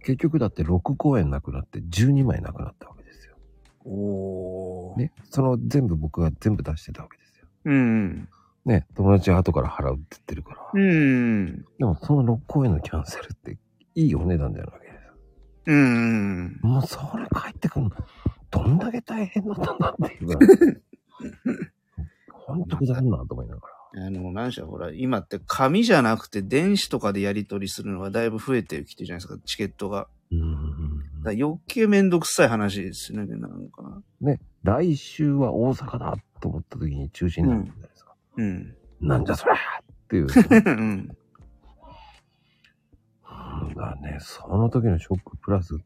S2: 結局だって6公演なくなって12枚なくなったわけですよ。
S3: おー。
S2: ね。その全部僕が全部出してたわけですよ。
S3: うん。
S2: ね。友達は後から払うって言ってるから。
S3: うん。
S2: でもその6公演のキャンセルっていいお値段じゃないわけですよ。
S3: うん。
S2: もうそれ帰ってくるの、どんだけ大変だったんだっていうぐら い。ほんとくだらんなと思いながら。
S3: あの、何しろほら、今って紙じゃなくて電子とかでやり取りするのがだいぶ増えてきてるじゃないですか、チケットが。
S2: うん。
S3: だから余計めんどくさい話ですよね、なんか。
S2: ね。来週は大阪だと思った時に中止になるじゃないですか。
S3: うん。
S2: なんじゃそりゃっていう。
S3: うん。
S2: うんだね、その時のショックプラス、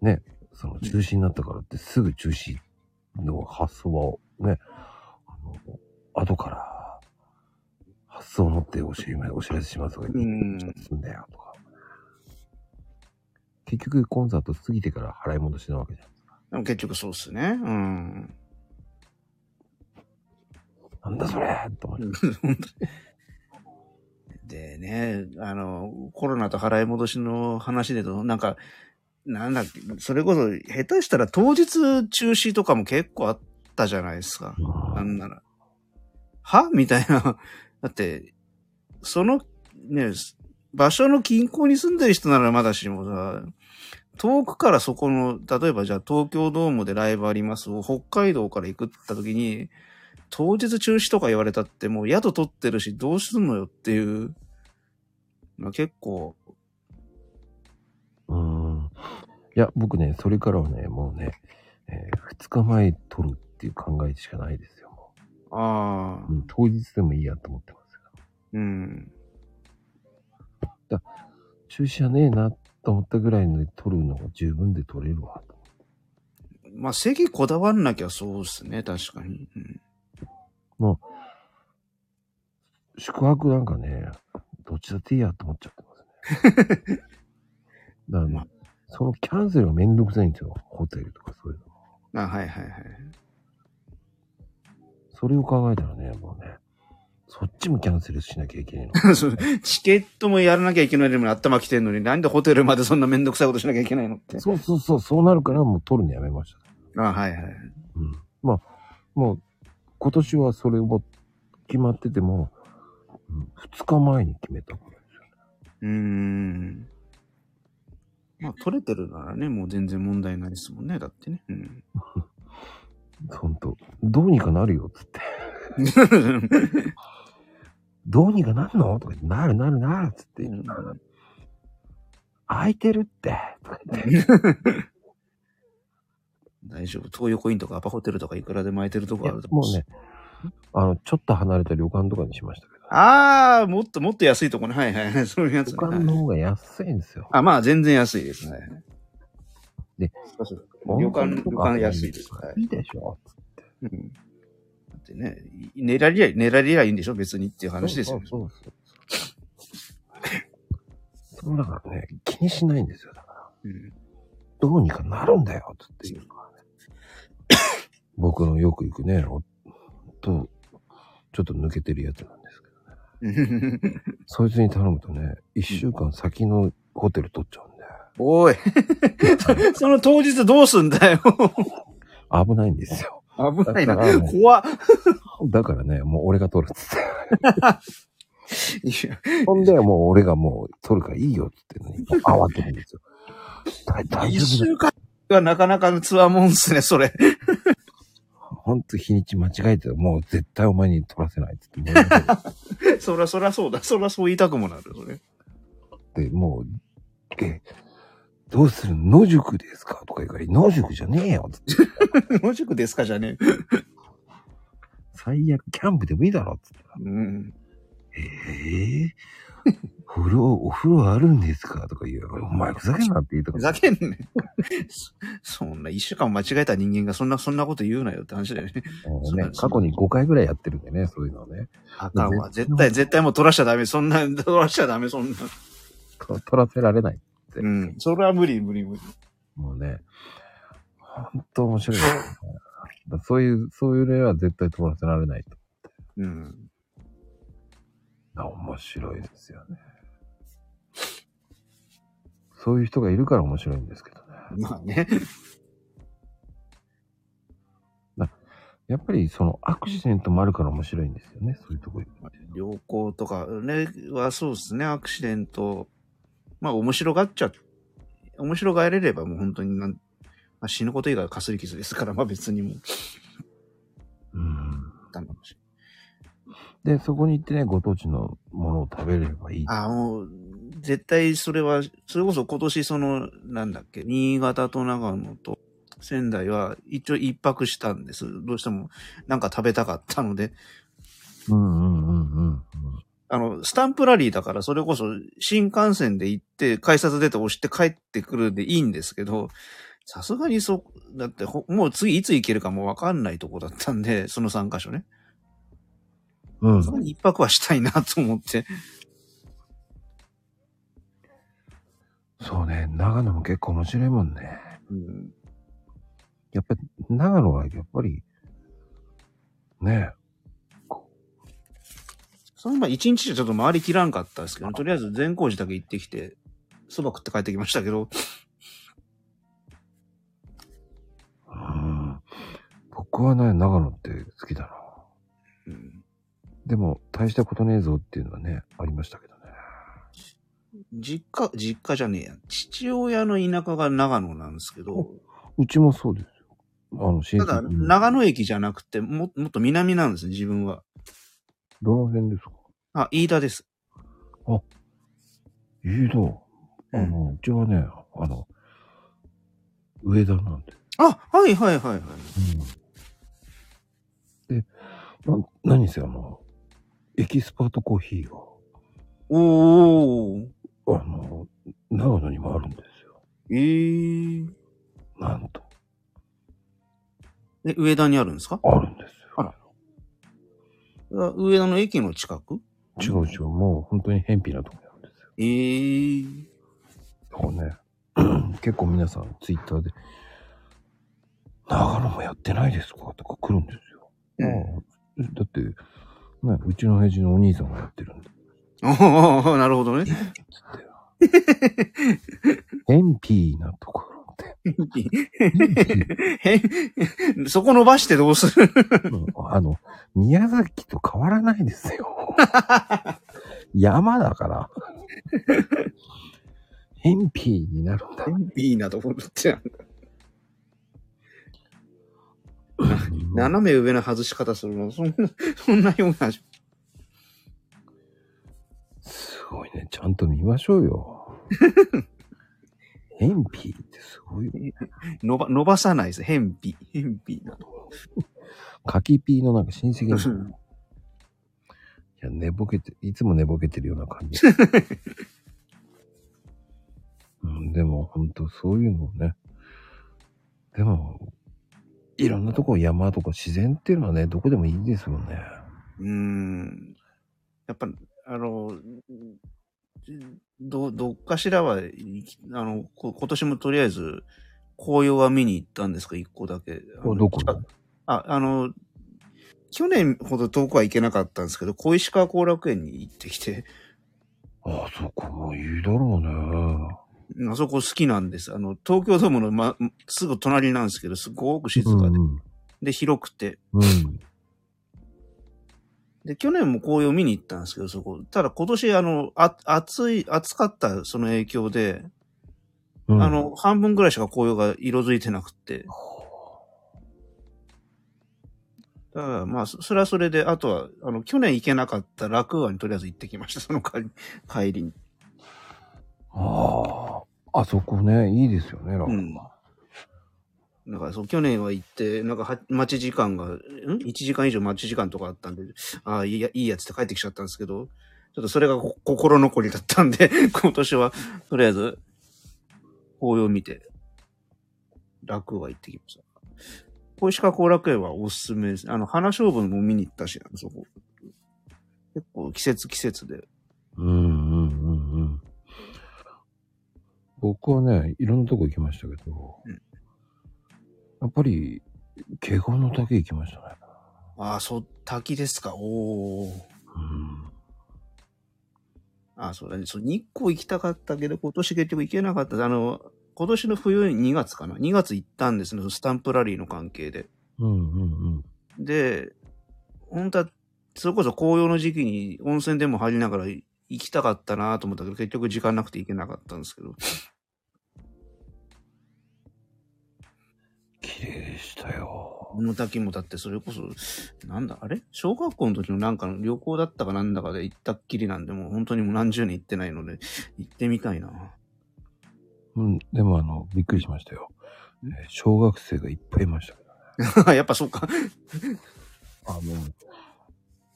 S2: ね、その中止になったからってすぐ中止の発想は、ね、あの、後から発想を持ってお知りまお知らせしますとか言
S3: うん
S2: すんだよとか。結局コンサート過ぎてから払い戻しなわけじゃん。
S3: でも結局そうっすね。うん。
S2: なんだそれと思って。
S3: でね、あの、コロナと払い戻しの話でと、なんか、なんだっけ、それこそ、下手したら当日中止とかも結構あったじゃないですか。あんなら。は みたいな。だって、その、ね、場所の近郊に住んでる人ならまだしもさ、遠くからそこの、例えばじゃあ東京ドームでライブありますを北海道から行くって言った時に、当日中止とか言われたってもう宿取ってるしどうすんのよっていう、まあ、結構、
S2: うん。いや、僕ね、それからはね、もうね、え2日前取るっていう考えしかないですよ。もう
S3: ああ
S2: う、ん当日でもいいやと思ってますよ
S3: うん、
S2: 中止はねえなと思ったぐらいので取るのが十分で取れるわと。
S3: まあ席こだわんなきゃそうですね、確かに。うん
S2: 宿泊なんかね、どっちだっていいやと思っちゃってますね。だからね、そのキャンセルがめんどくさいんですよ。ホテルとかそういうの。
S3: あはいはいはい。
S2: それを考えたらね、もうね、そっちもキャンセルしなきゃいけないの。
S3: そうチケットもやらなきゃいけないのに頭きてんのに、なんでホテルまでそんなめんどくさいことしなきゃいけないの って。
S2: そうそうそう、そうなるからもう取るのやめました。
S3: あはいはい。
S2: うん。まあ、もう、今年はそれも決まってても、うん、2日前に決めたからですよ。
S3: うーん。まあ、取れてるならね、もう全然問題ないですもんね、だってね。うん。
S2: ほんと、どうにかなるよっつって。どうにかなんのとか言って、なるなるなるっつって、空いてるって、とか言 って。
S3: 大丈夫。東横インとかアパホテルとかいくらで巻いてるとこあると思
S2: もうね。、あの、ちょっと離れた旅館とかにしましたけど、
S3: ああ、もっともっと安いとこね。はいはいはい。 そういうやつ、
S2: 旅
S3: ね。
S2: 館の方が安いんですよ。
S3: あ、まあ、全然安いですね。
S2: で、
S3: 旅館、旅館安いです。はい
S2: いいでしょつって
S3: うんだってね、い寝られりゃ、寝られりゃいいんでしょ別にっていう話ですよね。
S2: そうそうそう。そうだからね、気にしないんですよ。だから
S3: うん
S2: どうにかなるんだよ、つって言 うからね。僕のよく行くね、おと、ちょっと抜けてるやつなんですけど。そいつに頼むとね、一週間先のホテル取っちゃうんで、
S3: おい。 そその当日どうすんだよ。
S2: 危ないんですよ。
S3: 危ないな
S2: だから。ね
S3: 怖っ。
S2: だからね、もう俺が取るっつって。
S3: いや
S2: ほんで、もう俺がもう取るからいいよっつってのに、慌てるんですよ。大大
S3: 一
S2: 丈夫だよ。
S3: 週間はなかなかのツアーもんっすね、それ。
S2: ほんと日にち間違えて、もう絶対お前に取らせないっつって、もうやめ
S3: そらそらそうだ。そらそう言いたくもなるよね。
S2: て、 もう、え、どうする野宿ですかとか言うから、野宿じゃねえよっつって。
S3: 野宿ですかじゃねえ。
S2: 最悪、キャンプでもいいだろっつって。
S3: うん。
S2: え えお風呂、お風呂あるんですかとか言うから、お前ふざけんなって言うとか
S3: ふ。ざけんね。そそんな、一週間間違えた人間がそんな、そんなこと言うなよって話だよね。
S2: も
S3: そううな
S2: ね
S3: んで、す
S2: 過去に5回ぐらいやってるんでね、そういうのはね。
S3: あかんわ。絶対、絶対もう取らしちゃダメ。そんな、取らしちゃダメ、そんな。
S2: と取らせられない。って。
S3: うん。それは無理、無理、無理。
S2: もうね、本当面白いですね。だそういう、そういう例は絶対飛ばせられないと。
S3: うん。
S2: あ面白いですよね。そういう人がいるから面白いんですけどね。
S3: まあ ね。
S2: やっぱりそのアクシデントもあるから面白いんですよね。そういうとこ行くまで。
S3: 良好とかね、はそうですね、アクシデント。まあ、面白がっちゃ、面白がれればもう本当になん、まあ、死ぬこと以外はかすり傷ですから、まあ別にもう、
S2: うん。
S3: だめかもしれ
S2: で、そこに行ってね、ご当地のものを食べれればいい。
S3: ないああ、もう、絶対それは、それこそ今年その、なんだっけ、新潟と長野と仙台は一応一泊したんです。どうしてもなんか食べたかったので、
S2: うんうんうんうん
S3: あの、スタンプラリーだから、それこそ新幹線で行って、改札出て押して帰ってくるでいいんですけど、さすがにそ、だってほ、もう次いつ行けるかもわかんないとこだったんで、その3カ所ね。
S2: うん。うん
S3: そ。れに一泊はしたいなと思って。
S2: そうね、長野も結構面白いもんね。
S3: うん、
S2: やっぱり長野はやっぱり、ね
S3: そのま1日じゃちょっと回りきらんかったですけど、とりあえず善光寺だけ行ってきて、蕎麦食って帰ってきましたけど、
S2: うん。僕はね、長野って好きだな。
S3: うん、
S2: でも、大したことねえぞっていうのはね、ありましたけどね。
S3: 実家、実家じゃねえや。父親の田舎が長野なんですけど、
S2: うちもそうですよ。あの、新
S3: ただ長野駅じゃなくて、ももっと南なんですね、自分は。
S2: どの辺ですか
S3: あ、飯田です。
S2: いいど。あの、うちはね、あの、上田なんで。
S3: あ、はいはいはいはい。
S2: うん。で、な何せあの、エキスパートコーヒーが、
S3: おー。
S2: あの、長野にもあるんですよ。
S3: えー。
S2: なんと。
S3: え、上田にあるんですか
S2: あるんです
S3: あらあ上田の駅の近く
S2: よ。違う違う、もう本当に偏僻なところなんですよ。
S3: えー。
S2: だからね、 結構皆さんツイッターで、長野もやってないですかとか来るんですよ。ああだって、ね、うちの親父のお兄さんがやってるんで。
S3: おー、 なるほどね。
S2: つってよ。偏僻なところで。
S3: へそこ伸ばしてどうする
S2: あの、宮崎と変わらないですよ。山だから。偏僻になるんだ。
S3: いいなと思って。斜め上の外し方するの、そんな、そんなような。
S2: すごいね。ちゃんと見ましょう よ。偏僻ってすごいよ。
S3: 伸ば、伸ばさないです。偏僻。偏僻なと。
S2: 柿ピーのなんか親戚が いるいや、寝ぼけて、いつも寝ぼけてるような感じ。 うん、でも、ほんと、そういうのをね。でも、いろんなとこ、山とか自然っていうのはね、どこでもいいですもんね。
S3: うーん。やっぱ、あの、ど、どっかしらは、あの、こ今年もとりあえず、紅葉は見に行ったんですか、一個だけ。あの
S2: どこ
S3: 近あ、あの、去年ほど遠くは行けなかったんですけど、小石川後楽園に行ってきて、
S2: あそこもいいだろ
S3: あそこ好きなんです。あの、東京ドームの、ま、すぐ隣なんですけど、すごく
S2: うね。
S3: 静かで、
S2: うん
S3: で、広くて。
S2: うん。うん。
S3: で、去年も紅葉見に行ったんですけど、そこ。ただ今年、あの、あ暑い、暑かったその影響で、
S2: うん
S3: あ、の、半分ぐらいしか紅葉が色づいてなくて。だから、まあ、そそれはそれで、あとは、あの、去年行けなかった楽和にとりあえず行ってきました、その帰り、帰りに。
S2: ああ、あそこね、いいですよね、ラ
S3: う
S2: ブ
S3: ん。だから、そう、去年は行って、なんかは、待ち時間が、ん ?1 時間以上待ち時間とかあったんで、ああ、いいや、いいやつって帰ってきちゃったんですけど、ちょっとそれがこ心残りだったんで、 今年は、とりあえず、紅葉見て、楽和行ってきました。小石川後楽園はおすすめです。あの、花勝負も見に行ったし、そこ。結構季節季節で。
S2: うんうんうんうん。僕はね、いろんなとこ行きましたけど、
S3: うん
S2: やっぱり、華厳の滝行きましたね。
S3: ああ、そう、滝ですか。おお。
S2: うん。
S3: ああ、そうだね。そう、日光行きたかったけど、今年結局行けなかった。あの、今年の冬に2月かな。2月行ったんですね。そのスタンプラリーの関係で。
S2: うんうんうん。
S3: で、本当は、それこそ紅葉の時期に温泉でも入りながら行きたかったなと思ったけど、結局時間なくて行けなかったんですけど。
S2: 綺麗でしたよ。
S3: この滝もだってそれこそ、なんだ、あれ小学校の時のなんかの旅行だったかなんだかで行ったっきりなんで、もう本当にもう何十年行ってないので、行ってみたいな。
S2: うん、でもあの、びっくりしましたよ。えー小学生がいっぱいいましたけど。
S3: やっぱそうか。
S2: あの、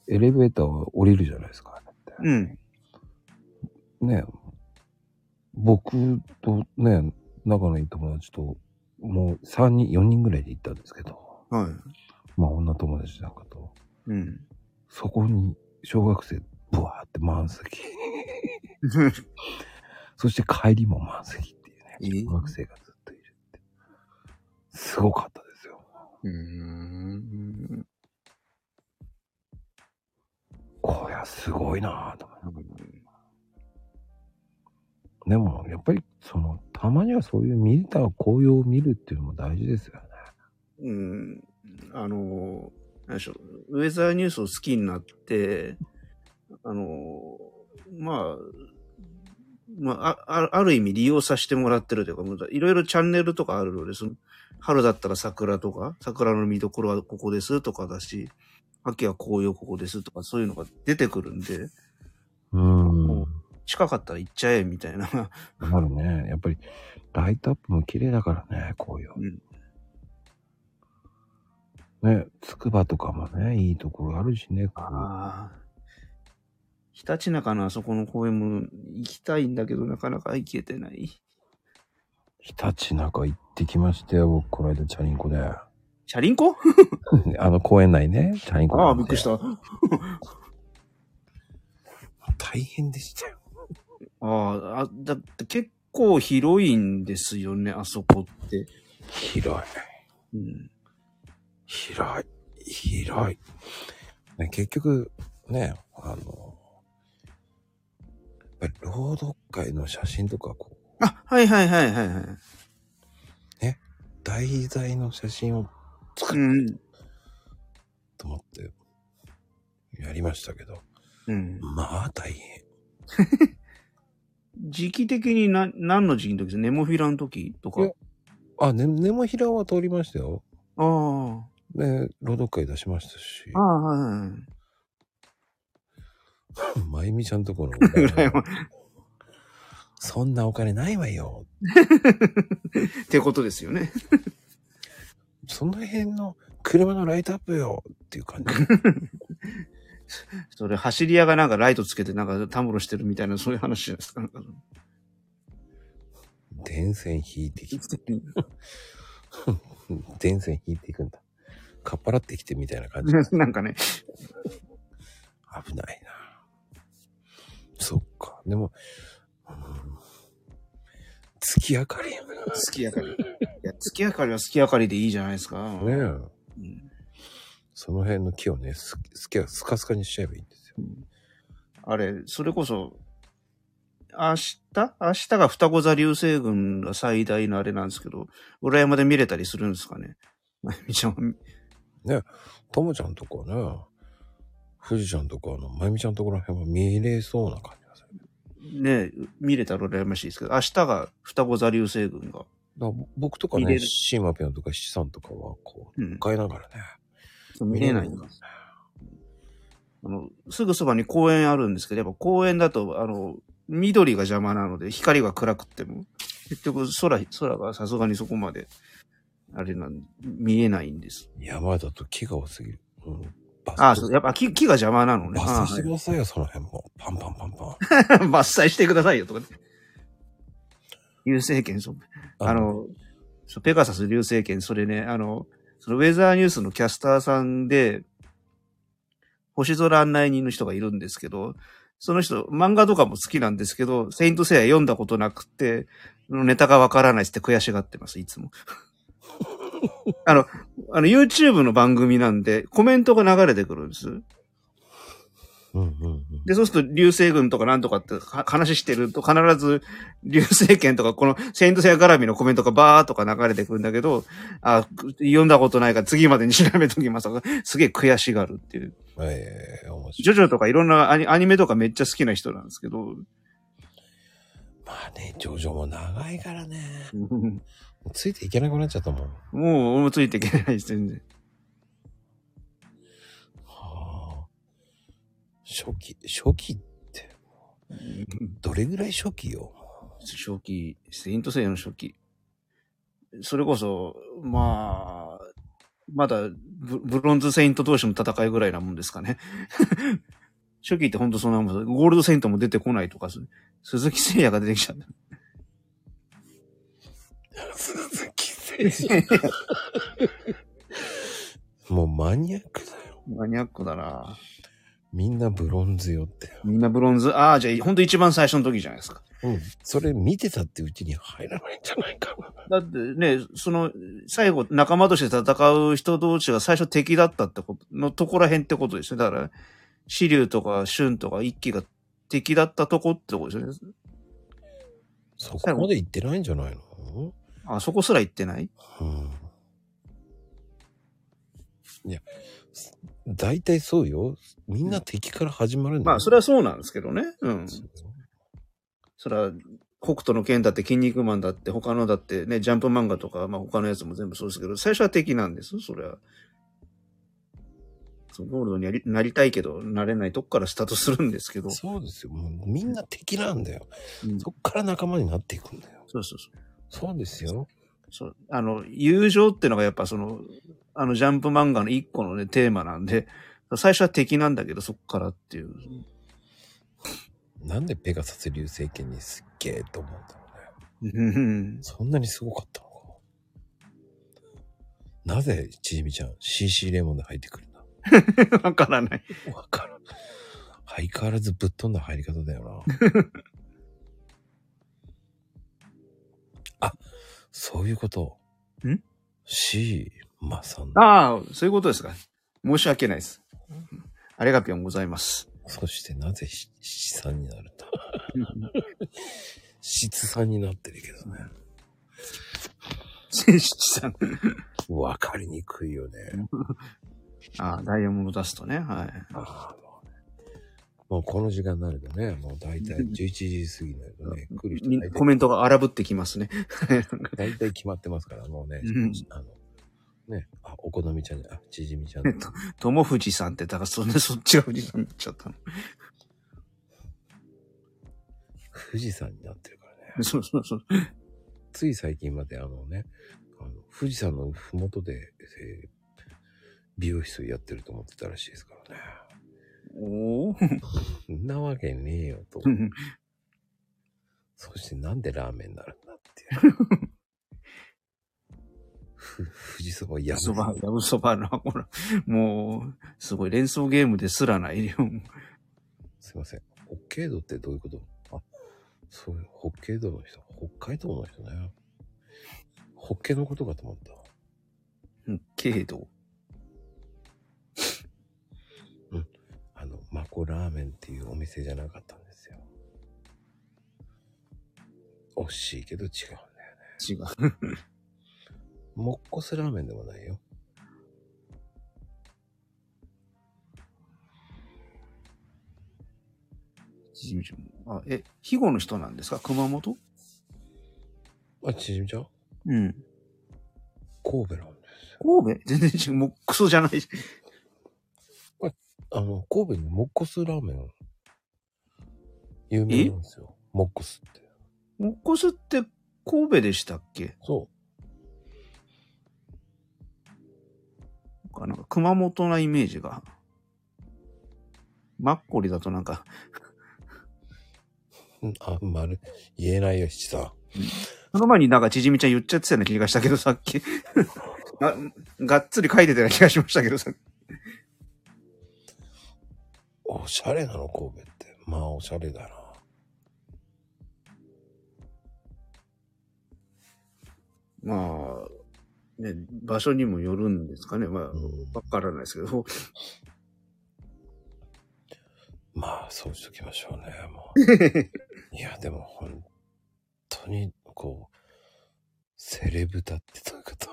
S2: エレベーターを降りるじゃないですか。
S3: うん。
S2: ね僕とね、仲のいい友達と、もう3人、4人ぐらいで行ったんですけど、
S3: はい。
S2: まあ女友達なんかと、
S3: うん。
S2: そこに小学生、ブワーって満席。 そして帰りも満席っていうね、
S3: えー
S2: 小学生がずっといるって。すごかったですよ。
S3: うーん。
S2: こりゃすごいなぁと思ってでも、やっぱり、その、たまにはそういう見れた紅葉を見るっていうのも大事ですよね。
S3: うん。あの、何でしょう。ウェザーニュースを好きになって、あの、まあ、まあ、ああある意味利用させてもらってるというかもう、いろいろチャンネルとかあるので、その、春だったら桜とか、桜の見どころはここですとかだし、秋は紅葉ここですとか、そういうのが出てくるんで、
S2: うん。
S3: 近かったら行っちゃえ、みたいな。
S2: なるね。やっぱり、ライトアップも綺麗だからね、紅葉。ね、つくばとかもね、いいところあるしね、こう
S3: ああ。ひたちなかのあそこの公園も行きたいんだけど、なかなか行けてない。
S2: ひたちなか行ってきましたよ、僕、この間、チャリンコで。
S3: チャリンコ
S2: あの、公園内ね、チャリンコで。
S3: ああ、びっくりし。た。あ
S2: 大変でしたよ。
S3: あ、あだって結構広いんですよね、あそこって。
S2: 広い。
S3: うん。
S2: 広い。広い。ね、結局、ね、あの、やっぱり朗読会の写真とか、こう、
S3: あ、はいはいはいはいはい。
S2: 題材の写真を作
S3: う
S2: る
S3: ん。
S2: と思って、やりましたけど、
S3: うん。
S2: まあ大変。
S3: 時期的にな、何の時期の時ですネモフィラの時とか
S2: いや。あ、ね、ネモヒラは通りましたよ。
S3: ああ。
S2: ね、朗読会出しましたし
S3: あ、あ、はいはい。
S2: まゆみちゃんとこの、
S3: 羨ま
S2: そんなお金ないわよ。
S3: ってことですよね。
S2: その辺の車のライトアップよっていう感 じ。
S3: それ、走り屋がなんかライトつけてなんかたむろしてるみたいな、そういう話じゃないです か。なんか
S2: 電線引いてきて、電線引いていくんだ。かっぱらってきてみたいな 感じ。
S3: なんかね。
S2: 危ないな。そっか。でも、うん月明かりやな。
S3: 月明かり。いや、月明かりは月明かりでいいじゃないですか。
S2: ねえ。
S3: うん
S2: その辺の木をね、す、すきゃ、スカスカにしちゃえばいいんですよ。
S3: あれ、それこそ、明日明日が双子座流星群が最大のあれなんですけど、裏山で見れたりするんですかね。まゆみちゃんは、
S2: ともちゃんとこはね、富士山とか、あの、まゆみちゃんとこら辺は見れそうな感じがする。
S3: ね、見れたら羨ましいですけど、明日が双子座流星群が。
S2: だから僕とか
S3: 見れ
S2: ね、
S3: る
S2: シーマピョンとかシさんとかは、こう、
S3: うん。
S2: 使いながらね。
S3: 見れないんです。あの、すぐそばに公園あるんですけど、やっぱ公園だと、あの、緑が邪魔なので、光が暗くっても、結局空、空がさすがにそこまで、あれなん、見えないんです。
S2: 山だと木が多すぎる。うん。バ
S3: ああ、そう、やっぱ木木が邪魔なのね。
S2: 伐
S3: あ
S2: 採してくださいよ、その辺も。パンパンパンパン。
S3: あ はい伐採してくださいよ、とかね。流星拳、そう。 あの、そうペガサス流星拳、それね、あの、そのウェザーニュースのキャスターさんで、星空案内人の人がいるんですけど、その人、漫画とかも好きなんですけど、セイントセイヤ読んだことなくて、ネタがわからないっつって悔しがってます、いつも。あの、あの、YouTube の番組なんで、コメントが流れてくるんです。
S2: うんうんうん。
S3: で、そうすると、流星群とかなんとかっては話してると、必ず、流星拳とか、この、セイントセイヤ絡みのコメントがバーっとか流れてくるんだけど、あ、読んだことないから次までに調べときます。すげえ悔しがるっていう。
S2: ええ面
S3: ジ
S2: 白
S3: ョ
S2: い。
S3: ジョとかいろんなアニアニメとかめっちゃ好きな人なんですけど、
S2: まあね、ジョジョも長いからね。ついていけなくなっちゃったもん。
S3: もう、俺もついていけないです、全然。
S2: はあ。初期、初期って、どれぐらい初期よ。
S3: 初期、セイントセイヤの初期。それこそ、まあ、まだブ、ブロンズセイント同士の戦いぐらいなもんですかね。 初期ってほんとそんなもん、ゴールドセイントも出てこないとかす、鈴木聖也が出てきちゃった。
S2: 鈴木誠也。もうマニアックだよ。
S3: マニアックだな
S2: みんなブロンズよって。
S3: みんなブロンズ、ああ、じゃあほんと一番最初の時じゃないですか。
S2: うん。それ見てたってうちに入らないんじゃないかな。
S3: だってね、その、最後、仲間として戦う人同士が最初敵だったってこと、のとこら辺ってことですね。だから、シリュウとかシュンとか一騎が敵だったとこってことですね。
S2: そこまで行ってないんじゃないの
S3: あそこすら行ってない
S2: うん。いや、す大体そうよ。みんな敵から始まるんだよ。
S3: まあ、それはそうなんですけどね。うん。
S2: そうよ
S3: それは、北斗の剣だって、筋肉マンだって、他のだってね、ジャンプ漫画とか、まあ他のやつも全部そうですけど、最初は敵なんです、それは。そうゴールドになりなりたいけど、なれないとこからスタートするんですけど。
S2: そうですよ。もうみんな敵なんだよ。
S3: うんそ
S2: そっから仲間になっていくんだよ。
S3: うそうそう。
S2: そうですよ。
S3: そう、あの、友情ってのがやっぱその、あの、ジャンプ漫画の一個のね、テーマなんで、最初は敵なんだけど、そっからっていう。
S2: なんでペガサス流星剣にすっげえと思うんだろうね。
S3: うん
S2: そんなにすごかったのか。なぜ、ちじみちゃん、CC レモンで入ってくるんだ
S3: わからない。
S2: わからん。相変わらずぶっ飛んだ入り方だよ な。あ、そういうこと。
S3: ん
S2: ?C、まさん。
S3: ああ、そういうことですか。申し訳ないです。ありがぴょんございます。
S2: そしてなぜし、しさんになるんだ質さんになってるけどね。
S3: 戦士さん。
S2: わかりにくいよね。
S3: ああ、ダイヤモンドダストね。はい。
S2: あーもうこの時間になるとね、もう大体11時過ぎになるとね、来る人
S3: み
S2: 大体
S3: コメントが荒ぶってきますね。
S2: 大体決まってますから、もうね、
S3: うん
S2: あの、ね、あ、お好みちゃんに、あ、ちじみちゃん
S3: えっと、友藤さんって、だからそんな、そっちが藤さんになっちゃったの。
S2: 富士山になってるからね。
S3: そうそうそう。
S2: つい最近まであのね、あの富士山のふもとで、えー美容室やってると思ってたらしいですからね。
S3: おお。
S2: そんなわけねえよと。
S3: うん
S2: そしてなんでラーメンになるんだって いう。ふ富士そばやめ
S3: ヤブそば、ヤブそばの、ほら、もう、すごい連想ゲームですらない よ。
S2: すいません。北海道ってどういうことあ、そういう、北海道の人、北海道の人ね。北海のことかと思った。
S3: うんけど。
S2: あの、マコラーメンっていうお店じゃなかったんですよ。惜しいけど違うんだよね。
S3: 違う。
S2: もっこすラーメンでもないよ。
S3: ちじみちゃんあ、え、肥後の人なんですか熊本
S2: あ、ちじみちゃん
S3: うん。
S2: 神戸なんですよ。
S3: 神戸 全然違う。もうクソじゃないし。
S2: あの、神戸にもっこすラーメン、有名なんですよ。もっこすって。
S3: もっこすって神戸でしたっけ
S2: そ
S3: なんか熊本なイメージが。マッコリだとなんか、
S2: う。うんあ、まる、言えないよ、七さ
S3: その前になんかちじみちゃん言っちゃってたような気がしたけど、さっき。 ががっつり書いてたような気がしましたけど、さっき。
S2: おしゃれなの、神戸って。まあ、おしゃれだな。
S3: まあ、ね、場所にもよるんですかね。まあ、
S2: うん
S3: わからないですけど。
S2: まあ、そうしときましょうね、も う。いや、でも、本当に、こう、セレブだってどういうこと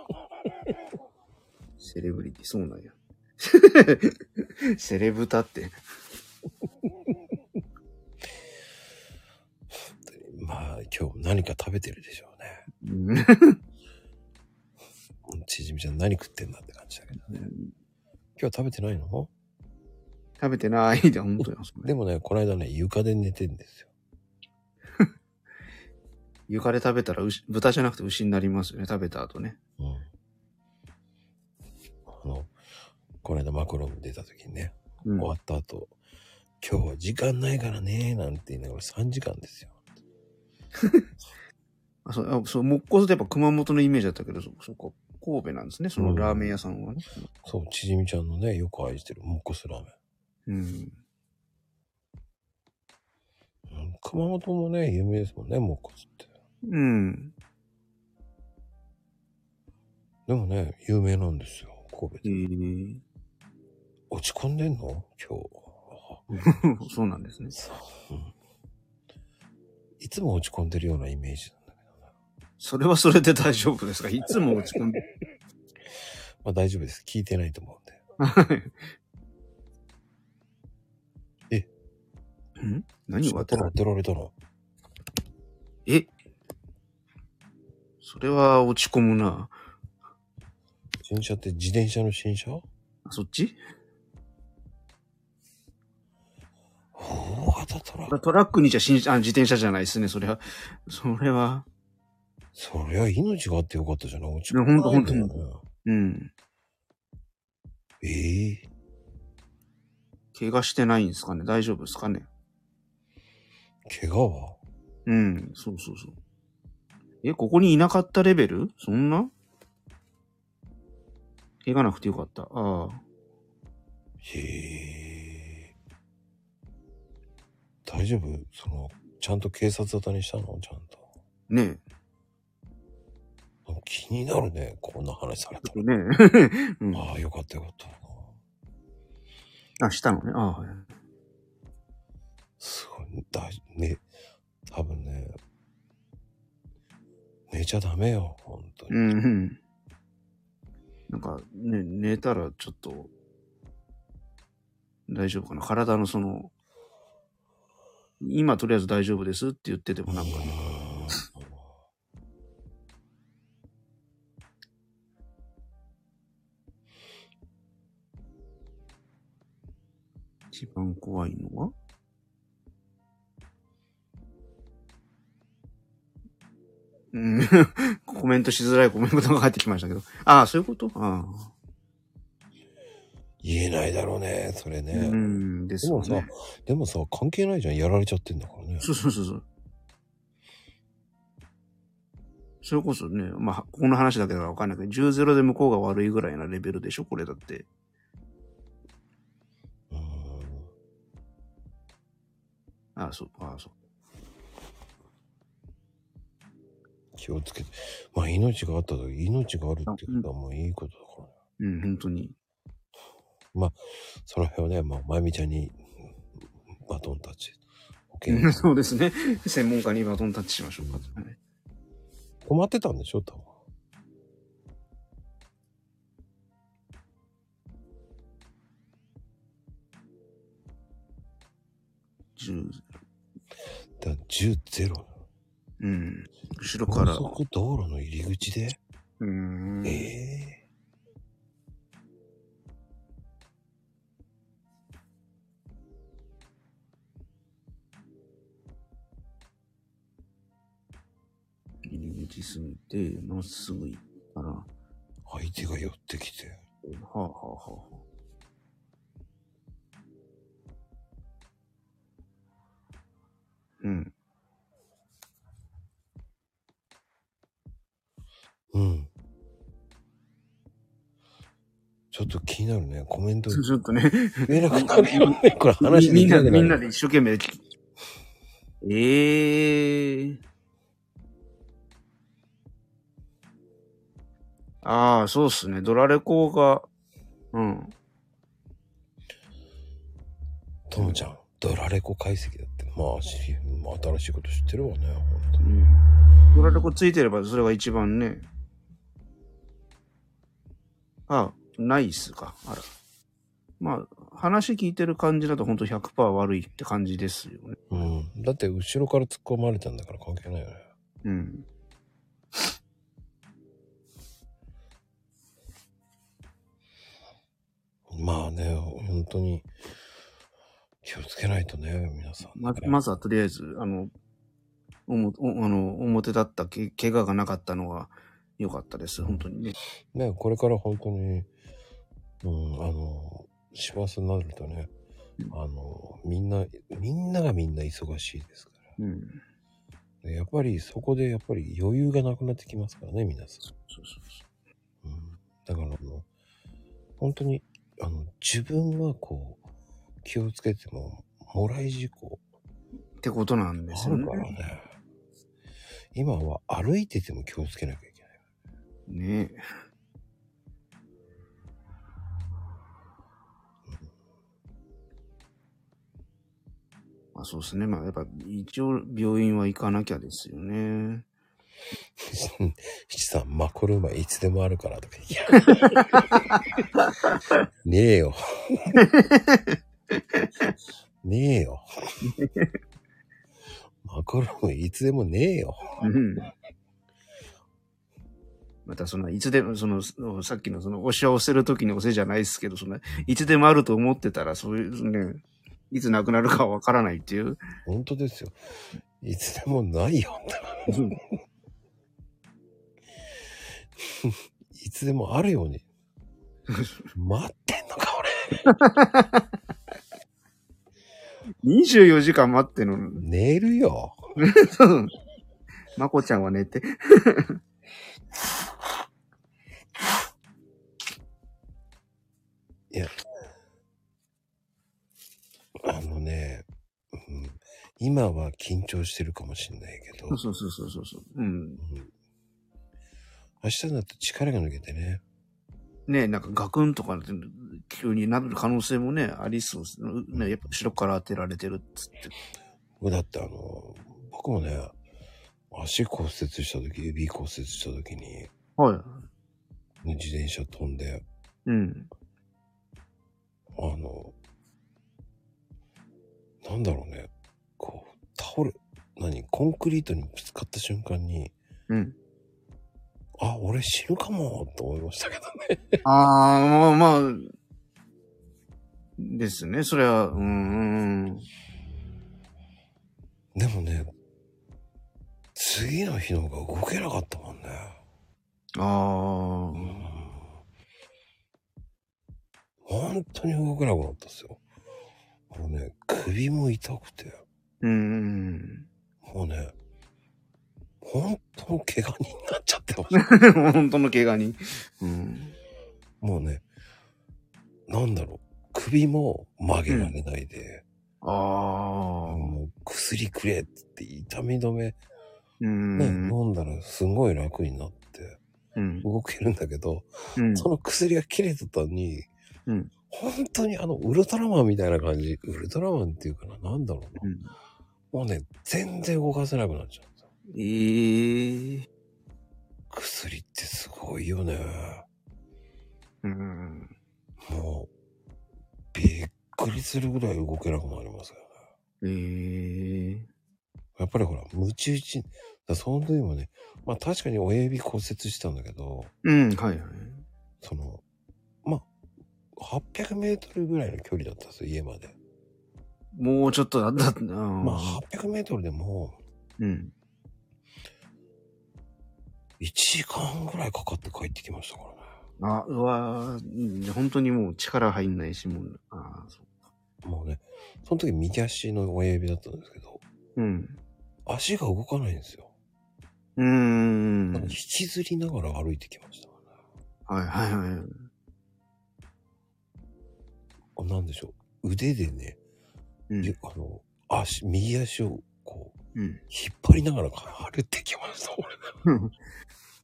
S3: セレブリティ、そうなんや。 セレブタって。
S2: まあ、今日何か食べてるでしょうね。
S3: うん
S2: ちじみちゃん何食ってんだって感じだけどね。今日食べてないの
S3: 食べてないで、本当に。
S2: でもね、この間ね、床で寝てんですよ。
S3: 床で食べたら牛、豚じゃなくて牛になりますよね。食べた後ね。
S2: うん。あの、この間マクロム出た時にね、
S3: うん
S2: 終わった後、今日は時間ないからね、なんて言いながら3時間ですよ。
S3: あそう、あそう、木工ってやっぱ熊本のイメージだったけど、そ、そこ、神戸なんですね。そのラーメン屋さんはね。
S2: そう、ちじみちゃんのね、よく愛してるモッコスラーメ
S3: うん。
S2: ン。うん、熊本もね、有名ですもんね、モッコスって。
S3: うん。
S2: でもね、有名なんですよ、神戸
S3: え
S2: で。
S3: ー
S2: 落ち込んでんの今日。
S3: そうなんですね。
S2: そう。うんいつも落ち込んでるようなイメージなんだけどな。
S3: それはそれで大丈夫ですかいつも落ち込んで。
S2: まあ大丈夫です。聞いてないと思うんで。
S3: ん何を渡
S2: 当
S3: ら
S2: てられたの
S3: えそれは落ち込むな。
S2: 新車って自転車の新車
S3: あそっち
S2: 大型トラック。
S3: トラックにじゃ新あ自転車じゃないですね、それは。それは。
S2: そりゃ命があってよかったじゃない落ち
S3: いやほんと
S2: ない
S3: ほん
S2: ん
S3: と
S2: だよ
S3: うん。
S2: ねええ
S3: 怪我してないんですかね大丈夫ですかね
S2: 怪我は
S3: うん、そうそうそう。え、ここにいなかったレベルそんな怪我なくてよかった。ああ。
S2: へえ大丈夫その、ちゃんと警察沙汰にしたのちゃんと。
S3: ね
S2: 気になるね。こんな話され
S3: え。
S2: た
S3: ちょっとね。 うん
S2: ら。ああ、よかったよかった。
S3: あ、したのね。ああ、はい。
S2: すごい、だい、ね、多分ね、寝ちゃダメよ、本当に。
S3: うん、うん。なんか、ね、寝たらちょっと、大丈夫かな体のその、今とりあえず大丈夫ですって言っててもなんかね、一番怖いのはうん、 コメントしづらいコメントが入ってきましたけど。ああ、そういうことああ。
S2: 言えないだろうね、それね。
S3: うん、で
S2: です
S3: よ
S2: もさ、
S3: ね。
S2: でもさ、関係ないじゃん。やられちゃってんだからね。
S3: そうそうそうそう。それこそね、まあ、ここの話だけだからわかんないけど、10-0で向こうが悪いぐらいなレベルでしょこれだって。
S2: うん。
S3: ああ、そう、ああ、そう。
S2: 気をつけて。まあ、命があった時、命があるってことはもういいことだからね。
S3: うん、本当に。
S2: その辺はね、まあ、まゆみちゃんにバトンタッチ。保
S3: そうですね。専門家にバトンタッチしましょうか。はい
S2: 困ってたんでしょ、多分。だ
S3: 10
S2: から10、0。
S3: うん。後ろか
S2: 高
S3: ら。
S2: 速道路の入り口で、
S3: うん。
S2: ええ
S3: 入り口過ぎて、まっすぐ行ったら、は
S2: 相手が寄ってきて。
S3: あはあはあ。うん。
S2: うん。ちょっと気になるね。コメント
S3: ちょっとね、
S2: 見えなかったね。今ね、これ話
S3: みみんな
S2: で
S3: で、
S2: きく
S3: みん
S2: る
S3: なで一生懸命聞き。ええああ、そうっすね。ドラレコが、うん。
S2: ともちゃん、ドラレコ解析だって。まあ、しまあ新しいこと知ってるわね、本当に。
S3: ドラレコついてればそれが一番ね。あ、ないっすか。あら。まあ、話聞いてる感じだとほんと100%悪いって感じですよね。
S2: うん。だって、後ろから突っ込まれたんだから関係ないよね。
S3: うん。
S2: まあね、本当に、気をつけないとね、皆さん、
S3: ままずはとりあえず、あの、おもおあの表だったけ怪我がなかったのは良かったです。本当にね。
S2: ね、これから本当に、うん、あの、師走になるとね、あの、みんな、みんながみんな忙しいですか
S3: うん。
S2: ら。でやっぱりそこでやっぱり余裕がなくなってきますからね、皆さ
S3: そうそうそ
S2: ん。うん、だからあの、本当に、あの、自分はこう、気をつけても、もらい事故
S3: うってことなんです
S2: あ
S3: よ
S2: るから
S3: ね。
S2: ね。今は歩いてても気をつけなきゃいけない。
S3: ねまあそうですね。まあやっぱ一応病院は行かなきゃですよね。
S2: 七さん、マコルーマいつでもあるからとか言 って。ねえよ。ねえよ。マコルーマいつでもねえよ。
S3: うんまたその、いつでも、その、さっきのその、おしを捨てるときにおせじゃないですけど、その、いつでもあると思ってたら、そういうね、いつなくなるかわからないっていう。
S2: 本当ですよ。いつでもないよ。いつでもあるように。待ってんのか、俺。
S3: 24時間待ってんの。
S2: 寝るよ。
S3: まこちゃんは寝て。
S2: あのね、うん、今は緊張してるかもしんないけど、
S3: そうそうそうそうそうそう。うん。
S2: うん明日になって力が抜けてね。
S3: ねなんかガクンとかって急になる可能性もね、ありそうです。ね、やっぱ後ろから当てられてるっつって。
S2: だってあの、僕もね、足骨折した時、指骨折した時に、ね
S3: はい。
S2: 自転車飛んで、
S3: うん。
S2: あの、なんだろうね、こう、倒れ、何、コンクリートにぶつかった瞬間に、
S3: うん。
S2: あ、俺死ぬかも、と思いましたけどね。
S3: ああ、まあまあ、ですね。それは、うーん。
S2: でもね、次の日の方が動けなかったもんね。
S3: あ
S2: うん本当に動けなくなったっすよ。もうね、首も痛くて、
S3: あ、うん。
S2: もうね、本当の怪我人になっちゃってま した。
S3: 本当の怪我に。うん。
S2: もうね、なんだろう、首も曲げられないで、
S3: ああ、
S2: もう薬くれって言って痛み止め、ね
S3: うん。
S2: 飲んだらすごい楽になって
S3: うん。
S2: 動けるんだけど、
S3: うん。
S2: その薬が切れてたのに、
S3: うん
S2: 本当にあの、ウルトラマンみたいな感じ。ウルトラマンっていうかな、なんだろうな。
S3: うん
S2: もうね、全然動かせなくなっちゃうんですよ。
S3: ええ
S2: 薬ってすごいよね。
S3: うん。
S2: もう、びっくりするぐらい動けなくなりますよね。
S3: ええ
S2: やっぱりほら、ムチ打ち、だからその時もね、まあ確かに親指骨折したんだけど、
S3: うん、はいはい。
S2: その、まあ、800メートルぐらいの距離だったんですよ、家まで。
S3: もうちょっとだったな。
S2: まあ、800メートルでも、
S3: うん。
S2: 1時間ぐらいかかって帰ってきましたからね。
S3: あ、うわーうん本当にもう力入んないし、もう、あーそ
S2: もうね、その時右足の親指だったんですけど、
S3: う。うん。
S2: 足が動かないんですよ。
S3: うーん。
S2: なんか引きずりながら歩いてきましたからね。
S3: はいはいはい。
S2: こうなんでしょう、腕でね、
S3: うん
S2: ゆ。あの、足、右足をこう、
S3: うん。
S2: 引っ張りながら歩ってきました、俺。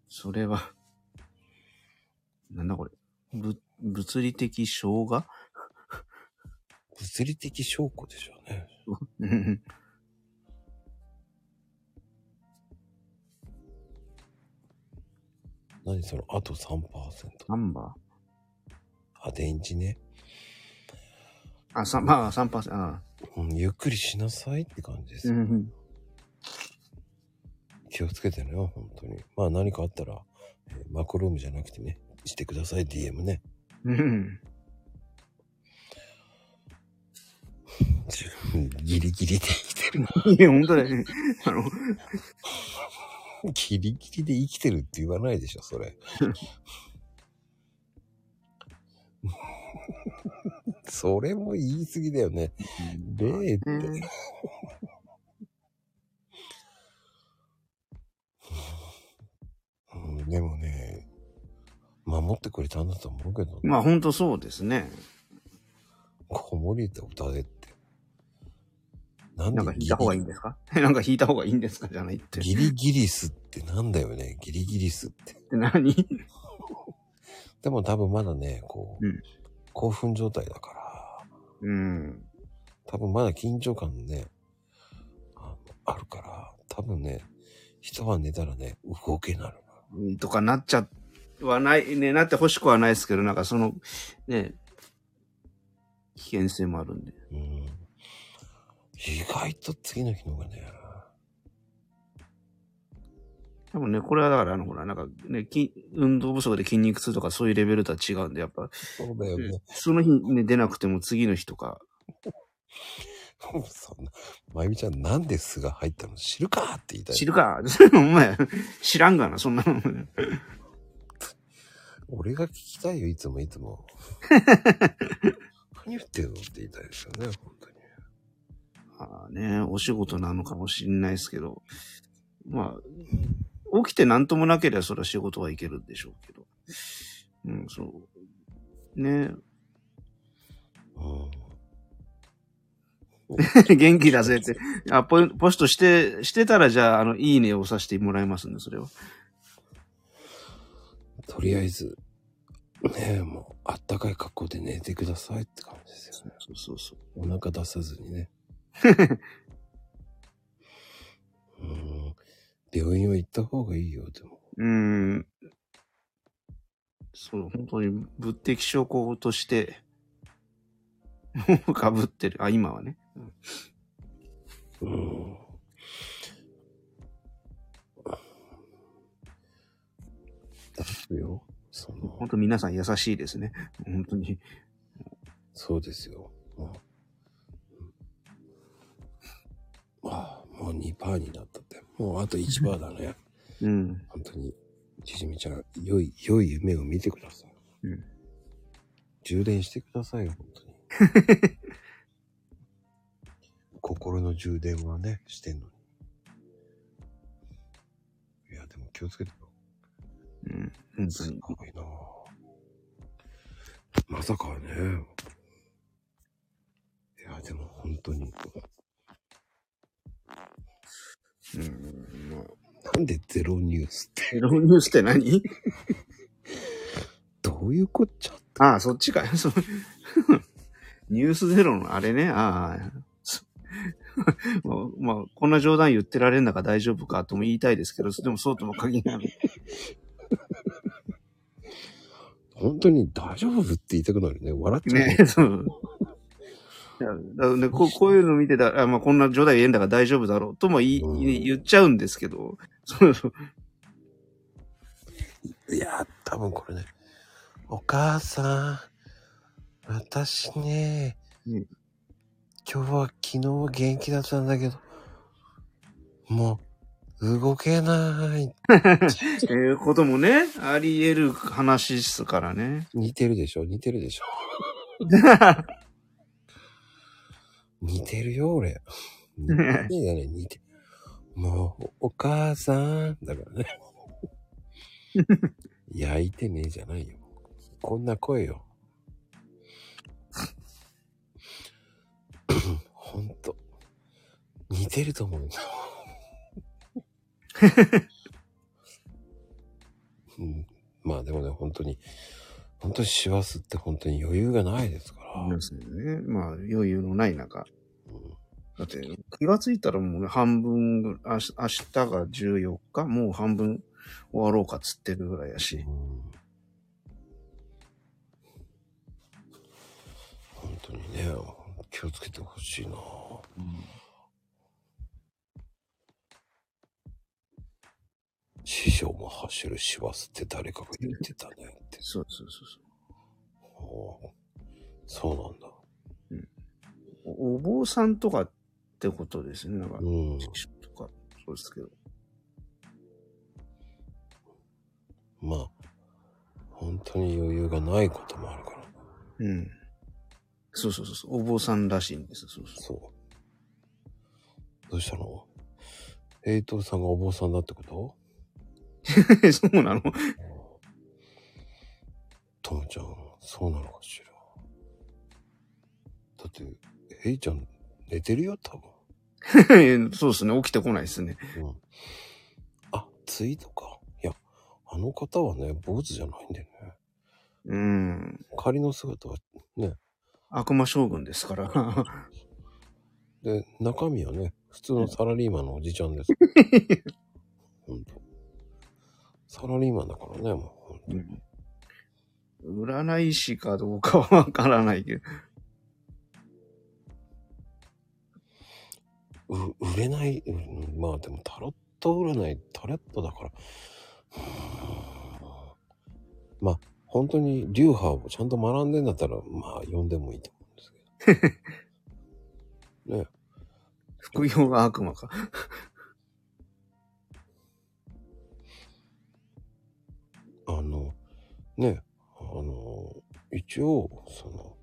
S3: それは、なんだこれ。ぶ、物理的障害
S2: 物理的証拠でしょうね。
S3: うん
S2: 何その、あと3%。
S3: ナンバー
S2: あ、電池ね。
S3: あ、さまあ、3%パーセント。ああ
S2: うん、ゆっくりしなさいって感じです。
S3: うん
S2: 気をつけてね、本当に。まあ何かあったら、えーマクロームじゃなくてね、してください、DM ね。
S3: うん。
S2: ギリギリで生きてるな。
S3: いや、本当だよね。あの、
S2: ギリギリで生きてるって言わないでしょ、 それ。それも言い過ぎだよね。例って。
S3: うん
S2: うん、でもね、守ってくれたんだと思うけどね、
S3: まあ、本当そうですね。
S2: 子守歌歌えって。なん
S3: なんか
S2: で
S3: 弾い
S2: ギ
S3: た方がいい
S2: リ
S3: んですか なんか弾いた方がいいんですかじゃないって。
S2: ギリギリスってなんだよね、ギリギリスって。
S3: って何
S2: でも多分まだね、こう、
S3: うん
S2: 興奮状態だから、
S3: うん。
S2: 多分まだ緊張感ね、あのあるから、多分ね、一晩寝たらね、動けなる。
S3: とかなっちゃはない、ね、なってほしくはないですけど、なんかその、ね、危険性もあるんで。
S2: うん。意外と次の日の方がね、
S3: 多分ね、これはだから、あの、ほら、なんかね、筋運動不足で筋肉痛とかそういうレベルとは違うんで、やっぱ、
S2: そうだよね。
S3: その日ね、出なくても次の日とか、
S2: そんな、まゆみちゃんなんで巣が入ったの知るかって言いたい。
S3: 知るか お前、知らんがな、そんなの。
S2: 俺が聞きたいよ、いつもいつ も。何言ってんのって言いたいですよね、本当に。
S3: まあね、お仕事なのかもしんないですけど、まあ、起きて何ともなければそれは仕事はいけるんでしょうけど。うん、そう。ね 元気だぜって。あ、ポイポストして、してたらじゃあ、あの、いいねをさせてもらいますんで、それは。
S2: うん。とりあえず、ねえ、もう、あったかい格好で寝てくださいって感じですよね。
S3: そうそうそう。
S2: お腹出さずにね。うん。病院は行った方がいいよ、でも。
S3: うーん。そう、本当に物的証拠として、 かぶってる。あ、今はね。
S2: うん。だよ。その
S3: 本、当皆さん優しいですね。本当に。
S2: そうですよ。もう。ああ、もう2%パーになったって。もうあと1%パーだね。
S3: うん。
S2: 本当に。ちじみちゃん、良い、良い夢を見てください。
S3: うん
S2: 充電してくださいよ、本当に。 心の充電はね、してんのに。いや、でも気をつけてよ。
S3: うん。本当
S2: す
S3: に。
S2: ごいなぁまさかね。いや、でも本当に。
S3: うん。まあ
S2: なんでゼロニュースって、
S3: エロニュースって何
S2: どういうこっちゃ
S3: ああ、そっちか。 そうニュースゼロのあれね。ああ。 そまあ、まあ、こんな冗談言ってられるんだから大丈夫かとも言いたいですけど、でもそうとも限らない。
S2: 本当に大丈夫って言いたくなるね。笑っちゃう。
S3: ね、 そう。いやだね、こうこういうの見てたら、あまあ、こんな冗談言えんだから大丈夫だろうとも言い
S2: うん
S3: 言っちゃうんですけど、 そうそう。
S2: いやー、多分これね。お母さん、私ね、
S3: うん
S2: 今日は昨日元気だったんだけど、もう動けない。
S3: っていうこともね、あり得る話ですからね。
S2: 似てるでしょ似てるで しょ似てるよ、俺。似てねえだね、似て。もう、お母さん、だからね。 焼いてねえじゃないよ。こんな声よ。似てると思う。うん、まあでもね、本当に、本当に師走って本当に余裕がないですから。
S3: そうですね。まあ、余裕のない中。
S2: うん
S3: だって、気がついたらもう半分ぐ、あし明日が14日、もう半分終わろうかっつってるぐらいやし。
S2: 本当にね、気をつけてほしいな。師匠も走る師走って誰かが言ってたねって。
S3: そうそうそうそう。
S2: おーそうなんだ。
S3: おお坊さんとかってことですね。なんか、
S2: うん。
S3: とか、そうですけど。
S2: まあ、本当に余裕がないこともあるから。
S3: うん。そうそうそうそう。お坊さんらしいん です。そうそ
S2: そう。どうしたの平等さんがお坊さんだってこと
S3: う。そうなの
S2: ともちゃん、そうなのかしら。だって、ヘイちゃん、寝てるよ、多分。
S3: そうですね。起きてこないですね。
S2: うん。あ、ツイートか。いや、あの方はね、坊主じゃないんでね。
S3: うん。
S2: 仮の姿は、ね。
S3: 悪魔将軍ですから。
S2: で、中身はね、普通のサラリーマンのおじちゃんです。ほんと。サラリーマンだからね、もうほんと。
S3: うん占い師かどうかはわからないけど。
S2: う売れない、うんまあでもタロット占いタレットだからまあ本当に流派をちゃんと学んでんだったらまあ読んでもいいと思うんですけどね
S3: 副業が悪魔か。
S2: あのねあの一応その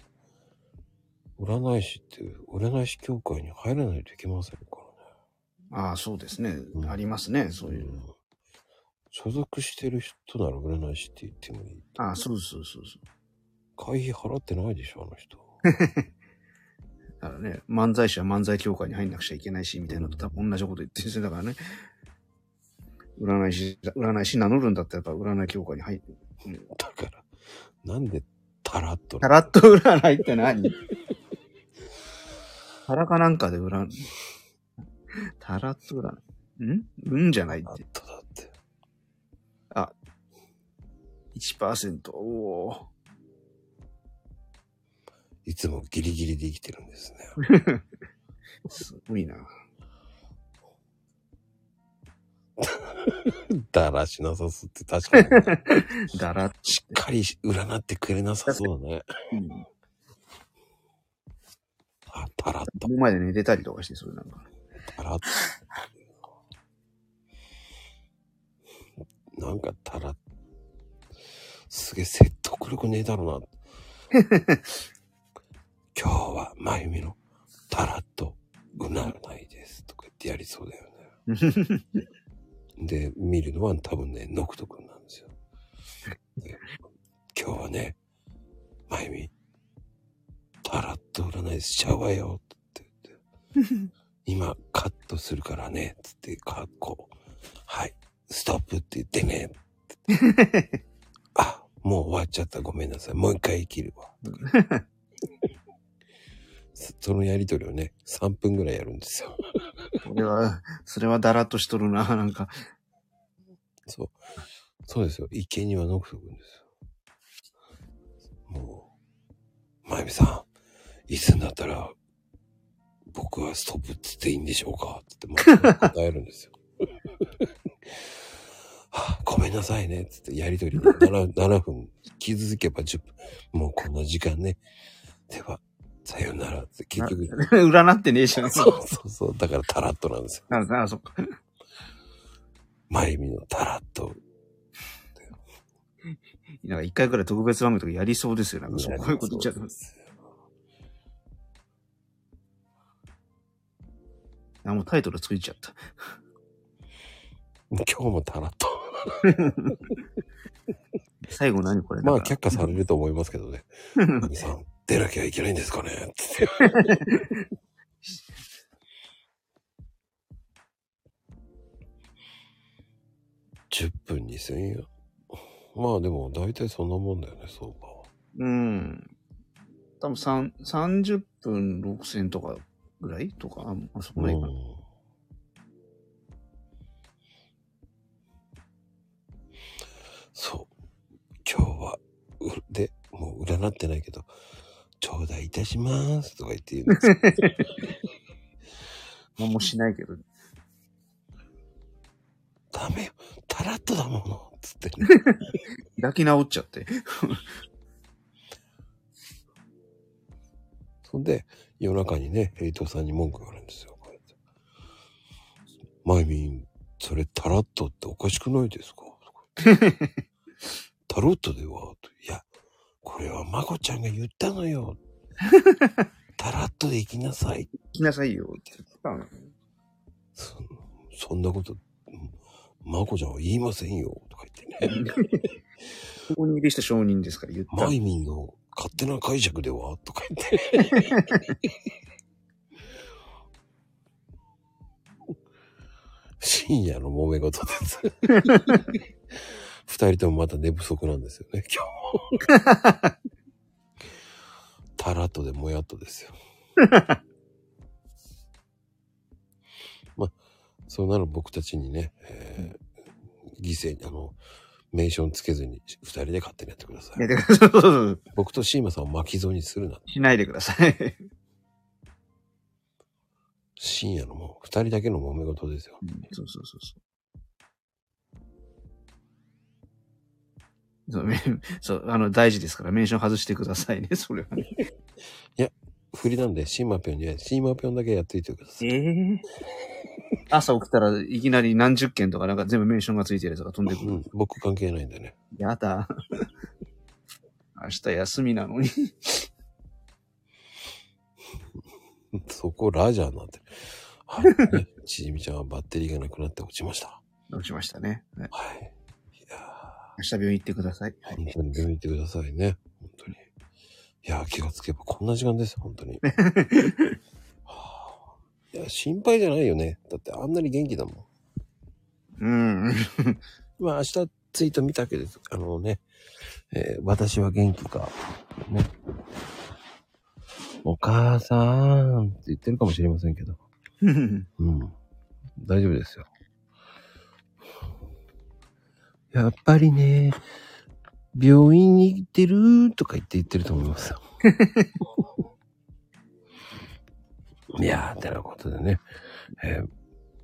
S2: 占い師っていう占い師協会に入らないといけませんからね
S3: ああ、そうですね
S2: う。ん。
S3: ありますね。そういううん
S2: 所属してる人なら占い師って言ってもいい
S3: ああ、そうそうそうそう。
S2: 会費払ってないでしょ、あの 人。
S3: だからね、漫才師は漫才協会に入んなくちゃいけないし、みたいなのと多分同じこと言ってるんですよだからね。占い師、占い師名乗るんだったらやっぱ占い協会に入って。
S2: だから、なんでタラッと
S3: タラッと占いって 何タラかなんかで占い。タラッと占い。んうんじゃないっ
S2: タラ
S3: て
S2: ッ。とだって。
S3: 1%。おお。
S2: いつもギリギリで生きてるんですね。
S3: すごいな。
S2: だらしなさすって確 かに、ね、
S3: だらっと。
S2: しっかり占ってくれなさそうだね。
S3: うん
S2: あ、タラッと、
S3: 目の前で寝てたりとかして、それなんか。
S2: タラッと。なんかタラッすげえ説得力ねえだろうな。 今日はまゆみのタラッとうならないですとか言ってやりそうだよね。で、見るのは多分ね、ノクト君なんですよ。で今日はね、まゆみ、タラッと占いしちゃうわよって言って、今カットするからね、つって、カッコ、はい、ストップって言ってね、あ、もう終わっちゃった、ごめんなさい、もう一回生きるわ。とかそそのやりとりをね、3分ぐらいやるんですよ。
S3: それは、それはだらっとしとるな、なんか。
S2: そう。そうですよ。池にはノクト君ですよ。もう、まゆみさん、いつになったら、僕はストップって言っていいんでしょうかって言って、まあ答えるんですよ。 はあごめんなさいね。つって、やりとり、ね、7, 7分、気づけば10分。もうこんな時間ね。では、さようならって、結局、
S3: 占ってねえじゃん。
S2: そうそうそう。だからタラッとなんですよ。
S3: なるな、そっか。
S2: まゆみのタラッと
S3: なんか一回くらい特別番組とかやりそうですよ。なんかそう、こういうこと言っちゃう。あ、もうタイトルついちゃった。
S2: 今日もタラッと。
S3: 最後何これ
S2: まあ、
S3: なんか
S2: 却下されると思いますけど ね。神さん、出なきゃいけないんですかねつって。 10分2000円。まあでも大体そんなもんだよね、相場は。
S3: うん。多分三30分6000とかぐらいとか、ああそこまでいかな
S2: そう。今日は、うで、もう占ってないけど、頂戴いたしますとか言って言うんですよ
S3: まあもうしないけど。
S2: ダメよ。タラッとだもの。つって、ね。
S3: 開き直っちゃって。
S2: そんで、夜中にね、ヘイトさんに文句言われるんですよ。こうやってマイミン、それタラットっておかしくないですかとか言ってタロットではといや、これはマコちゃんが言ったのよ。タラットで行きなさい。
S3: 来なさいよって言ってたの。
S2: そそんなこと、うんマコちゃんは言いませんよ。とか言ってね。
S3: ここに入りした証人ですから言っ
S2: マ
S3: た。
S2: イミンの勝手な解釈ではとか言って。深夜の揉め事です。二人ともまた寝不足なんですよね、今日も。タラッとでもやっとですよ。まあ、そうなる僕たちにね、えー犠牲に、あの、名称つけずに二人で勝手にやってください。
S3: やってくださいそうそうそう
S2: 僕とシーマさんを巻き添えにするな。
S3: しないでください。
S2: 深夜のもう二人だけの揉め事ですよ。
S3: そうそうそうそう。そうめそう、あの、大事ですから、メンション外してくださいね、それはね。
S2: 振りなんで、シーマピョンには、シーマピョンだけやっていてください。
S3: え朝起きたらいきなり何十件とかなんか全部メンションがついてるやつが飛んでく
S2: う
S3: る。
S2: ん、僕関係ないんでね。
S3: やだ。明日休みなのに。
S2: そこラジャーになってる。はい、ね。ちじみちゃんはバッテリーがなくなって落ちました。
S3: どうしましたね。はい
S2: はい。いや
S3: 明日病院行ってください。
S2: ー本当に病院行ってくださいね。本当に。いやー気がつけばこんな時間ですよ、本当に。はーいや、心配じゃないよね。だってあんなに元気だもん。
S3: うん。
S2: まあ明日ツイート見たけど、あのね、えー私は元気か、ね。お母さんって言ってるかもしれませんけど、うん。大丈夫ですよ。やっぱりね、病院に行ってるとか言って言ってると思いますよ。いやー、てなことでね、えー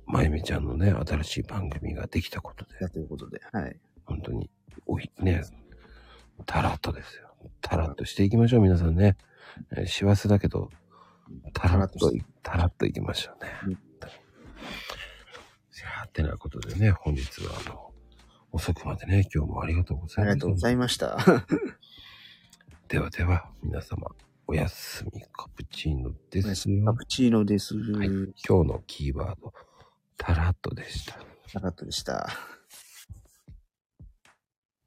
S2: まゆみちゃんのね、新しい番組ができたことで、
S3: だということで、はい。
S2: 本当に、おい、ね、タラッとですよ。タラッとしていきましょう、皆さんね。えー師走だけど、タラッと、タラッといきましょうね。
S3: うん
S2: いやーてなことでね、本日はあの、遅くまでね、今日もありがとうご
S3: あ
S2: ざい
S3: り
S2: ま
S3: が
S2: す。
S3: とうございました。
S2: ではでは、皆様、おやすみカプチーノで
S3: おや
S2: す
S3: す
S2: よ。
S3: カプチーノです。
S2: はい、今日のキーワード、タラッとでした。
S3: なかったでした。